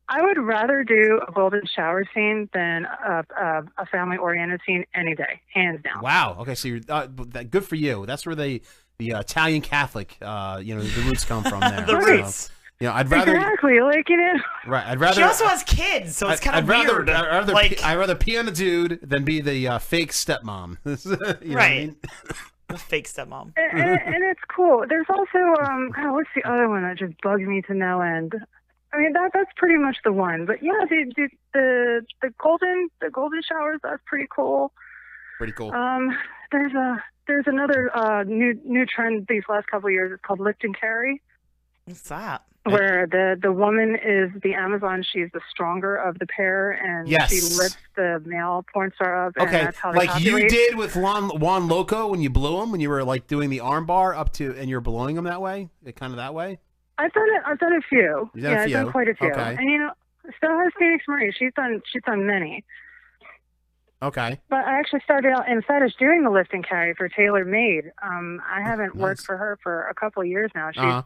Speaker 25: I would rather do a golden shower scene than a, a, a family oriented scene any day, hands down.
Speaker 15: Wow. Okay. So you're uh, but that, good for you. That's where they, the uh, Italian Catholic, uh, you know, the roots come from there.
Speaker 24: The
Speaker 15: So,
Speaker 24: roots.
Speaker 15: you know, I'd rather.
Speaker 25: Exactly. Like, you know.
Speaker 15: Right. I'd rather.
Speaker 24: she also has kids, so it's
Speaker 15: I'd-
Speaker 24: kind of
Speaker 15: I'd rather,
Speaker 24: weird.
Speaker 15: I'd rather,
Speaker 24: like,
Speaker 15: pee, I'd rather pee on a dude than be the uh, fake stepmom. You know what I
Speaker 24: Right.
Speaker 15: mean?
Speaker 24: the fake stepmom.
Speaker 25: and, and- and it's cool. There's also um, oh, what's the other one that just bugs me to no end? I mean that that's pretty much the one. But yeah, the the the, the golden the golden showers that's pretty cool.
Speaker 15: Pretty cool.
Speaker 25: Um, there's a there's another uh, new new trend these last couple of years. It's called lift and carry,
Speaker 24: What's that?
Speaker 25: where the the woman is the Amazon. She's the stronger of the pair, and she
Speaker 15: Yes.
Speaker 25: lifts the male porn star up. and
Speaker 15: okay,
Speaker 25: that's how they
Speaker 15: like you
Speaker 25: copulate.
Speaker 15: did with Juan, Juan Loco when you blew him, when you were like doing the arm bar up to, and you were blowing him that way, kind of that way.
Speaker 25: I've done it. I've done a few.
Speaker 15: You've done a
Speaker 25: yeah, I've
Speaker 15: few?
Speaker 25: done quite a few.
Speaker 15: Okay.
Speaker 25: And you know, so has Phoenix Marie. She's done. She's done many.
Speaker 15: Okay.
Speaker 25: But I actually started out in fetish doing the lift and carry for Taylor Made. Um, I haven't worked for her for a couple of years now. She's
Speaker 15: Uh-huh.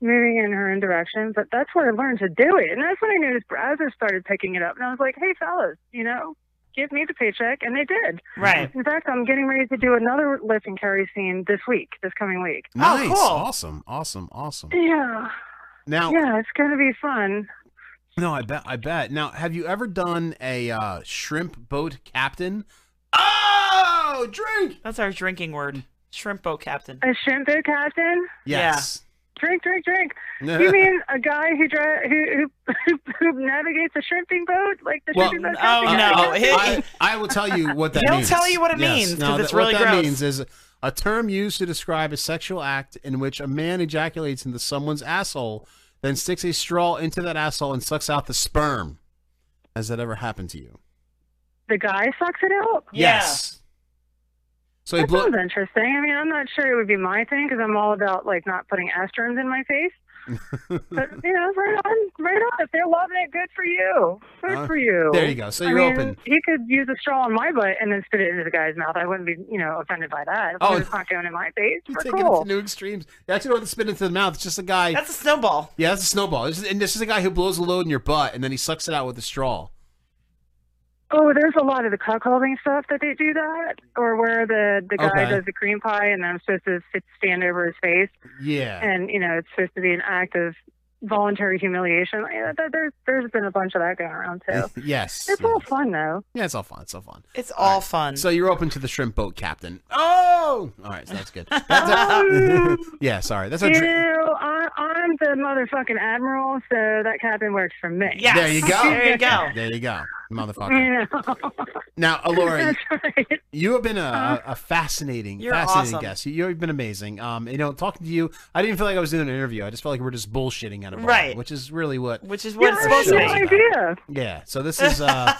Speaker 25: moving in her own direction, but that's where I learned to do it. And that's when I noticed Brazzers started picking it up. And I was like, hey, fellas, you know, give me the paycheck. And they did.
Speaker 24: Right.
Speaker 25: In fact, I'm getting ready to do another lift and carry scene this week, this coming week.
Speaker 24: Oh,
Speaker 15: Nice. Awesome. Awesome. Awesome.
Speaker 25: Yeah.
Speaker 15: Now,
Speaker 25: yeah, it's going to be fun.
Speaker 15: No, I bet. I bet. Now, have you ever done a uh, shrimp boat captain? Oh, drink!
Speaker 24: That's our drinking word. Shrimp boat captain.
Speaker 25: A shrimp boot captain?
Speaker 15: Yes.
Speaker 25: Drink, drink, drink. you mean a guy who, dri- who who who navigates a shrimping boat like the
Speaker 15: Well,
Speaker 25: shrimping boat?
Speaker 24: oh,
Speaker 25: captain?
Speaker 24: no.
Speaker 15: I, I will tell you what that
Speaker 24: He'll
Speaker 15: means.
Speaker 24: tell you what it means, 'cause
Speaker 15: no,
Speaker 24: it's
Speaker 15: that- what
Speaker 24: really
Speaker 15: that
Speaker 24: gross.
Speaker 15: means is a term used to describe a sexual act in which a man ejaculates into someone's asshole, then sticks a straw into that asshole and sucks out the sperm. Has that ever happened to you?
Speaker 25: The guy sucks it out.
Speaker 15: Yes. So he
Speaker 25: That
Speaker 15: blow.
Speaker 25: sounds interesting. I mean, I'm not sure it would be my thing because I'm all about like not putting asterisks in my face. but you know, right on, right on. If they're loving it, good for you. Good
Speaker 15: Uh,
Speaker 25: for you.
Speaker 15: there you go. So
Speaker 25: I
Speaker 15: you're
Speaker 25: mean,
Speaker 15: open.
Speaker 25: He could use a straw in my butt and then spit it into the guy's mouth. I wouldn't be, you know, offended by that. As
Speaker 15: Oh.
Speaker 25: long as it's not going in my face.
Speaker 15: You're
Speaker 25: We're
Speaker 15: taking it
Speaker 25: cool.
Speaker 15: to new extremes. You actually don't have to spit into the mouth. It's just a guy.
Speaker 24: That's a snowball.
Speaker 15: Yeah, that's a snowball. This is, and this is a guy who blows a load in your butt and then he sucks it out with a straw.
Speaker 25: Oh, there's a lot of the cuckolding stuff that they do that, or where the the guy
Speaker 15: Okay.
Speaker 25: does the cream pie and I'm supposed to sit, stand over his face,
Speaker 15: Yeah.
Speaker 25: and you know it's supposed to be an act of voluntary humiliation. Yeah, there, there, there's been a bunch of that going around too.
Speaker 15: yes.
Speaker 25: It's all fun though.
Speaker 15: Yeah, it's all fun. It's all fun.
Speaker 24: It's all fun.
Speaker 15: So you're open to the shrimp boat captain. Oh, all right. So that's good. That's a- yeah, sorry. That's a.
Speaker 25: you
Speaker 15: Dr-
Speaker 25: know, I, I'm the motherfucking admiral, so that captain works for me.
Speaker 15: There you go. There you go, motherfucker.
Speaker 25: You know?
Speaker 15: Now, Alora, you have been a, a fascinating,
Speaker 25: You're
Speaker 15: fascinating
Speaker 25: awesome.
Speaker 15: guest. You, you've been amazing. Um, you know, talking to you, I didn't feel like I was doing an interview. I just felt like we were just bullshitting at a bar,
Speaker 24: Right.
Speaker 15: Which is really what,
Speaker 24: which is what it's supposed to be.
Speaker 25: idea.
Speaker 15: Yeah. So this is uh,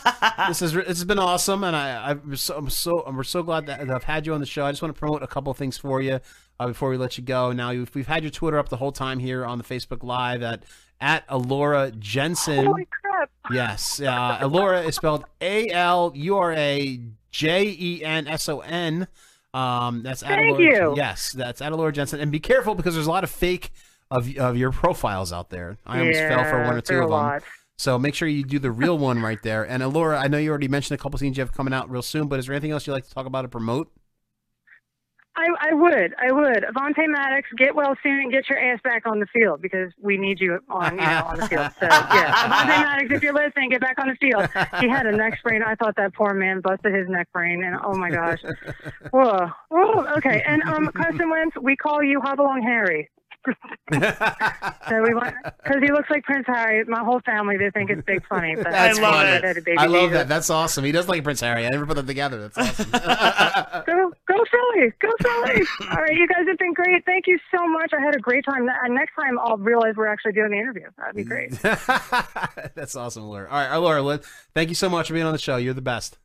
Speaker 15: this is this has been awesome, and I I'm so, I'm so I'm- we're so glad that, that I've had you on the show. I just want to promote a couple things for you uh, before we let you go. Now you've, we've had your Twitter up the whole time here on the Facebook Live at at Alora Jensen.
Speaker 25: Holy crap!
Speaker 15: Yes, uh, Alora is spelled A L U R A J E N S O N. Um, that's at
Speaker 25: Thank
Speaker 15: Alora,
Speaker 25: you.
Speaker 15: Yes, that's at Alora Jensen, and be careful because there's a lot of fake of of your profiles out there. I almost fell for
Speaker 25: Yeah,
Speaker 15: one or two
Speaker 25: there are
Speaker 15: of
Speaker 25: a
Speaker 15: them.
Speaker 25: lot.
Speaker 15: So make sure you do the real one right there. And Alora, I know you already mentioned a couple things you have coming out real soon, but is there anything else you'd like to talk about or promote?
Speaker 25: I, I would, I would. Avante Maddox, get well soon and get your ass back on the field because we need you on, you know, on the field. So yeah, Avante Maddox, if you're listening, get back on the field. He had a neck sprain. I thought that poor man busted his neck brain, and oh my gosh, whoa, whoa. Okay, and um, Custom Wentz, we call you Hobalong Harry. so we want because he looks like Prince Harry. My whole family they think it's big funny, but
Speaker 15: That's funny.
Speaker 25: that a baby
Speaker 15: I love
Speaker 25: Jesus.
Speaker 15: that. That's awesome. He does like Prince Harry. I never put them together. That's awesome.
Speaker 24: Uh,
Speaker 25: go, go Philly, go Philly. All right, you guys have been great. Thank you so much. I had a great time. And next time, I'll realize we're actually doing the interview. That'd
Speaker 24: Mm.
Speaker 25: be great.
Speaker 15: That's awesome, Laura. All right, Laura, let- thank you so much for being on the show. You're the best.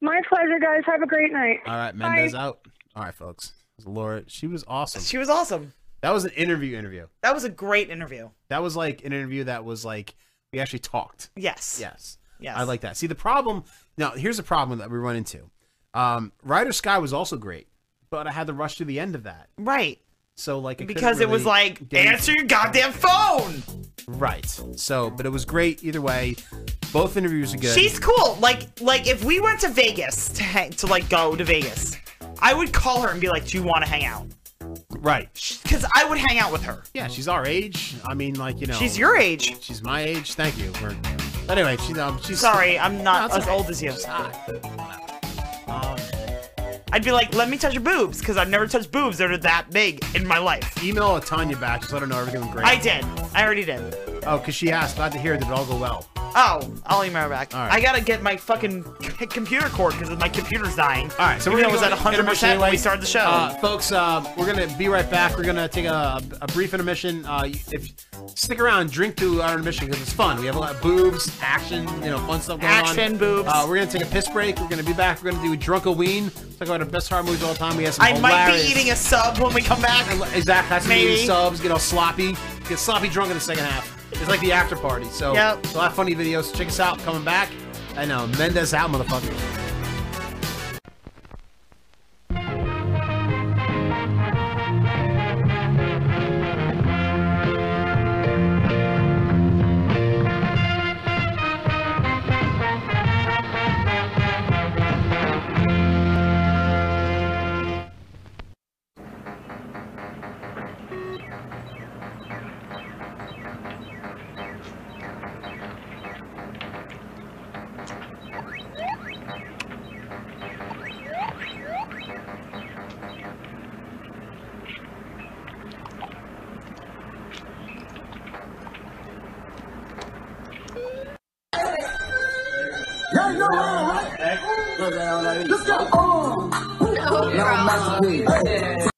Speaker 25: My pleasure, guys. Have a great night.
Speaker 15: All right,
Speaker 25: Bye.
Speaker 15: Mendez out. All right, folks. Laura, she was awesome.
Speaker 24: She was awesome.
Speaker 15: That was an interview interview.
Speaker 24: That was a great interview.
Speaker 15: That was like an interview that was like we actually talked.
Speaker 24: Yes.
Speaker 15: Yes.
Speaker 24: Yes.
Speaker 15: I like that. See, the problem now here's the problem that we run into. Um, Rider Sky was also great, but I had to rush to the end of that.
Speaker 24: Right.
Speaker 15: So like I couldn't
Speaker 24: Because it was
Speaker 15: really
Speaker 24: like,
Speaker 15: get into-
Speaker 24: answer your goddamn phone.
Speaker 15: Right. So, but it was great either way. Both interviews are good.
Speaker 24: She's cool. Like, like if we went to Vegas to hang, to like go to Vegas, I would call her and be like, "Do you want to hang out?"
Speaker 15: right.
Speaker 24: Because I would hang out with her.
Speaker 15: Yeah, she's our age. I mean, like you know,
Speaker 24: She's your age.
Speaker 15: She's my age. Thank you. We're, anyway, she's um, she's
Speaker 24: Sorry, I'm not
Speaker 15: No, it's
Speaker 24: as
Speaker 15: okay.
Speaker 24: old as you.
Speaker 1: Ah.
Speaker 15: uh,
Speaker 24: I'd be like, "Let me touch your boobs," because I've never touched boobs that are that big in my life.
Speaker 15: Email Tanya back. Just let her know everything went great.
Speaker 24: I did. I already did.
Speaker 15: Oh, because she asked. Glad to hear. Did it all go well?
Speaker 24: Oh, I'll email her back.
Speaker 15: All right.
Speaker 24: I gotta get my fucking c- computer cord because my computer's dying. All
Speaker 15: right, so we're
Speaker 24: it
Speaker 15: gonna
Speaker 24: was
Speaker 15: go
Speaker 24: at
Speaker 15: to
Speaker 24: 100
Speaker 15: intermission
Speaker 24: percent when we
Speaker 15: anyway.
Speaker 24: started the show.
Speaker 15: Uh, folks. Uh, we're gonna be right back. We're gonna take a, a brief intermission. Uh, you- if stick around, drink through our intermission because it's fun. We have a lot of boobs, action, you know, fun stuff going on.
Speaker 24: Action, boobs.
Speaker 15: Uh, we're gonna take a piss break. We're gonna be back. We're gonna do Drunkoween. Talk about our best horror movies of all time. We have some
Speaker 24: I might be
Speaker 15: hilarious-
Speaker 24: eating a sub when we come back.
Speaker 15: Exactly. That's what we
Speaker 24: Maybe.
Speaker 15: need subs, get all sloppy, get sloppy drunk in the second half. It's like the after party. So,
Speaker 24: Yep.
Speaker 15: so a lot of funny videos. Check us out. Coming back. I know. Mendez out, motherfucker.
Speaker 6: Yeah, you're all right. Let's go. Oh. No, mess with. Hey.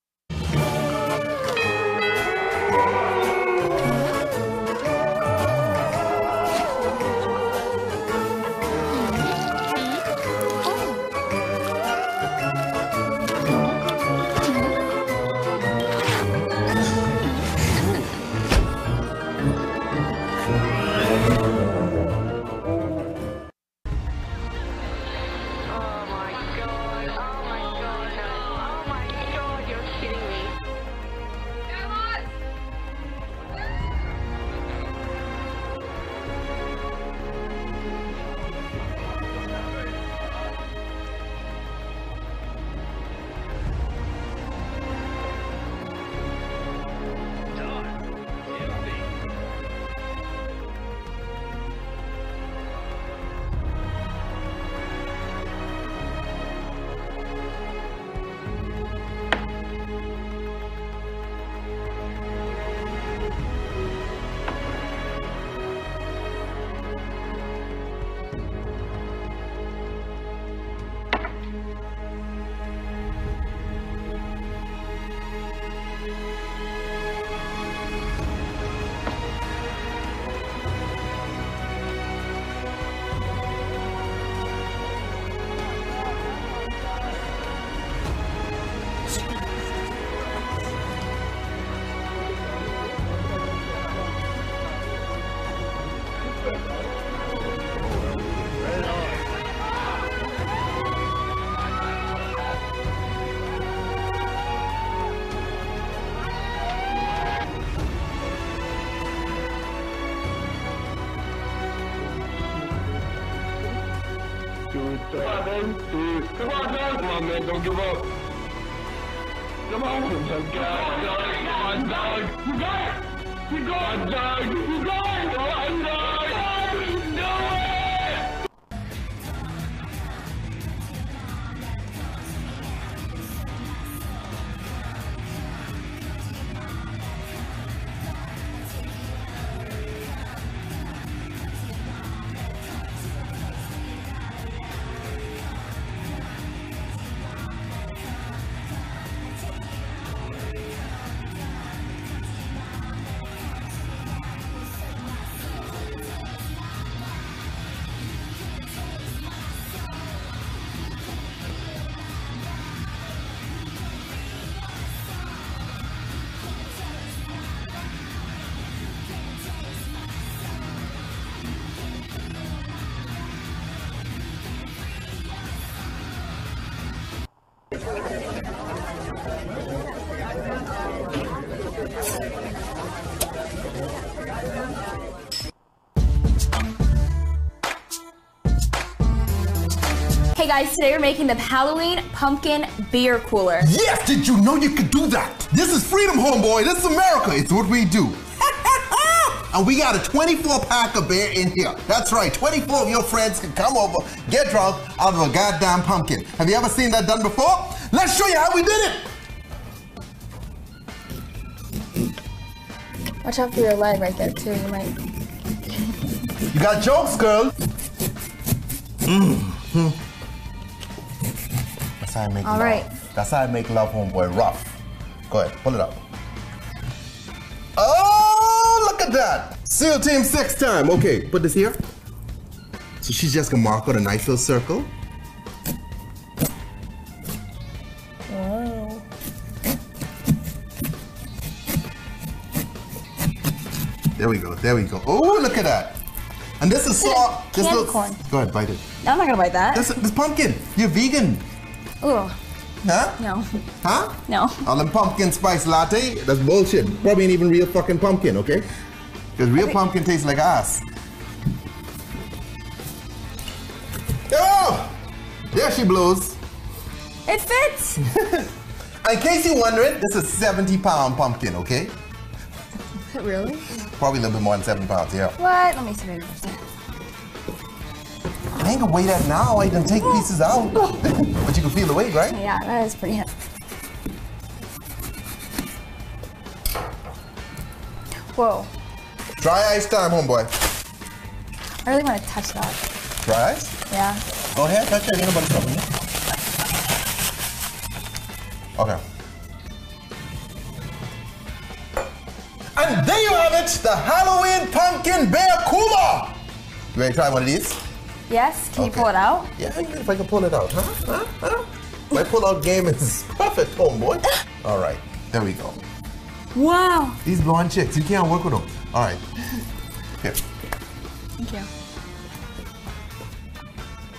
Speaker 6: Come on, baby. Dude. Come on, dog. Come on, man. Don't give up. Come on. Oh my God, dog. Come on, dog. You got it. You got it, dog. You got it. Come on, dog. Do it.
Speaker 4: Hey guys, today we're making the Halloween pumpkin beer cooler.
Speaker 27: Yes, did you know you could do that? This is freedom, homeboy. This is America. It's what we do. and we got a 24 pack of beer in here. That's right, 24 of your friends can come over, get drunk out of a goddamn pumpkin. Have you ever seen that done before? Let's show you how we did it.
Speaker 4: Watch out for your leg right there too. You might.
Speaker 27: You got jokes, girl. Mm. hmm. That's how I make
Speaker 4: All
Speaker 27: love.
Speaker 4: right.
Speaker 27: That's how I make love, homeboy. Rough. Go ahead, pull it up. Oh, look at that. SEAL Team six time. Okay, put this here. So she's just gonna mark out a nice little circle.
Speaker 4: Wow.
Speaker 27: There we go. There we go. Oh, look at that. And this is so. This
Speaker 4: Candy
Speaker 27: looks.
Speaker 4: corn.
Speaker 27: Go ahead, bite it.
Speaker 4: I'm not gonna bite that.
Speaker 27: This, this pumpkin. You're vegan.
Speaker 4: Ooh,
Speaker 27: Huh?
Speaker 4: no,
Speaker 27: Huh?
Speaker 4: no.
Speaker 27: All them pumpkin spice latte, that's bullshit. Probably ain't even real fucking pumpkin, okay? Because real pumpkin tastes like ass. Oh! There she blows.
Speaker 4: It fits!
Speaker 27: In case you're wondering, this is 70 pound pumpkin, okay?
Speaker 4: really?
Speaker 27: Probably a little bit more than 70 pounds, yeah.
Speaker 4: What? Let me see what it is.
Speaker 27: I ain't gonna weigh that now, I done take pieces out. but you can feel the weight, right?
Speaker 4: Yeah, that is pretty heavy. Whoa,
Speaker 27: Dry ice time, homeboy.
Speaker 4: I really want to touch that.
Speaker 27: Dry ice?
Speaker 4: Yeah.
Speaker 27: Go ahead, touch it. Ain't nobody stopping you. Okay. And there you have it, the Halloween pumpkin bear kuma. You ready to try one of these?
Speaker 4: Yes, can you
Speaker 27: Okay.
Speaker 4: pull it out?
Speaker 27: Yeah, I- if I can pull it out, huh? Huh? Huh? My pull-out game is perfect, homeboy. All right, there we go.
Speaker 4: Wow.
Speaker 27: These blonde chicks, you can't work with them. All right, here.
Speaker 4: Thank you.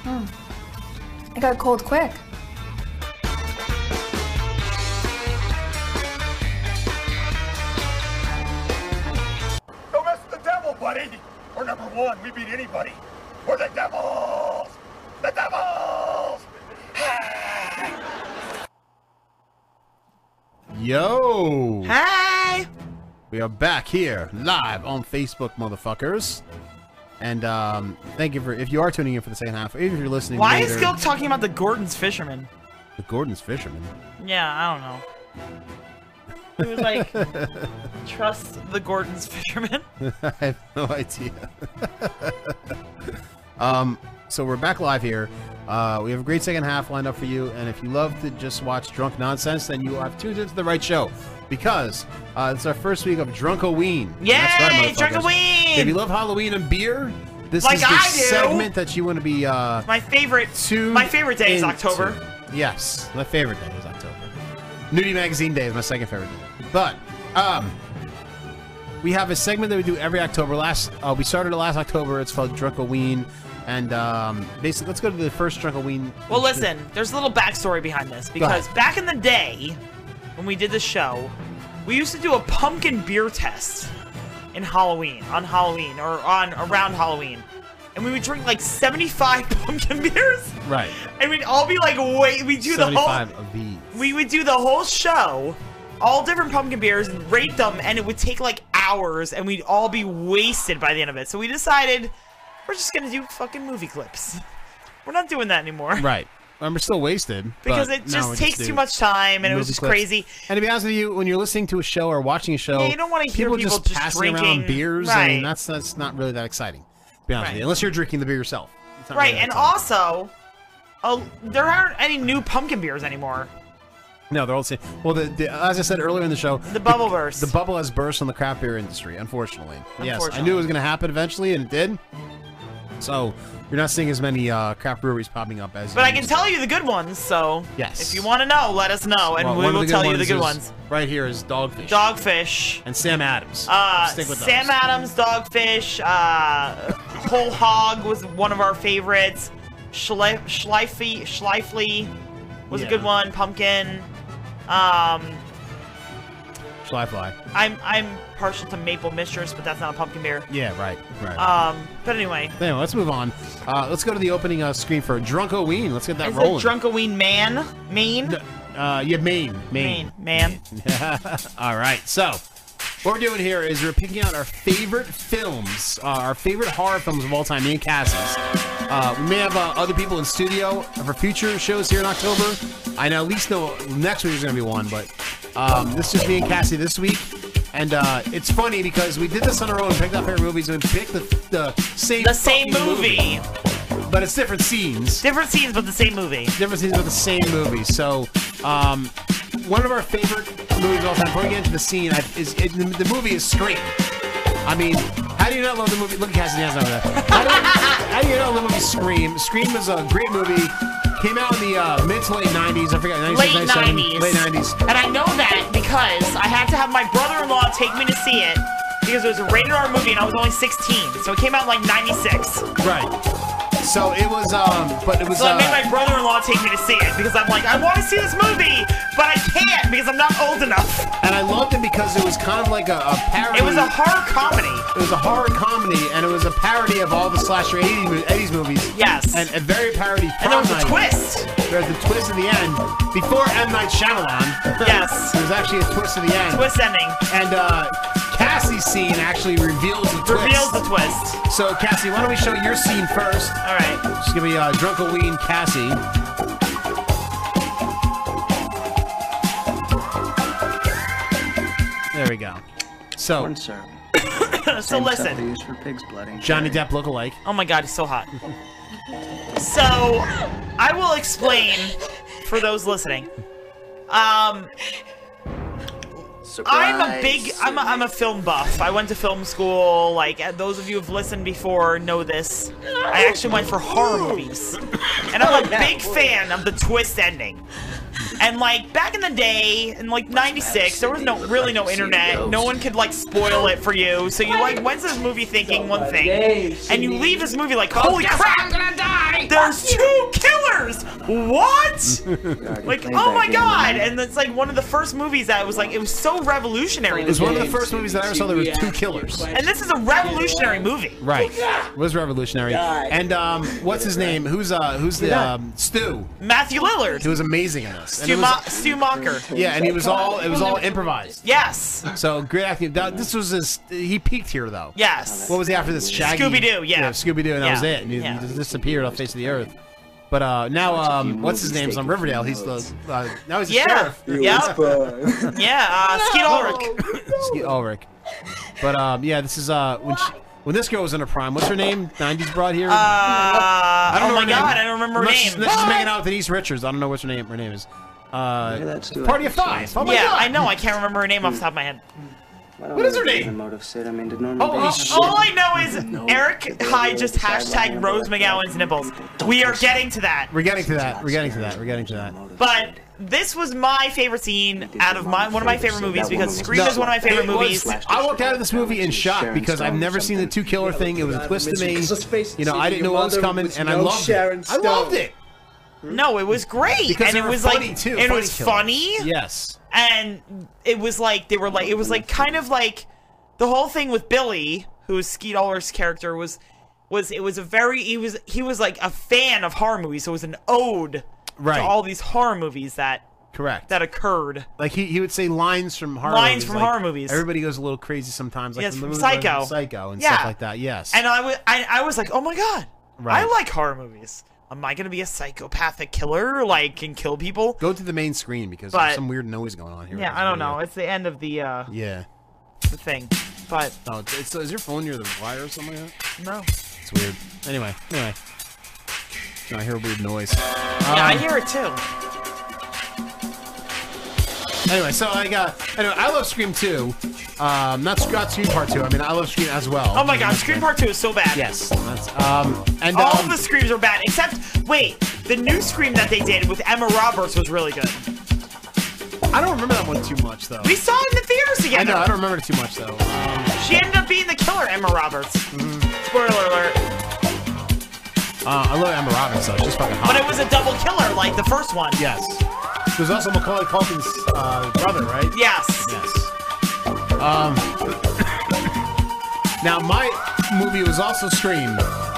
Speaker 4: Hmm. I Hmm. got cold quick.
Speaker 9: Don't mess with the devil, buddy. We're number one. We beat anybody. We're the devils. The devils.
Speaker 15: Yo!
Speaker 24: Hey!
Speaker 15: We are back here live on Facebook, motherfuckers. And um, thank you for if you are tuning in for the second half, or even if you're listening.
Speaker 24: Why
Speaker 15: later,
Speaker 24: is Gilk talking about the Gordon's fisherman?
Speaker 15: the Gordon's fisherman?
Speaker 24: Yeah, I don't know. He was like, trust the Gordon's fisherman.
Speaker 15: I have no idea. um, so we're back live here. Uh, we have a great second half lined up for you, and if you love to just watch drunk nonsense, then you have tuned into the right show because uh, it's our first week of Drunkoween. That's
Speaker 24: Yay,
Speaker 15: right, motherfuckers.
Speaker 24: Drunkoween!
Speaker 15: If you love Halloween and beer, this
Speaker 24: Like
Speaker 15: is the
Speaker 24: I do.
Speaker 15: segment that you want to be. Uh,
Speaker 24: My favorite. My favorite day is
Speaker 15: into.
Speaker 24: October.
Speaker 15: Yes, my favorite day is October. Nudie Magazine Day is my second favorite day. But um, we have a segment that we do every October. Last uh, we started it last October. It's called Drunkoween, and um, basically, let's go to the first Drunkoween.
Speaker 24: Well, listen, there's a little backstory behind this because
Speaker 15: ahead.
Speaker 24: back in the day, when we did the show, we used to do a pumpkin beer test in Halloween, on Halloween, or on around Halloween. And we would drink like 75 pumpkin beers,
Speaker 15: Right.
Speaker 24: and we'd all be like, wait, we do the whole.
Speaker 15: Seventy-five of these.
Speaker 24: We would do the whole show, all different pumpkin beers, and rate them, and it would take like hours, and we'd all be wasted by the end of it. So we decided we're just gonna do fucking movie clips. We're not doing that anymore.
Speaker 15: Right. And we're still wasted
Speaker 24: Because
Speaker 15: but
Speaker 24: it
Speaker 15: now
Speaker 24: just
Speaker 15: we
Speaker 24: takes
Speaker 15: do
Speaker 24: too much time, and it was
Speaker 15: movie
Speaker 24: just
Speaker 15: clips.
Speaker 24: crazy.
Speaker 15: And to be honest with you, when you're listening to a show or watching a show,
Speaker 24: Yeah, you don't wanna hear
Speaker 15: people,
Speaker 24: people
Speaker 15: just,
Speaker 24: just
Speaker 15: passing around
Speaker 24: drinking.
Speaker 15: beers. I mean,
Speaker 24: Right.
Speaker 15: that's that's not really that exciting. To be honest with
Speaker 24: Right.
Speaker 15: you, unless you're drinking the beer yourself. It's not
Speaker 24: Right,
Speaker 15: really that
Speaker 24: and
Speaker 15: exciting.
Speaker 24: also, oh, there aren't any new pumpkin beers anymore.
Speaker 15: no, they're all the same. Well, the, the, as I said earlier in the show, the
Speaker 24: bubble burst.
Speaker 15: The bubble has burst on the craft beer industry, unfortunately. Yes, I
Speaker 24: Unfortunately.
Speaker 15: knew it was going to happen eventually, and it did. So you're not seeing as many uh, craft breweries popping up as.
Speaker 24: But I
Speaker 15: you
Speaker 24: can
Speaker 15: used
Speaker 24: tell you the good ones, so
Speaker 15: Yes.
Speaker 24: if you want to know, let us know, and
Speaker 15: Well,
Speaker 24: we
Speaker 15: one of
Speaker 24: will
Speaker 15: the good
Speaker 24: tell you the
Speaker 15: ones
Speaker 24: good
Speaker 15: is-
Speaker 24: ones.
Speaker 15: Right here is Dogfish.
Speaker 24: Dogfish.
Speaker 15: And Sam Adams.
Speaker 24: Uh,
Speaker 15: Stick with
Speaker 24: Sam
Speaker 15: those.
Speaker 24: Adams, Dogfish, uh, Whole Hog was one of our favorites. Schle- Schleifly, Schleifly was a
Speaker 15: Yeah.
Speaker 24: good one. Pumpkin. Um,
Speaker 15: Fly Fly.
Speaker 24: I'm I'm partial to Maple Mistress, but that's not a pumpkin beer.
Speaker 15: Yeah, right, right.
Speaker 24: Um, but anyway,
Speaker 15: anyway, let's move on. Uh, let's go to the opening uh, screen for Drunkoween. Let's get that
Speaker 24: is it
Speaker 15: rolling.
Speaker 24: Drunkoween Man? Maine?
Speaker 15: uh, yeah, Maine, Maine.
Speaker 24: Man.
Speaker 15: All right, so what we're doing here is we're picking out our favorite films, uh, our favorite horror films of all time, me and Cassie's. Uh, we may have uh, other people in studio for future shows here in October. I know at least know next week there's going to be one, but um, this is me and Cassie this week. And uh, it's funny because we did this on our own, picked our favorite movies, and picked the, the same
Speaker 24: The same
Speaker 15: fucking
Speaker 24: movie.
Speaker 15: but it's different scenes.
Speaker 24: Different scenes, but the same movie.
Speaker 15: Different scenes, but the same movie. So, um, one of our favorite movies of all time. Before we get into the scene, I, is it, the, the movie is Scream. I mean, how do you not love the movie? Look at Cassidy hands over there. How do, how do you not love the movie Scream? Scream is a great movie. Came out in the uh, mid to late '90s. I forgot. 96,
Speaker 24: Late
Speaker 15: 97,
Speaker 24: 90s.
Speaker 15: Late '90s.
Speaker 24: And I know that because I had to have my brother-in-law take me to see it because it was a rated R movie and I was only 16, so it came out in, like 96.
Speaker 15: Right. So it was. Um, but it was.
Speaker 24: so I
Speaker 15: uh,
Speaker 24: made my brother-in-law take me to see it because I'm like, I want to see this movie, but I can't because I'm not old enough.
Speaker 15: and I loved it because it was kind of like a, a parody.
Speaker 24: It was a horror comedy.
Speaker 15: It was a horror comedy, and it was a parody of all the slasher 80s, mo- 80s movies.
Speaker 24: Yes.
Speaker 15: And a very parody.
Speaker 24: And there was
Speaker 15: prom
Speaker 24: a
Speaker 15: night.
Speaker 24: twist.
Speaker 15: There was a twist at the end before M Night Shyamalan.
Speaker 24: Yes.
Speaker 15: there was actually a twist at the end.
Speaker 24: Twist ending.
Speaker 15: And uh, Cassie's scene actually reveals the twist.
Speaker 24: Reveals the twist.
Speaker 15: So Cassie, why don't we show your scene first?
Speaker 24: All right.
Speaker 15: It's gonna be uh, Drunkoween Cassie. There we go. So.
Speaker 24: so listen,
Speaker 15: used for pig's blooding. Johnny Depp lookalike.
Speaker 24: Oh my god, he's so hot. so I will explain for those listening. Um, I'm a big, I'm a, I'm a film buff. I went to film school. Like uh, those of you who've listened before know this. I actually went for horror movies, and I'm a big fan of the twist ending. And like back in the day, in like '96, there was no really no internet. No one could like spoil it for you. So you like went to this movie thinking one thing, and you leave this movie like, holy crap!
Speaker 21: I'm gonna die!
Speaker 24: There's two killers! What?
Speaker 15: Mm-hmm.
Speaker 24: like, oh my god! And it's like one of the first movies that was like, it was so revolutionary.
Speaker 15: It was one of the first movies that I ever saw. There was two killers.
Speaker 24: And this is a revolutionary movie.
Speaker 15: Right. Was revolutionary.
Speaker 24: God.
Speaker 15: And um, what's his name? Who's uh, who's the um, Stu?
Speaker 24: Matthew Lillard.
Speaker 15: He was amazing in this. And it
Speaker 24: Stu, Mo-
Speaker 15: was-
Speaker 24: Stu Mocker.
Speaker 15: yeah, and he was all it was all improvised.
Speaker 24: Yes.
Speaker 15: So great acting. That- This was his. He peaked here though.
Speaker 24: Yes.
Speaker 15: What was he after this? Shaggy.
Speaker 24: Scooby-Doo, yeah.
Speaker 15: Scooby Doo, and that was
Speaker 24: Yeah,
Speaker 15: it. And he, he
Speaker 24: yeah.
Speaker 15: just disappeared off the face of the earth. But uh, now, um, what's his name's on Riverdale? He's the uh, now he's the
Speaker 24: Yeah.
Speaker 15: sheriff.
Speaker 24: Yep. yeah, uh, Skeet Ulrich.
Speaker 15: Skeet Ulrich. oh, But um, yeah, this is uh, when she, when this girl was in her prime. What's her name? '90s broad here.
Speaker 24: Uh, oh my god, I don't remember her
Speaker 15: Unless
Speaker 24: name.
Speaker 15: She's, unless she's hanging out with Denise Richards. I don't know what her name. Her name is. Uh, Party of Five. Oh my
Speaker 24: yeah,
Speaker 15: god.
Speaker 24: I know, I can't remember her name off the top of my head.
Speaker 15: What is her name?
Speaker 24: Oh, all- all I know is Eric High just hashtag Rose McGowan's nipples. We are getting to that.
Speaker 15: We're getting to that. We're getting to that. We're getting to that.
Speaker 24: But This was my favorite scene out of my one of my favorite movies because Scream is one of my favorite
Speaker 15: It was-
Speaker 24: movies.
Speaker 15: I walked out of this movie in shock because I've never seen the two killer thing. It was a twist to me. You know, I didn't know what was coming, and I loved it. I loved it.
Speaker 24: Hmm? No, it was great,
Speaker 15: Because
Speaker 24: and
Speaker 15: they
Speaker 24: it
Speaker 15: were
Speaker 24: was
Speaker 15: funny,
Speaker 24: like
Speaker 15: too,
Speaker 24: and it
Speaker 15: funny
Speaker 24: was
Speaker 15: killers.
Speaker 24: funny.
Speaker 15: Yes.
Speaker 24: and it was like they were like it was like kind of like the whole thing with Billy, who was Skeet Ulrich's character, was was it was a very he was he was like a fan of horror movies, so it was an ode
Speaker 15: Right.
Speaker 24: to all these horror movies that
Speaker 15: Correct.
Speaker 24: that occurred.
Speaker 15: Like he, he would say lines from horror
Speaker 24: Lines
Speaker 15: movies,
Speaker 24: from
Speaker 15: like,
Speaker 24: horror movies.
Speaker 15: Everybody goes a little crazy sometimes, like
Speaker 24: Yes,
Speaker 15: the
Speaker 24: from
Speaker 15: movie
Speaker 24: Psycho.
Speaker 15: Psycho, and
Speaker 24: Yeah.
Speaker 15: stuff like that. Yes,
Speaker 24: And I was I, I was like, oh my god,
Speaker 15: Right.
Speaker 24: I like horror movies. Am I gonna be a psychopathic killer? Like can kill people?
Speaker 15: go to the main screen because
Speaker 24: But-
Speaker 15: there's some weird noise going on here.
Speaker 24: Yeah, I don't know. It's the end of the uh
Speaker 15: Yeah.
Speaker 24: the thing, but
Speaker 15: Oh, it's, it's- is your phone near the wire or something like that?
Speaker 24: no.
Speaker 15: It's weird. Anyway, anyway. No, I hear a weird noise.
Speaker 24: yeah, I
Speaker 15: Um,
Speaker 24: hear it too.
Speaker 15: Anyway, so like, uh, anyway, I love Scream 2. Um, not, Sc- not Scream Part 2. I mean, I love Scream as well.
Speaker 24: Oh my god, Scream Part Two is so bad.
Speaker 15: Yes. That's, um, and
Speaker 24: all
Speaker 15: um,
Speaker 24: of the screams are bad except wait, the new scream that they did with Emma Roberts was really good.
Speaker 15: I don't remember that one too much though.
Speaker 24: We saw it in the theaters
Speaker 15: Oh. I
Speaker 24: together.
Speaker 15: know. I don't remember it too much though. Um,
Speaker 24: She ended up being the killer, Emma Roberts.
Speaker 15: Mm-hmm.
Speaker 24: Spoiler alert.
Speaker 15: Uh, I love Emma Roberts though. She's fucking hot.
Speaker 24: But it was a double killer, like the first one.
Speaker 15: Yes. There's also Macaulay Culkin's uh, brother, right?
Speaker 24: Yes.
Speaker 15: Yes. Um. now my movie was also Scream,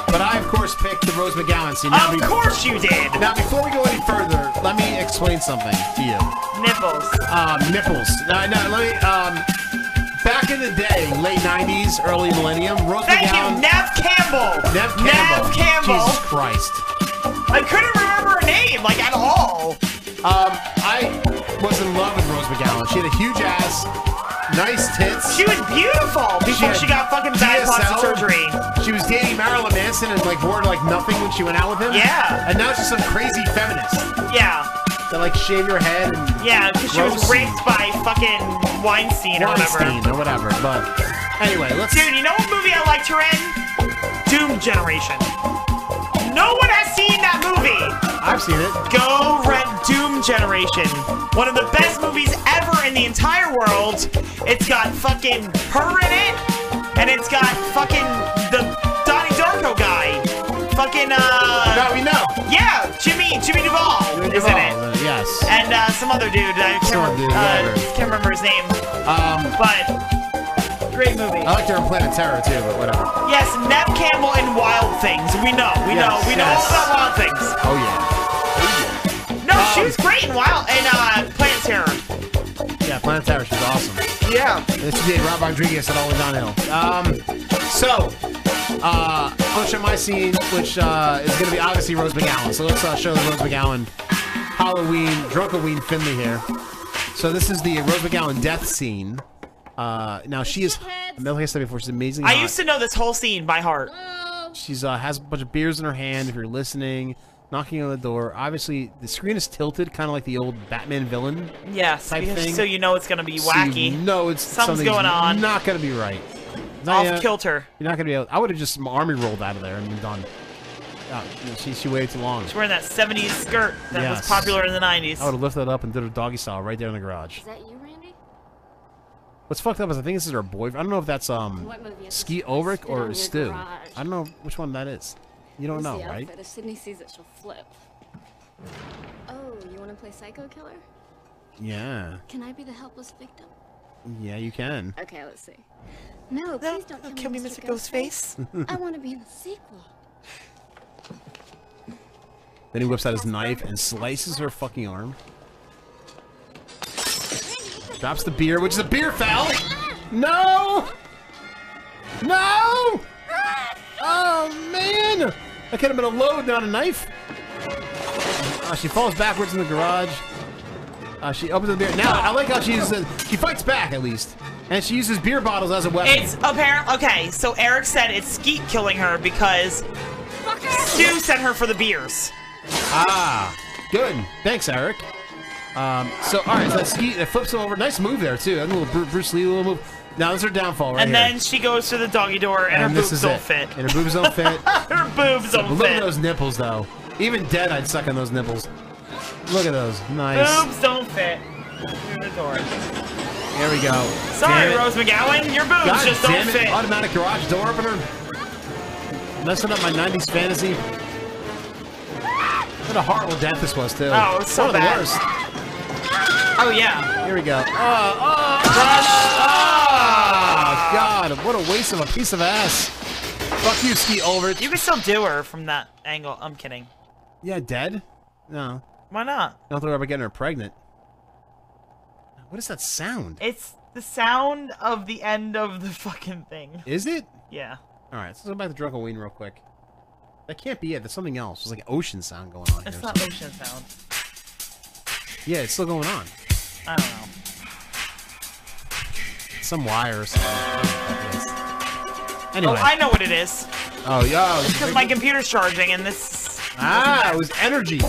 Speaker 15: but I of course picked the Rose McGowan scene. Now
Speaker 24: Of course you did.
Speaker 15: Now before we go any further, let me explain something to you.
Speaker 24: Nipples.
Speaker 15: Um, nipples. No, no, let me. Um, back in the day, late '90s, early millennium, Rose
Speaker 24: Thank
Speaker 15: McGowan.
Speaker 24: you, Nev Campbell.
Speaker 15: Nev Campbell.
Speaker 24: Nev Campbell.
Speaker 15: Jesus Christ.
Speaker 24: I couldn't remember her name, like at all.
Speaker 15: Um, I was in love with Rose McGowan. She had a huge ass, nice tits.
Speaker 24: She was beautiful
Speaker 15: had
Speaker 24: before she got fucking bad
Speaker 15: DSL.
Speaker 24: plastic surgery.
Speaker 15: She was dating Marilyn Manson and like wore like nothing when she went out with him.
Speaker 24: Yeah.
Speaker 15: And now she's some crazy feminist
Speaker 24: Yeah.
Speaker 15: that like shave your head and
Speaker 24: Yeah, because she was
Speaker 15: Gross.
Speaker 24: raped by fucking Weinstein or whatever.
Speaker 15: Weinstein or whatever. But anyway, let's.
Speaker 24: Dude, you know what movie I liked her in? Doom Generation. No one has seen that movie.
Speaker 15: I've seen it.
Speaker 24: Go rent Doom Generation. One of the best movies ever in the entire world. It's got fucking her in it, and it's got fucking the Donnie Darko guy. Fucking uh.
Speaker 15: No, we know.
Speaker 24: Yeah, Jimmy Jimmy Duvall is in it,
Speaker 15: Duval, Yes.
Speaker 24: and uh, some other dude. I can't,
Speaker 15: Some
Speaker 24: remember,
Speaker 15: dude,
Speaker 24: uh,
Speaker 15: whatever.
Speaker 24: can't remember his name.
Speaker 15: Um,
Speaker 24: But great movie.
Speaker 15: I liked her in Planet Terror too, but whatever.
Speaker 24: Yes, Nev Campbell in Wild Things. We know, we know,
Speaker 15: Yes,
Speaker 24: we know
Speaker 15: yes.
Speaker 24: all about Wild Things.
Speaker 15: Oh yeah.
Speaker 24: No, she
Speaker 15: Um,
Speaker 24: was great in Wild in uh, Planet Terror.
Speaker 15: Yeah, Planet Terror. She's awesome.
Speaker 24: Yeah.
Speaker 15: This is Rob Rodriguez and Olin Donnell. Um, so, uh, I'll show my scene, which uh, is going to be obviously Rose McGowan. So let's uh, show the Rose McGowan Halloween, Drunkoween Finley here. So this is the Rose McGowan death scene. Uh, now she is, like I said before, she's amazing.
Speaker 24: I used to know this whole scene by heart.
Speaker 15: She's uh, has a bunch of beers in her hand. If you're listening, knocking on the door. Obviously, the screen is tilted, kind of like the old Batman villain.
Speaker 24: Yes,
Speaker 15: Type
Speaker 24: because
Speaker 15: thing.
Speaker 24: so you know it's gonna be
Speaker 15: So
Speaker 24: wacky.
Speaker 15: You know it's
Speaker 24: something's
Speaker 15: something's
Speaker 24: going on.
Speaker 15: Not gonna be right. Not
Speaker 24: Off
Speaker 15: yet.
Speaker 24: kilter.
Speaker 15: You're not gonna be able. I would have just army rolled out of there and been done. Yeah, she she waited too long.
Speaker 24: She's wearing that '70s skirt that was
Speaker 15: Yes.
Speaker 24: popular in the
Speaker 15: I would
Speaker 24: '90s.
Speaker 15: have lifted it up and did a doggy style right there in the garage.
Speaker 13: Is that you, Randy?
Speaker 15: What's fucked up is I think this is her boyfriend. I don't know if that's um
Speaker 13: What movie is
Speaker 15: Ski
Speaker 13: this?
Speaker 15: Ulrich
Speaker 13: Spit on
Speaker 15: or
Speaker 13: your
Speaker 15: Stu. I
Speaker 13: garage.
Speaker 15: don't know which one that is. You don't
Speaker 13: Where's
Speaker 15: know,
Speaker 13: the
Speaker 15: right?
Speaker 13: outfit? If Sydney sees it, she'll flip. Oh, you want to play psycho killer?
Speaker 15: Yeah,
Speaker 13: Can I be the helpless victim?
Speaker 15: yeah, you can.
Speaker 13: Okay, let's see. No, please don't kill, me, Mr. Ghostface. I want to be in the sequel.
Speaker 15: Then he whips out his knife and slices her fucking arm. Drops the beer, which is a beer foul. No! No! Oh man! That could have been a load, not a knife. Uh, she falls backwards in the garage. Uh, she opens the beer. Now I like how she uses. She fights back at least, and she uses beer bottles as a weapon.
Speaker 24: It's apparent. Okay, so Eric said it's Skeet killing her because Stu sent her for the beers.
Speaker 15: Ah, good. Thanks, Eric. Um, so, all right, so that's Skeet. It flips him over. Nice move there, too. That little Bru- Bruce Lee little move. Now, this is her downfall right
Speaker 24: and
Speaker 15: here.
Speaker 24: then she goes to the doggy door,
Speaker 15: And
Speaker 24: and, her
Speaker 15: this
Speaker 24: boobs
Speaker 15: is
Speaker 24: don't
Speaker 15: it.
Speaker 24: fit.
Speaker 15: And her boobs don't fit.
Speaker 24: her boobs don't
Speaker 15: Look at
Speaker 24: fit.
Speaker 15: those nipples, though. Even dead, I'd suck on those nipples. Look at those. Nice.
Speaker 24: Boobs don't fit. Through the door.
Speaker 15: There we go. Damn
Speaker 24: Sorry,
Speaker 15: it.
Speaker 24: Rose McGowan, your boobs
Speaker 15: God
Speaker 24: just
Speaker 15: damn
Speaker 24: don't
Speaker 15: it.
Speaker 24: fit.
Speaker 15: Automatic garage door opener. Messing up my 90s fantasy. What a horrible death this was, too.
Speaker 24: Oh, it was so
Speaker 15: One of the
Speaker 24: bad.
Speaker 15: worst.
Speaker 24: Oh yeah.
Speaker 15: Here we go. Oh,
Speaker 24: oh,
Speaker 15: Ah, God. What a waste of a piece of ass. Fuck you, Ski Ulrich.
Speaker 24: You can still do her from that angle. I'm kidding.
Speaker 15: Yeah, dead? No.
Speaker 24: Why not?
Speaker 15: Don't think we're ever getting her pregnant. What is that sound?
Speaker 24: It's the sound of the end of the fucking thing.
Speaker 15: Is it?
Speaker 24: Yeah.
Speaker 15: All right, let's go back to Drunkoween real quick. That can't be it. There's something else. There's like an ocean sound going on here.
Speaker 24: It's not ocean sound.
Speaker 15: Yeah, it's still going on.
Speaker 24: I don't know.
Speaker 15: Some wire or something. Anyway.
Speaker 24: Oh, I know what it is.
Speaker 15: Oh, yeah.
Speaker 24: It's because my computer's charging and this
Speaker 15: Ah, it was energy.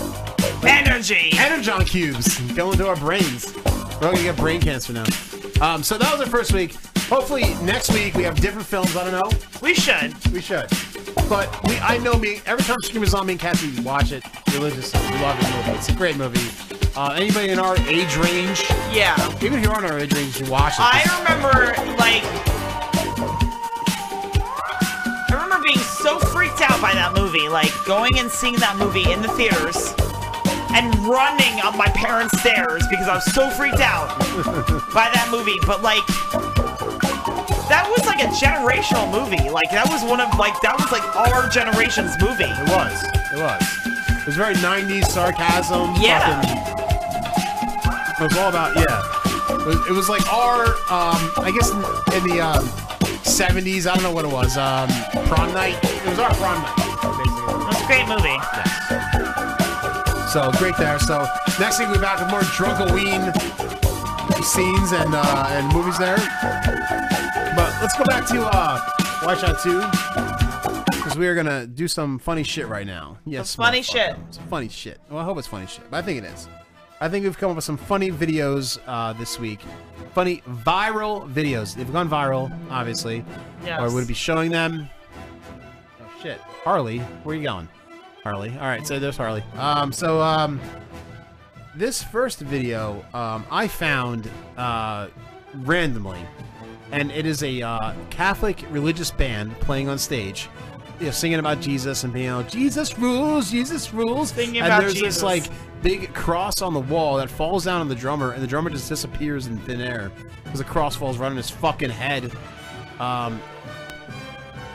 Speaker 24: energy.
Speaker 15: Energon cubes going to our brains. We're all gonna get brain cancer now. Um, so that was our first week. Hopefully next week we have different films. I don't know.
Speaker 24: We should.
Speaker 15: We should. But we, I know me. Every time Scream is on, me and Kathy watch it religiously. We love this movie. It's a great movie. Uh, anybody in our age range?
Speaker 24: Yeah.
Speaker 15: Even if you're on our age range, you watch it.
Speaker 24: I remember like I remember being so freaked out by that movie, like going and seeing that movie in the theaters and running up my parents' stairs because I was so freaked out by that movie. But like that was like a generational movie. Like that was one of like that was like our generation's movie. It
Speaker 15: was. It was. It was very 90s sarcasm.
Speaker 24: Yeah.
Speaker 15: fucking- it was all about, yeah. It was, it was like our, um, I guess in, in the um, 70s, I don't know what it was, um, prom night. It was our prom night. basically.
Speaker 24: That's a great movie.
Speaker 15: So great there. So next week we'll be back with more Drunkoween scenes and uh, and movies there. But let's go back to uh, Watch Out 2 because we are going to do some funny shit right now. Yes,
Speaker 24: Funny shit.
Speaker 15: some funny shit. Well, I hope it's funny shit, but I think it is. I think we've come up with some funny videos uh, this week. Funny viral videos. They've gone viral, obviously.
Speaker 24: Yes.
Speaker 15: Or would be showing them. Oh shit, Harley, where you going? Harley. All right, so there's Harley. Um, so um, this first video um, I found uh, randomly, and it is a uh, Catholic religious band playing on stage, you know, singing about Jesus and being all Jesus rules, Jesus rules,
Speaker 24: Singing
Speaker 15: and
Speaker 24: oh. about
Speaker 15: there's
Speaker 24: Jesus.
Speaker 15: this like big cross on the wall that falls down on the drummer, and the drummer just disappears in thin air because the cross falls right on his fucking head. Um,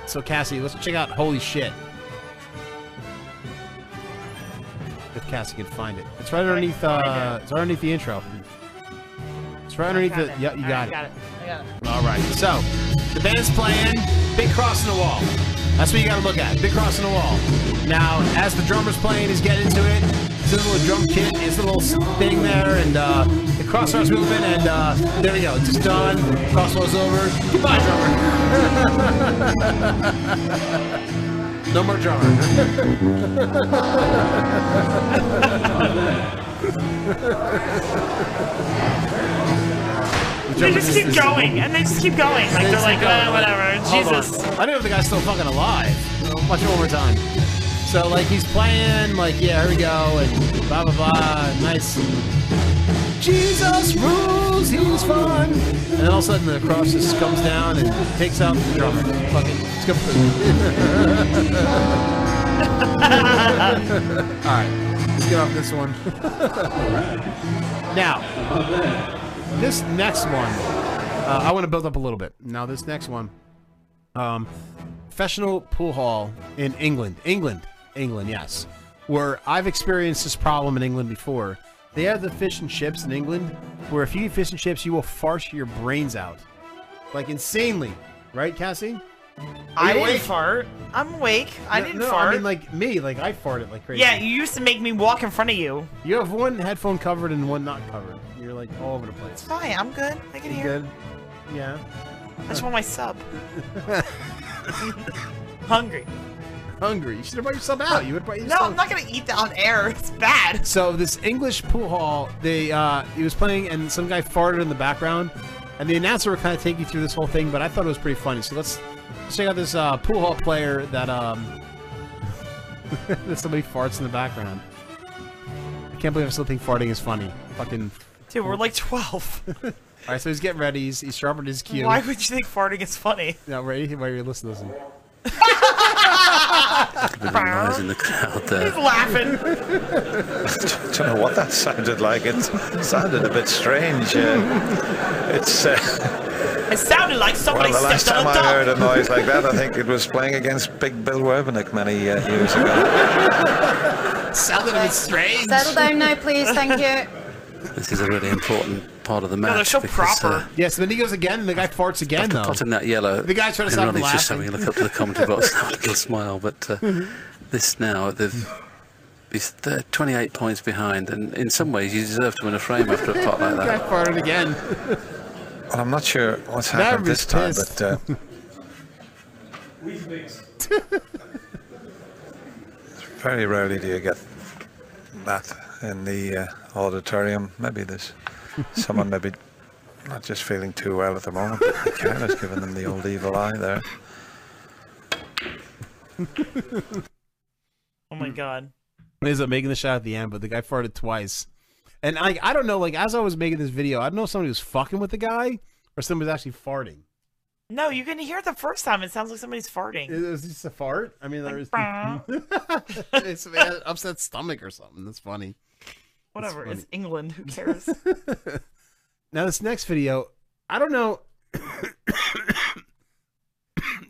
Speaker 15: so Cassie, let's check out Holy Shit. If Cassie can find it, it's right underneath. Uh, it's right underneath the intro. It's right underneath the. Yeah, you got, it.
Speaker 24: I got it.
Speaker 15: All right. So the band's playing Big Cross in the Wall. That's what you got to look at. Big Cross in the Wall. Now, as the drummer's playing, he's getting into it. His little drum kit, his little thing there, and uh, the cross starts moving, and uh, there we go. It's just done. Cross rolls over. Goodbye, drummer. no more drummer.
Speaker 24: They just keep going, and they just keep going. Like they're like,
Speaker 15: uh,
Speaker 24: "Uh, whatever, Jesus.
Speaker 15: I don't know if the guy's still fucking alive. Watch it one more time. So like he's playing, like yeah, here we go, and blah blah blah. Nice. Jesus rules. He's fun. And then all of a sudden the cross just comes down and takes out the drummer. Fuck it. Let's go. all right. Let's get off this one. now, this next one, uh, I want to build up a little bit. Now, this next one, um, professional pool hall in England, England, England, yes, where I've experienced this problem in England before. They have the fish and chips in England, where if you eat fish and chips, you will fart your brains out, like insanely, right, Cassie?
Speaker 24: I
Speaker 15: Are you
Speaker 24: didn't
Speaker 15: awake?
Speaker 24: fart. I'm awake. I
Speaker 15: No,
Speaker 24: didn't
Speaker 15: no,
Speaker 24: fart.
Speaker 15: I mean, like me, like I farted like crazy.
Speaker 24: yeah, you used to make me walk in front of you.
Speaker 15: You have one headphone covered and one not covered. You're like all over the place.
Speaker 24: Hi, I'm good. I can
Speaker 15: You
Speaker 24: hear.
Speaker 15: good? Yeah.
Speaker 24: I just want my sub. Hungry.
Speaker 15: Hungry. You should have brought yourself out. You would brought
Speaker 24: No,
Speaker 15: yourself.
Speaker 24: I'm not gonna eat that on air. It's bad.
Speaker 15: So this English pool hall, they uh, he was playing, and some guy farted in the background, and the announcer would kind of take you through this whole thing, but I thought it was pretty funny. So let's, let's check out this uh, pool hall player that um that somebody farts in the background. I can't believe I still think farting is funny. Fucking.
Speaker 24: Dude, we're like 12.
Speaker 15: All right, so he's getting ready. He's, he's sharpening his cue.
Speaker 24: Why would you think farting is funny?
Speaker 15: Now, ready? Wait, wait, listen, listen.
Speaker 29: Bit of noise in the crowd there.
Speaker 24: He's laughing.
Speaker 29: Do you know what that sounded like? It sounded a bit strange. Uh, it's. Uh,
Speaker 24: It sounded like somebody
Speaker 29: well, the last
Speaker 24: stepped
Speaker 29: time
Speaker 24: on a
Speaker 29: I
Speaker 24: dog.
Speaker 29: heard a noise like that, I think it was playing against Big Bill Werbenick many uh, years ago.
Speaker 24: Sounded a bit strange.
Speaker 14: Settle down now, please. Thank you.
Speaker 29: This is a really important part of the match.
Speaker 15: they're so
Speaker 29: because, Uh,
Speaker 15: Yes, and then he goes again, and the guy farts again,
Speaker 29: after
Speaker 15: though.
Speaker 29: potting that yellow,
Speaker 15: The guy's trying to
Speaker 29: you
Speaker 15: stop him
Speaker 29: know, it's just
Speaker 15: laughing.
Speaker 29: something you look up to the commentary box and have a little smile. But uh,
Speaker 15: Mm-hmm.
Speaker 29: this now, they've, he's- they're 28 points behind, and in some ways, you deserve to win a frame after a pot like
Speaker 15: guy
Speaker 29: that.
Speaker 15: farted again.
Speaker 29: Well, I'm not sure what's
Speaker 15: Now
Speaker 29: happened
Speaker 15: he's
Speaker 29: this time,
Speaker 15: pissed.
Speaker 29: but uh, very rarely do you get that in the uh, auditorium. Maybe there's someone maybe not just feeling too well at the moment, but the camera's giving them the old evil eye there.
Speaker 24: Oh my god.
Speaker 15: He ends up making the shot at the end, but the guy farted twice. And I, I don't know, like as I was making this video, I don't know if somebody was fucking with the guy or somebody was actually farting.
Speaker 24: No, you can hear it the first time. It sounds like somebody's farting.
Speaker 15: Is this a fart? I mean, there is it's an upset stomach or something. That's funny.
Speaker 24: Whatever.
Speaker 15: funny.
Speaker 24: It's England. Who cares?
Speaker 15: Now this next video, I don't know.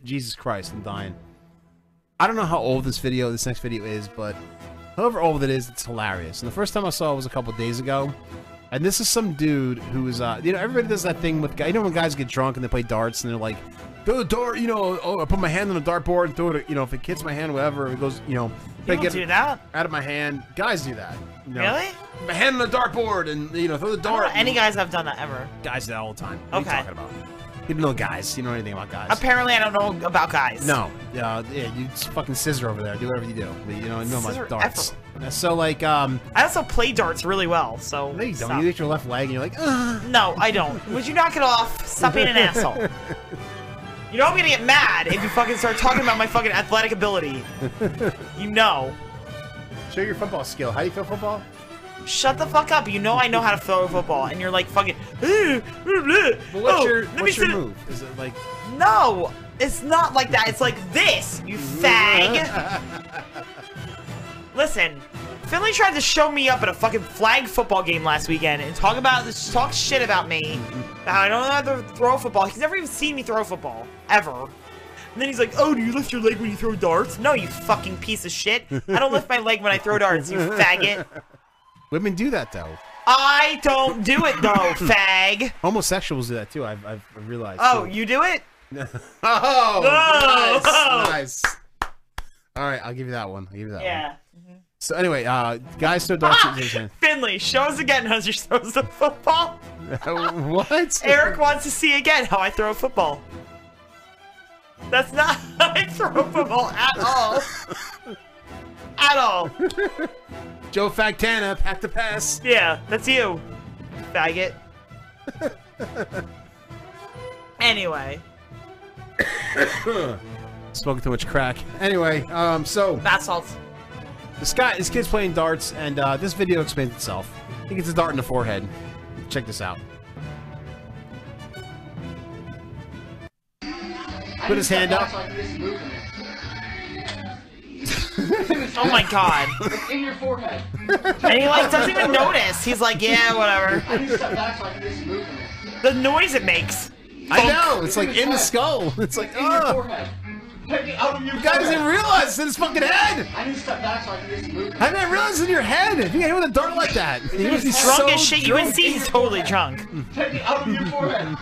Speaker 15: Jesus Christ, I'm dying. I don't know how old this video, this next video is, but however old it is, it's hilarious. And the first time I saw it was a couple days ago. And this is some dude who is, uh, you know, everybody does that thing with guys. You know, when guys get drunk and they play darts and they're like, throw the dart, you know, oh, I put my hand on the dartboard and throw it, you know, if it hits my hand, whatever, it goes, you know,
Speaker 24: You don't do that.
Speaker 15: out of my hand. Guys do that. You know,
Speaker 24: Really?
Speaker 15: My hand on the dartboard and, you know, throw the
Speaker 24: I don't know
Speaker 15: dart.
Speaker 24: any
Speaker 15: and-
Speaker 24: guys have done that ever.
Speaker 15: guys do that all the time. What are
Speaker 24: Okay.
Speaker 15: you talking about? You don't know guys. You don't know anything about guys.
Speaker 24: Apparently, I don't know about guys.
Speaker 15: No. Uh, yeah, you just fucking scissor over there. Do whatever you do. But you don't know
Speaker 24: Scissor
Speaker 15: about darts. So, like, um...
Speaker 24: I also play darts really well, so. No, you
Speaker 15: Don't you hit your left leg and you're like, "Ugh."
Speaker 24: No, I don't. Would you knock it off? Stop being an asshole. You know I'm gonna get mad if you fucking start talking about my fucking athletic ability. You know.
Speaker 15: Show your football skill. How do you throw football?
Speaker 24: Shut the fuck up. You know I know how to throw a football, and you're like fucking. Well, what's
Speaker 15: But what's your, what's your move? Is it like...
Speaker 24: No, it's not like that. It's like this, you fag. Listen, Finley tried to show me up at a fucking flag football game last weekend and talk about talk shit about me. How I don't know how to throw a football. He's never even seen me throw a football ever. And then he's like, "Oh, do you lift your leg when you throw darts?" No, you fucking piece of shit. I don't lift my leg when I throw darts. You faggot.
Speaker 15: Women do that, though.
Speaker 24: I don't do it though, fag.
Speaker 15: Homosexuals do that, too. I've, I've realized.
Speaker 24: Oh,
Speaker 15: too.
Speaker 24: you do it?
Speaker 15: Oh,
Speaker 24: Oh!
Speaker 15: nice, nice. All right, I'll give you that one. I'll give you that one.
Speaker 24: Yeah.
Speaker 15: So, anyway, uh, guys throw darts at each other.
Speaker 24: Finley, show us again how you throw the football.
Speaker 15: what?
Speaker 24: Eric wants to see again how I throw a football. That's not how I throw a football at all. at all.
Speaker 15: Joe Fagtana, pack the pass.
Speaker 24: Yeah, that's you, faggot. anyway,
Speaker 15: Smoking too much crack. Anyway, um, so
Speaker 24: bath salts.
Speaker 15: This guy, this kid's playing darts, and uh, this video explains itself. He gets a dart in the forehead. Check this out. Put his hand up.
Speaker 24: oh my god.
Speaker 6: In your forehead.
Speaker 24: And he like doesn't even notice. He's like, yeah, whatever. The noise it makes.
Speaker 15: I know. It's like in the skull. It's like, oh, the guy doesn't even realize it's in his fucking head.
Speaker 6: I need to step back so I can get some movement.
Speaker 15: I didn't realize it's in your head. If you hit him with a dart like that, he was
Speaker 24: He's drunk
Speaker 15: so
Speaker 24: as shit. You
Speaker 15: drunk. Mm.
Speaker 24: can see he's totally drunk.
Speaker 6: Take it out of your forehead.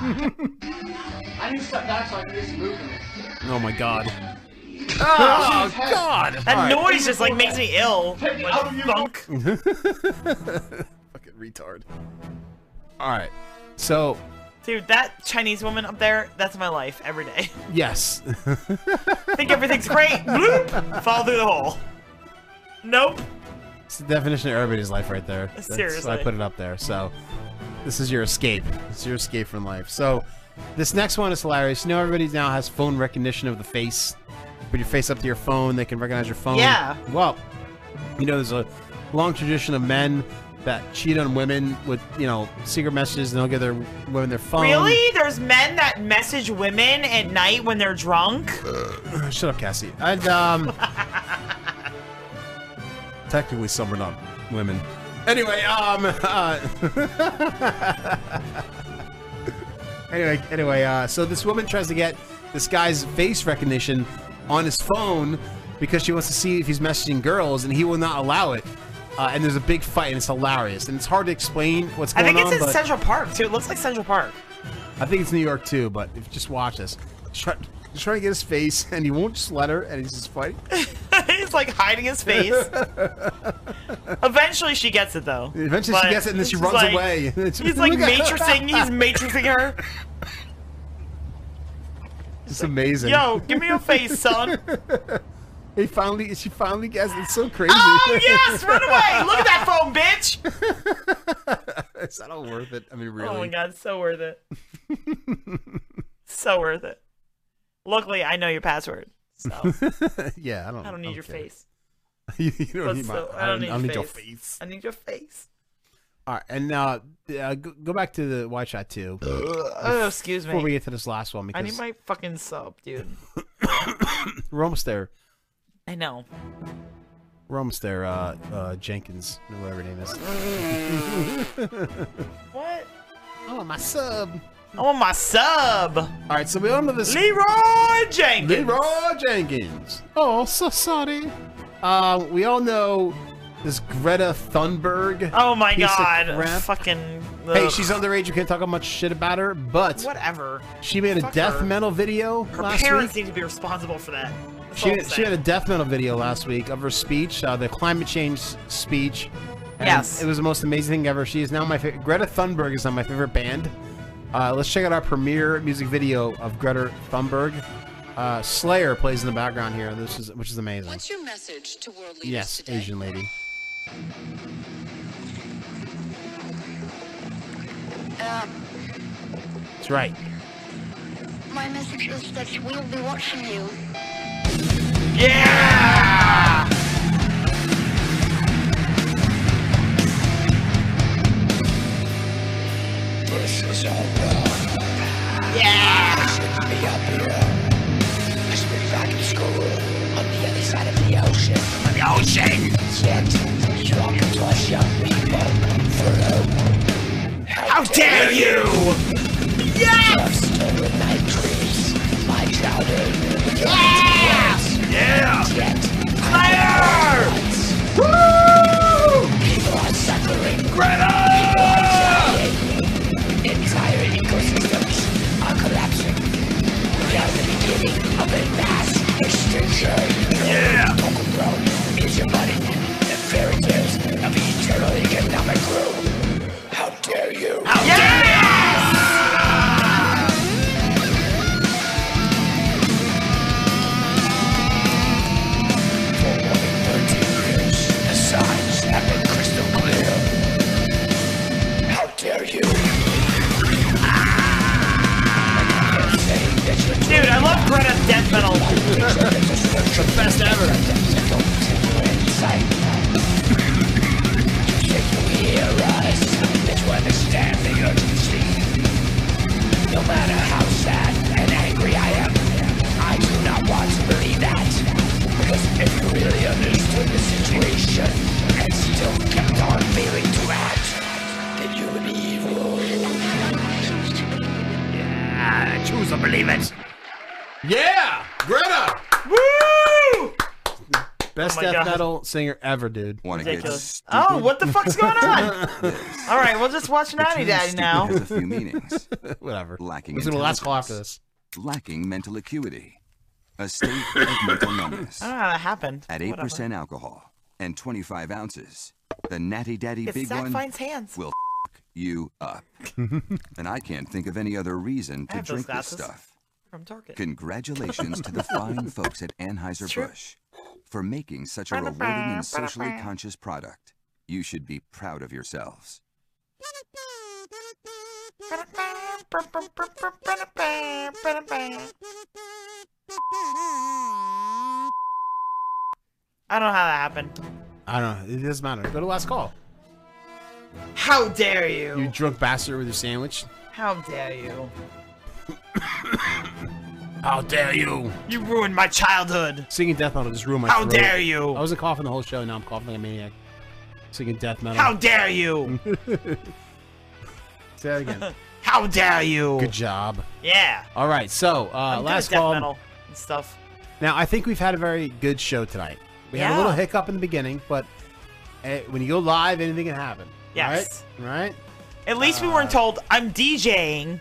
Speaker 6: I need to step back so I can get some movement.
Speaker 15: Oh my god. Ah!
Speaker 6: Oh,
Speaker 15: God.
Speaker 24: That
Speaker 15: All right.
Speaker 24: noise just like makes me ill.
Speaker 6: Take it
Speaker 24: Like,
Speaker 6: out of your
Speaker 24: thunk.
Speaker 15: Fucking retard. All right. So
Speaker 24: Dude, that Chinese woman up there, that's my life every day.
Speaker 15: yes,
Speaker 24: Think everything's great, bloop, fall through the hole. Nope.
Speaker 15: It's the definition of everybody's life right there. That's why I
Speaker 24: Seriously.
Speaker 15: put it up there. So this is your escape. It's your escape from life. So this next one is hilarious. You know everybody now has phone recognition of the face. Put your face up to your phone, they can recognize your phone.
Speaker 24: Yeah.
Speaker 15: Well, you know there's a long tradition of men that cheat on women with you know secret messages, and they'll give their women their phone.
Speaker 24: Really? There's men that message women at night when they're drunk?
Speaker 15: Shut up, Cassie. And um, technically, some are not women. Anyway, um, uh, anyway, anyway, uh, so this woman tries to get this guy's face recognition on his phone because she wants to see if he's messaging girls, and he will not allow it. Uh, and there's a big fight, and it's hilarious, and it's hard to explain what's
Speaker 24: I
Speaker 15: going on.
Speaker 24: think it's in
Speaker 15: but-
Speaker 24: Central Park too. It looks like Central Park.
Speaker 15: I think it's New York too, but if just watch this. Try, just trying to get his face, and he won't just let her, and he's just fighting.
Speaker 24: He's like hiding his face. Eventually she gets it though.
Speaker 15: Eventually she
Speaker 24: But
Speaker 15: gets it, and then she
Speaker 24: it's
Speaker 15: runs
Speaker 24: like-
Speaker 15: away.
Speaker 24: He's like matrixing. He's matrixing her.
Speaker 15: It's amazing.
Speaker 24: Yo, give me your face, son.
Speaker 15: He finally, she finally gets it. It's so crazy.
Speaker 24: Oh yes, run away! Look at that phone, bitch.
Speaker 15: It's not all worth it. I mean,
Speaker 24: Oh my
Speaker 15: really.
Speaker 24: god, so worth it. so worth it. Luckily, I know your password. So
Speaker 15: yeah, I don't.
Speaker 24: I don't need your
Speaker 15: care.
Speaker 24: face.
Speaker 15: you, you don't
Speaker 24: But
Speaker 15: need my.
Speaker 24: still,
Speaker 15: I don't, I don't need your face.
Speaker 24: I need your face.
Speaker 15: All right, and uh, uh, go, go back to the Y shot too.
Speaker 24: Oh, excuse me.
Speaker 15: Before we get to this last one, because
Speaker 24: I need my fucking sub, dude.
Speaker 15: we're almost there.
Speaker 24: I know.
Speaker 15: We're almost there. Uh, uh, Jenkins, or whatever her name is.
Speaker 24: What?
Speaker 15: I want Oh, my sub.
Speaker 24: I want my sub. All
Speaker 15: right, so we all know this.
Speaker 24: Leroy Jenkins.
Speaker 15: Leroy Jenkins. Oh, so sorry. Uh, we all know this Greta Thunberg.
Speaker 24: Oh my
Speaker 15: piece of
Speaker 24: god.
Speaker 15: crap.
Speaker 24: Fucking.
Speaker 15: Hey,
Speaker 24: ugh.
Speaker 15: she's underage. You can't talk much shit about her, but
Speaker 24: Whatever.
Speaker 15: she made a
Speaker 24: Fuck
Speaker 15: death
Speaker 24: her.
Speaker 15: metal video
Speaker 24: Her
Speaker 15: last week.
Speaker 24: parents need to be responsible for that. That's all
Speaker 15: She,
Speaker 24: I'm
Speaker 15: she had a
Speaker 24: saying.
Speaker 15: death metal video last week of her speech, uh, the climate change s- speech. and
Speaker 24: Yes.
Speaker 15: It was the most amazing thing ever. She is now my favorite. Greta Thunberg is now my favorite band. Uh, let's check out our premiere music video of Greta Thunberg. Uh, Slayer plays in the background here, this is, which is amazing.
Speaker 3: What's your message to world leaders
Speaker 15: Yes,
Speaker 3: today?
Speaker 15: Asian lady.
Speaker 3: Uh,
Speaker 15: That's right.
Speaker 3: my message is that we'll be watching you.
Speaker 24: Yeah!
Speaker 6: This is our world.
Speaker 24: Yeah!
Speaker 6: I should be up here. I should be back in school on the other side of the ocean. On the ocean! Yet, you are to us young people for hope. How, dare you! Yes! Stolen my dreams, my childhood. Yeah! Yeah! Yet, Fire! Woo! People are suffering. Greta! People are dying. Entire ecosystems are collapsing. We are the beginning of a mass extinction. Yeah! Uncle Bro is your buddy. The fairy tales of the eternal economic growth. How dare you? How dare you? The signs have been crystal clear. How dare you?
Speaker 24: Dude, I love Greta death metal. the best ever.
Speaker 6: Hear us. It's to understand the urgency. No matter how sad and angry I am, I do not want to believe that. Because if you really understood the situation and still kept on failing to act, then you would be evil. Yeah, I choose to believe it.
Speaker 15: Yeah! Greta!
Speaker 24: Woo!
Speaker 15: Best
Speaker 24: Oh my
Speaker 15: death
Speaker 24: God.
Speaker 15: metal singer ever, dude.
Speaker 30: Wanna
Speaker 24: Ridiculous. Oh, what the fuck's going on? All right, we'll just watch Naughty
Speaker 30: term
Speaker 24: Daddy
Speaker 30: stupid
Speaker 24: now.
Speaker 30: Has a few meanings.
Speaker 15: Whatever.
Speaker 30: Lacking
Speaker 15: Listen to the last call
Speaker 30: intelligence, Lacking mental acuity. A state of mental numbness.
Speaker 24: I don't know how that happened.
Speaker 30: At 8%
Speaker 24: Whatever.
Speaker 30: alcohol and 25 ounces, the Natty Daddy
Speaker 24: It's
Speaker 30: Big
Speaker 24: Zach
Speaker 30: One
Speaker 24: Fine's hands.
Speaker 30: will f- you up. and I can't think of any other reason
Speaker 24: I
Speaker 30: to
Speaker 24: have those
Speaker 30: drink this
Speaker 24: glasses
Speaker 30: stuff.
Speaker 24: from Target.
Speaker 30: Congratulations to the fine folks at Anheuser-Busch for making such a rewarding and socially conscious product. You should be proud of yourselves.
Speaker 24: I don't know how that happened.
Speaker 15: I don't know. It doesn't matter. Go to last call.
Speaker 24: How dare you?
Speaker 15: You drunk bastard with your sandwich.
Speaker 24: How dare you?
Speaker 15: How dare you?
Speaker 24: You ruined my childhood.
Speaker 15: Singing death metal just ruined my
Speaker 24: How
Speaker 15: throat.
Speaker 24: dare you?
Speaker 15: I wasn't coughing the whole show. Now I'm coughing like a maniac. Singing death metal.
Speaker 24: How dare you?
Speaker 15: Say that again.
Speaker 24: How dare you?
Speaker 15: Good job.
Speaker 24: Yeah.
Speaker 15: All right. So uh,
Speaker 24: I'm good
Speaker 15: last
Speaker 24: at death
Speaker 15: call.
Speaker 24: metal and stuff.
Speaker 15: Now, I think we've had a very good show tonight. We had a
Speaker 24: Yeah.
Speaker 15: little hiccup in the beginning, but eh, when you go live, anything can happen.
Speaker 24: Yes.
Speaker 15: Right? right?
Speaker 24: At least we weren't told I'm DJing.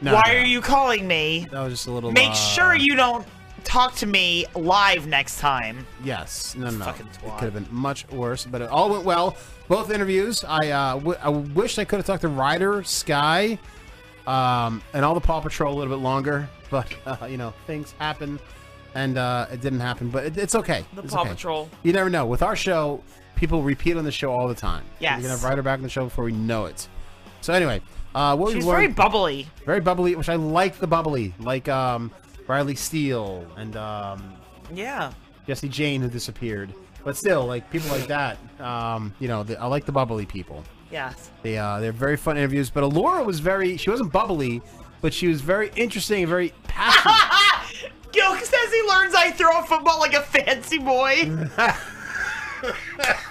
Speaker 15: No,
Speaker 24: Why
Speaker 15: no.
Speaker 24: are you calling me?
Speaker 15: That was just a little.
Speaker 24: Make
Speaker 15: uh,
Speaker 24: sure you don't talk to me live next time.
Speaker 15: Yes. No, no, no.
Speaker 24: Fucking
Speaker 15: It
Speaker 24: twat.
Speaker 15: could have been much worse, but it all went well. Both interviews. I, uh, w- I wish I could have talked to Ryder, Sky, um, and all the Paw Patrol a little bit longer, but, uh, you know, things happen, and uh, it didn't happen, but it, it's okay.
Speaker 24: The
Speaker 15: It's
Speaker 24: Paw
Speaker 15: okay.
Speaker 24: Patrol.
Speaker 15: You never know. With our show, people repeat on the show all the time.
Speaker 24: Yes.
Speaker 15: We're going to have Ryder back on the show before we know it. So, anyway, uh, what
Speaker 24: She's
Speaker 15: we learned,
Speaker 24: very bubbly.
Speaker 15: Very bubbly, which I like the bubbly, like um, Riley Steele and um,
Speaker 24: Yeah.
Speaker 15: Jesse Jane who disappeared. But still, like people like that, um, you know, the, I like the bubbly people.
Speaker 24: Yes.
Speaker 15: They uh, they're very fun interviews. But Laura was very she wasn't bubbly, but she was very interesting and very passionate.
Speaker 24: Yo, says he learns I throw a football like a fancy boy.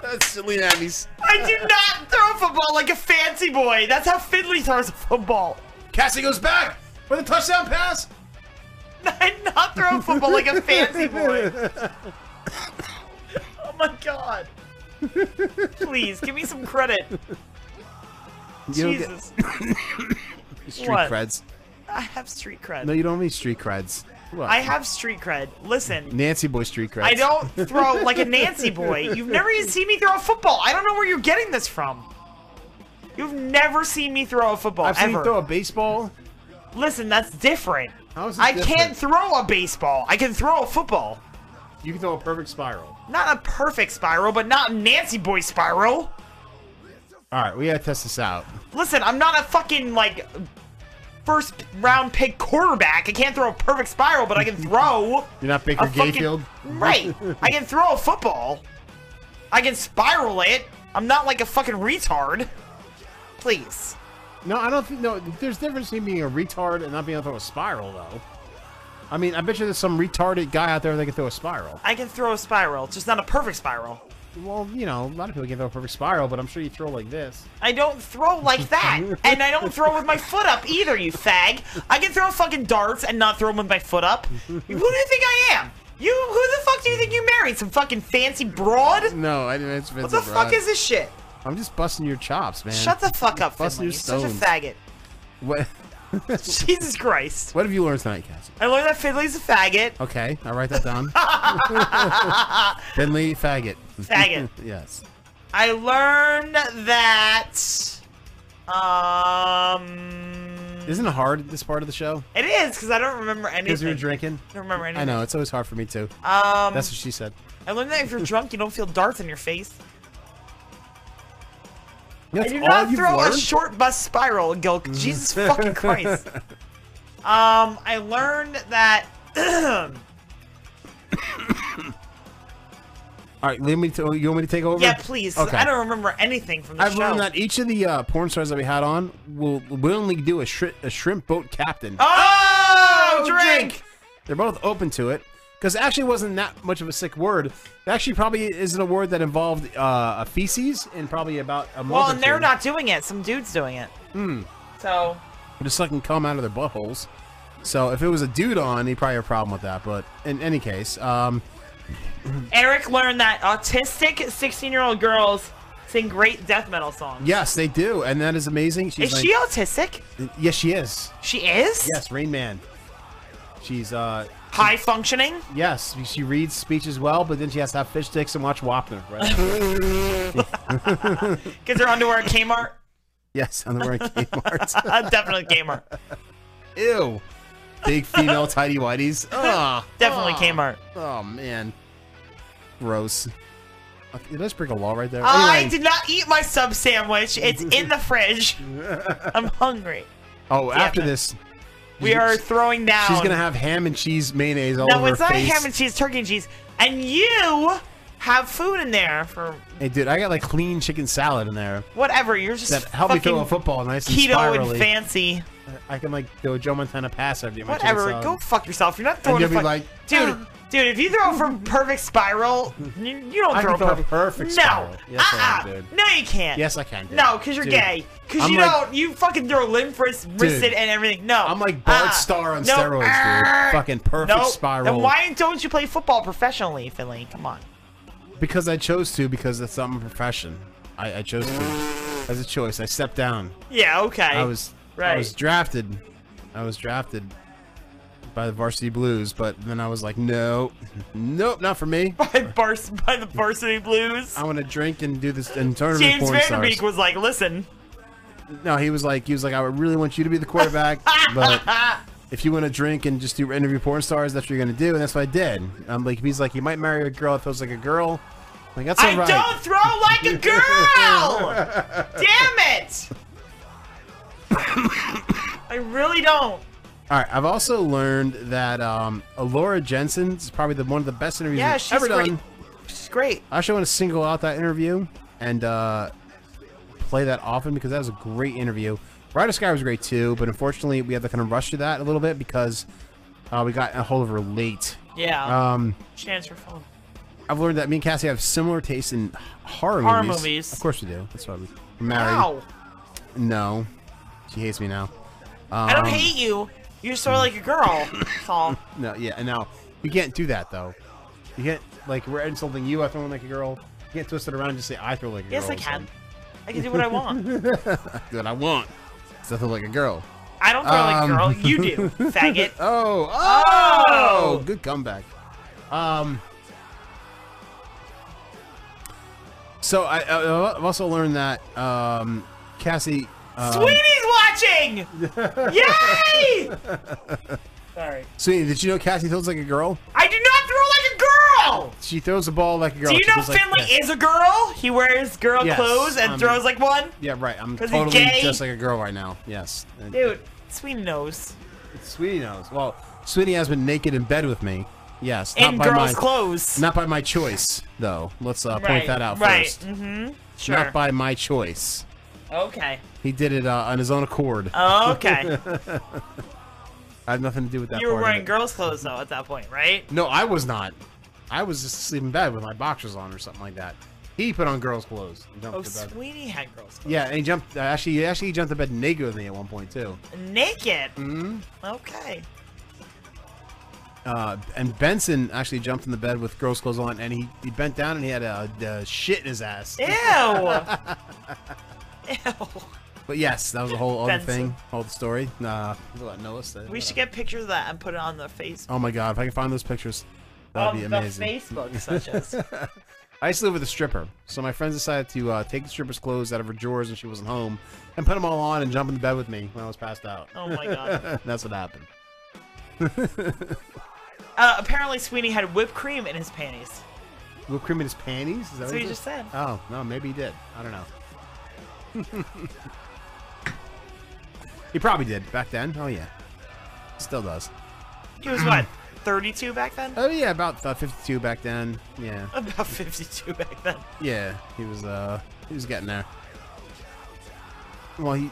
Speaker 15: That's silly Abby's.
Speaker 24: I do not throw a football like a fancy boy. That's how Finley throws a football.
Speaker 15: Cassie goes back for the touchdown pass.
Speaker 24: I not throw a football like a fancy boy. Oh my god. Please give me some credit.
Speaker 15: You don't get-
Speaker 24: Jesus.
Speaker 15: street
Speaker 24: What?
Speaker 15: creds.
Speaker 24: I have street cred.
Speaker 15: No, you don't have any street creds. What?
Speaker 24: I have street cred. Listen,
Speaker 15: Nancy boy street creds.
Speaker 24: I don't throw like a Nancy boy. You've never even seen me throw a football. I don't know where you're getting this from. You've never seen me throw a football
Speaker 15: I've seen you
Speaker 24: ever.
Speaker 15: throw a baseball.
Speaker 24: Listen, that's different.
Speaker 15: How is it
Speaker 24: I
Speaker 15: different?
Speaker 24: can't throw a baseball. I can throw a football.
Speaker 15: You can throw a perfect spiral.
Speaker 24: Not a perfect spiral, but not a Nancy boy spiral.
Speaker 15: All right, we gotta test this out.
Speaker 24: Listen, I'm not a fucking like first round pick quarterback. I can't throw a perfect spiral, but I can throw.
Speaker 15: You're not Baker
Speaker 24: a fucking-
Speaker 15: Gayfield.
Speaker 24: Right. I can throw a football. I can spiral it. I'm not like a fucking retard. Please.
Speaker 15: No, I don't think. No, there's difference between being a retard and not being able to throw a spiral, though. I mean, I bet you there's some retarded guy out there that can throw a spiral.
Speaker 24: I can throw a spiral, just not a perfect spiral.
Speaker 15: Well, you know, a lot of people can throw a perfect spiral, but I'm sure you throw like this.
Speaker 24: I don't throw like that. and I don't throw with my foot up either, you fag. I can throw fucking darts and not throw them with my foot up. Who do you think I am? You, who the fuck do you think you married? Some fucking fancy broad?
Speaker 15: No, I didn't. It's
Speaker 24: What the fuck is this shit?
Speaker 15: I'm just busting your chops, man.
Speaker 24: Shut the fuck up,
Speaker 15: Bust
Speaker 24: Finley.
Speaker 15: your
Speaker 24: You're such a
Speaker 15: stones.
Speaker 24: faggot.
Speaker 15: What?
Speaker 24: Jesus Christ.
Speaker 15: What have you learned tonight, Cassie?
Speaker 24: I learned that Finley's a faggot.
Speaker 15: Okay, I'll write that down. Finley, faggot.
Speaker 24: Faggot.
Speaker 15: yes.
Speaker 24: I learned that. Um.
Speaker 15: Isn't it hard this part of the show?
Speaker 24: It is because I don't remember anything.
Speaker 15: Because we were drinking.
Speaker 24: Don't remember anything.
Speaker 15: I know it's always hard for me too.
Speaker 24: Um,
Speaker 15: That's what she said.
Speaker 24: I learned that if you're drunk, you don't feel darts in your face.
Speaker 15: That's
Speaker 24: I do
Speaker 15: all
Speaker 24: not
Speaker 15: you've
Speaker 24: throw
Speaker 15: learned? Mm.
Speaker 24: a short bus spiral and go, Jesus fucking Christ. Um, I learned that.
Speaker 15: All right, let me. To, you want me to take over?
Speaker 24: yeah, please. I don't remember anything from the
Speaker 15: I've
Speaker 24: show.
Speaker 15: learned that each of the uh, porn stars that we had on will willingly do a, shri- a shrimp boat captain.
Speaker 24: Oh, drink!
Speaker 15: They're both open to it because actually wasn't that much of a sick word. It actually probably isn't a word that involved uh, a feces in probably about a month.
Speaker 24: Well,
Speaker 15: or
Speaker 24: and they're
Speaker 15: two.
Speaker 24: not doing it. Some dude's doing it.
Speaker 15: Hmm.
Speaker 24: So.
Speaker 15: They're just sucking cum out of their buttholes. So if it was a dude on, he'd probably have a problem with that. But in any case, um, Hmm.
Speaker 24: Eric learned that autistic 16 year old girls sing great death metal songs.
Speaker 15: yes, they do, and that is amazing. She's
Speaker 24: is
Speaker 15: like-
Speaker 24: she autistic?
Speaker 15: Yes, she is.
Speaker 24: She is?
Speaker 15: Yes, Rain Man. She's uh
Speaker 24: High functioning?
Speaker 15: yes, she reads speeches well, but then she has to have fish sticks and watch Wapner. Right?
Speaker 24: Because her underwear at Kmart?
Speaker 15: yes, on the wearing Kmart.
Speaker 24: Definitely Kmart.
Speaker 15: Ew. Big female tidy whities. Ah,
Speaker 24: Definitely
Speaker 15: ah.
Speaker 24: Kmart.
Speaker 15: Oh man. Gross. Okay, Did I just break a law right there?
Speaker 24: I
Speaker 15: Anyway.
Speaker 24: did not eat my sub sandwich. It's in the fridge. I'm hungry.
Speaker 15: Oh, after this.
Speaker 24: We are throwing down.
Speaker 15: She's gonna have ham and cheese mayonnaise all
Speaker 24: No,
Speaker 15: over
Speaker 24: it's
Speaker 15: her
Speaker 24: not
Speaker 15: face.
Speaker 24: ham and cheese, turkey and cheese. And you have food in there for
Speaker 15: Hey, dude, I got like clean chicken salad in there.
Speaker 24: whatever. You're just
Speaker 15: That helped me throw a
Speaker 24: fucking
Speaker 15: football nice and
Speaker 24: keto and
Speaker 15: spirally.
Speaker 24: fancy.
Speaker 15: I can like do a Joe Montana pass every day. with my chicken
Speaker 24: Whatever.
Speaker 15: salad.
Speaker 24: Go fuck yourself. You're not throwing
Speaker 15: you'll
Speaker 24: a
Speaker 15: be
Speaker 24: fuck-
Speaker 15: like, "Ah."
Speaker 24: dude. Dude, if you throw from perfect spiral, you, you don't
Speaker 15: I
Speaker 24: throw,
Speaker 15: can throw a
Speaker 24: perfect.
Speaker 15: perfect
Speaker 24: no,
Speaker 15: spiral. Yes, I
Speaker 24: uh-uh.
Speaker 15: did.
Speaker 24: no, you can't.
Speaker 15: Yes, I can, dude.
Speaker 24: No, because you're
Speaker 15: Dude,
Speaker 24: gay. Because
Speaker 15: I'm
Speaker 24: you
Speaker 15: like-
Speaker 24: don't. You fucking throw limb wrist, wristed, and everything. No, Uh, I'm
Speaker 15: like Bart Star on steroids, dude. Fucking perfect spiral.
Speaker 24: Then why don't you play football professionally, Finley? Come on.
Speaker 15: Because I chose to. Because that's not my profession. I, I chose to as a choice. I stepped down.
Speaker 24: Yeah. Okay.
Speaker 15: I was I
Speaker 24: Right.
Speaker 15: was drafted. I was drafted by the Varsity Blues, but then I was like, no, nope, not for me.
Speaker 24: by, vars- by the Varsity Blues.
Speaker 15: I want to drink and do this and tournament
Speaker 24: James
Speaker 15: porn
Speaker 24: Vanderbeek
Speaker 15: stars.
Speaker 24: was like, "Listen,
Speaker 15: No, he was like, he was like, I really want you to be the quarterback, but if you want to drink and just do interview porn stars, that's what you're gonna do, and that's what I did. I'm like, he's like, you might marry a girl that feels like a girl. I'm like that's
Speaker 24: I
Speaker 15: alright.
Speaker 24: don't throw like a girl. Damn it! I really don't.
Speaker 15: All right, I've also learned that um, Laura Jensen is probably the one of the best interviews
Speaker 24: Yeah,
Speaker 15: I've
Speaker 24: she's
Speaker 15: ever
Speaker 24: great.
Speaker 15: done.
Speaker 24: She's great.
Speaker 15: I actually want to single out that interview and uh, play that often because that was a great interview. Ride of Sky was great too, but unfortunately we had to kind of rush through that a little bit because uh, we got a hold of her late.
Speaker 24: Yeah.
Speaker 15: Um,
Speaker 24: She answered phone.
Speaker 15: I've learned that me and Cassie have similar tastes in h- horror,
Speaker 24: Horror
Speaker 15: movies.
Speaker 24: movies.
Speaker 15: Of course we do. That's why we we're married.
Speaker 24: Wow.
Speaker 15: No, she hates me now.
Speaker 24: I don't
Speaker 15: Um,
Speaker 24: hate you. You're just sort of like a girl. That's all.
Speaker 15: No, yeah, and now you can't do that though. You can't like we're insulting you. I throw in like a girl. You can't twist it around and just say I throw like a
Speaker 24: Yes,
Speaker 15: girl.
Speaker 24: I can. I can do what I want.
Speaker 15: That I want. It's nothing like a girl. Um,
Speaker 24: I don't throw like a girl. You do, faggot.
Speaker 15: Oh, oh,
Speaker 24: Oh!
Speaker 15: good comeback. Um. So I, I- I've also learned that um, Cassie. Um,
Speaker 24: Sweetie's watching. Yay! Sorry.
Speaker 15: Sweetie, did you know Cassie throws like a girl?
Speaker 24: I do not throw like a girl.
Speaker 15: She throws the ball like a girl.
Speaker 24: Do you
Speaker 15: She
Speaker 24: know
Speaker 15: goes like
Speaker 24: Finley
Speaker 15: this.
Speaker 24: is a girl? He wears girl
Speaker 15: Yes,
Speaker 24: clothes and
Speaker 15: um,
Speaker 24: throws like one.
Speaker 15: Yeah, right. I'm
Speaker 24: 'Cause he's
Speaker 15: totally
Speaker 24: gay?
Speaker 15: just like a girl right now. Yes.
Speaker 24: Dude, Sweetie knows.
Speaker 15: Sweetie knows. Well, Sweetie has been naked in bed with me. Yes. not
Speaker 24: In
Speaker 15: by
Speaker 24: girls'
Speaker 15: my,
Speaker 24: clothes.
Speaker 15: Not by my choice, though. Let's uh, point
Speaker 24: Right,
Speaker 15: that out
Speaker 24: right.
Speaker 15: first.
Speaker 24: Mm-hmm. Sure.
Speaker 15: Not by my choice.
Speaker 24: okay.
Speaker 15: He did it uh, on his own accord.
Speaker 24: Oh, Okay.
Speaker 15: I have nothing to do with that.
Speaker 24: you were
Speaker 15: part of
Speaker 24: wearing
Speaker 15: it.
Speaker 24: girls' clothes though at that point, right?
Speaker 15: No, I was not. I was just sleeping in bed with my boxers on or something like that. He put on girls' clothes. and jumped
Speaker 24: Oh,
Speaker 15: to bed.
Speaker 24: Sweetie had girls' clothes.
Speaker 15: Yeah, and he jumped. Uh, actually, he actually jumped to bed naked with me at one point too.
Speaker 24: Naked.
Speaker 15: Mm-hmm.
Speaker 24: Okay.
Speaker 15: Uh, and Benson actually jumped in the bed with girls' clothes on, and he, he bent down and he had a, a shit in his ass.
Speaker 24: Ew. Ew.
Speaker 15: But yes, that was a whole other
Speaker 24: Benson.
Speaker 15: thing, whole story. Nah, people that know us. they-
Speaker 24: We should get pictures of that and put it on the face.
Speaker 15: Oh my god, if I can find those pictures, that'd
Speaker 24: on
Speaker 15: be
Speaker 24: the
Speaker 15: amazing.
Speaker 24: Facebook, such as.
Speaker 15: I used to live with a stripper, so my friends decided to uh, take the stripper's clothes out of her drawers when she wasn't home, and put them all on and jump in the bed with me when I was passed out.
Speaker 24: Oh my God.
Speaker 15: that's what happened.
Speaker 24: Uh, apparently, Sweeney had whipped cream in his panties.
Speaker 15: Whipped cream in his panties? Is that
Speaker 24: That's
Speaker 15: what he
Speaker 24: what you
Speaker 15: did?
Speaker 24: just said.
Speaker 15: Oh no, maybe he did. I don't know. He probably did back then. Oh yeah, still does.
Speaker 24: He was what, 32 back then?
Speaker 15: Oh yeah, about uh, 52 back then. Yeah,
Speaker 24: About 52 back then.
Speaker 15: yeah, he was uh, he was getting there. Well, he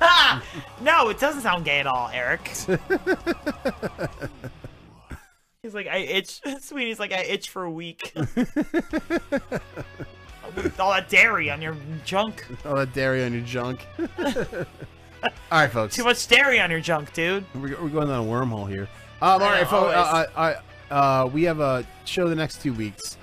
Speaker 24: Ha! No, it doesn't sound gay at all, Eric. He's like, I itch. Sweetie's like, I itch for a week. With all that dairy on your junk.
Speaker 15: all that dairy on your junk. all right, folks.
Speaker 24: Too much dairy on your junk, dude.
Speaker 15: We're, we're going down a wormhole here. Um, all
Speaker 24: I
Speaker 15: right,
Speaker 24: know,
Speaker 15: folks. Uh,
Speaker 24: always.
Speaker 15: I, I, uh, we have a show the next two weeks.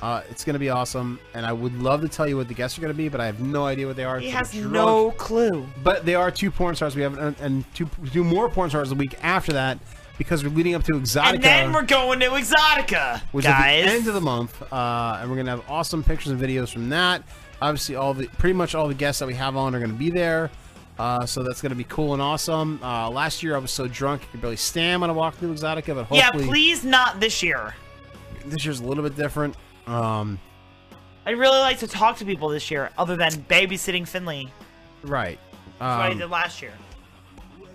Speaker 15: Uh, it's going to be awesome, and I would love to tell you what the guests are going to be, but I have no idea what they are.
Speaker 24: He
Speaker 15: So
Speaker 24: has
Speaker 15: the drunk-
Speaker 24: no clue.
Speaker 15: But they are two porn stars we have, and, and two two more porn stars a week after that because we're leading up to Exotica,
Speaker 24: And then we're going to Exotica,
Speaker 15: which
Speaker 24: guys.
Speaker 15: is at the end of the month, uh, and we're gonna have awesome pictures and videos from that. Obviously, all the pretty much all the guests that we have on are gonna be there, uh, so that's gonna be cool and awesome. Uh, last year I was so drunk I could barely stand when I walked through Exotica, but
Speaker 24: yeah,
Speaker 15: hopefully
Speaker 24: please not this year.
Speaker 15: this year's a little bit different. Um,
Speaker 24: I'd really like to talk to people this year, other than babysitting Finley.
Speaker 15: right.
Speaker 24: That's what I
Speaker 15: Um,
Speaker 24: did last year.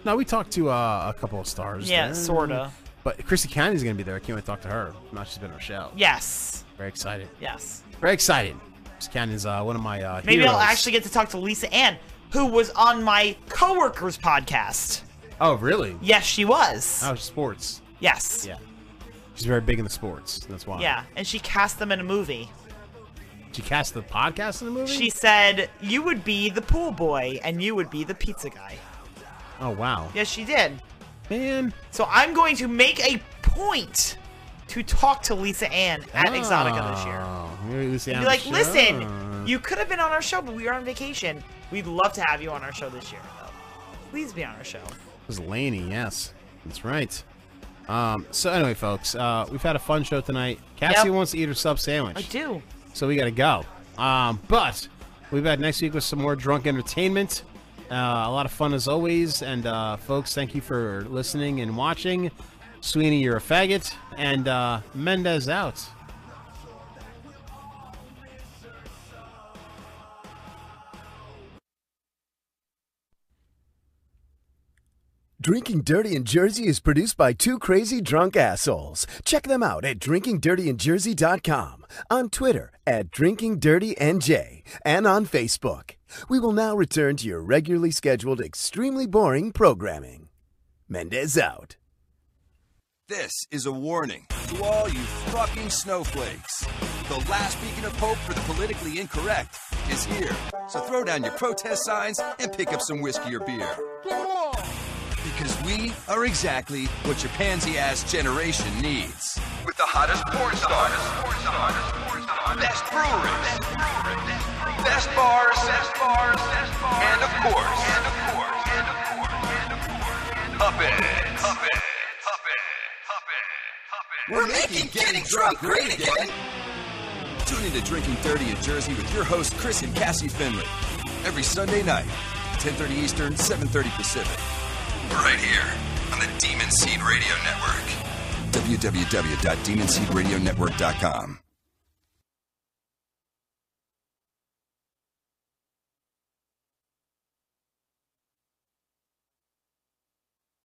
Speaker 15: No, we talked to uh, a couple of stars.
Speaker 24: Yeah,
Speaker 15: there.
Speaker 24: sorta.
Speaker 15: But Chrissy Candy's going to be there. I can't wait to talk to her. Now she's been on our show.
Speaker 24: Yes.
Speaker 15: Very excited.
Speaker 24: Yes.
Speaker 15: Very excited. Chrissy Candy's uh, one of my uh,
Speaker 24: Maybe I'll
Speaker 15: heroes.
Speaker 24: actually get to talk to Lisa Ann, who was on my coworker's podcast.
Speaker 15: Oh, really?
Speaker 24: Yes, she was.
Speaker 15: Oh, sports.
Speaker 24: Yes.
Speaker 15: Yeah. She's very big in the sports. That's why.
Speaker 24: Yeah, and she cast them in a movie.
Speaker 15: She cast the podcast in the movie?
Speaker 24: She said, You would be the pool boy and you would be the pizza guy.
Speaker 15: Oh, wow.
Speaker 24: Yes, she did.
Speaker 15: Man.
Speaker 24: So I'm going to make a point to talk to Lisa Ann at Exotica
Speaker 15: Ah.
Speaker 24: this year.
Speaker 15: year. Oh, Lucy
Speaker 24: And
Speaker 15: on
Speaker 24: be
Speaker 15: the
Speaker 24: like,
Speaker 15: show.
Speaker 24: listen, you could have been on our show, but we were on vacation. We'd love to have you on our show this year, though. Please be on our show.
Speaker 15: It was Laney, yes. That's right. Um, so anyway, folks, uh, we've had a fun show tonight. Cassie wants to eat her sub sandwich.
Speaker 24: I do.
Speaker 15: So we got to go. Um, but we've had next week with some more drunk entertainment. Uh, a lot of fun as always. And uh, folks, thank you for listening and watching. Sweeney, you're a faggot. And uh, Mendez out.
Speaker 31: Drinking Dirty in Jersey is produced by two crazy drunk assholes. Check them out at drinkingdirtyinjersey.com, on Twitter at drinkingdirtynj, and on Facebook. We will now return to your regularly scheduled, extremely boring programming. Mendez out.
Speaker 32: This is a warning to all you fucking snowflakes. The last beacon of hope for the politically incorrect is here. So throw down your protest signs and pick up some whiskey or beer. Because we are exactly what your pansy ass generation needs. With the hottest porn stars, best breweries, best bars, and of course, Puppets. Puppets. We're making getting drunk great again. Tune into Drinking Dirty in Jersey with your hosts Chris and Cassie Finley every Sunday night, 10:30 Eastern, 7:30 Pacific, right here on the Demon Seed Radio Network. www.demonseedradionetwork.com.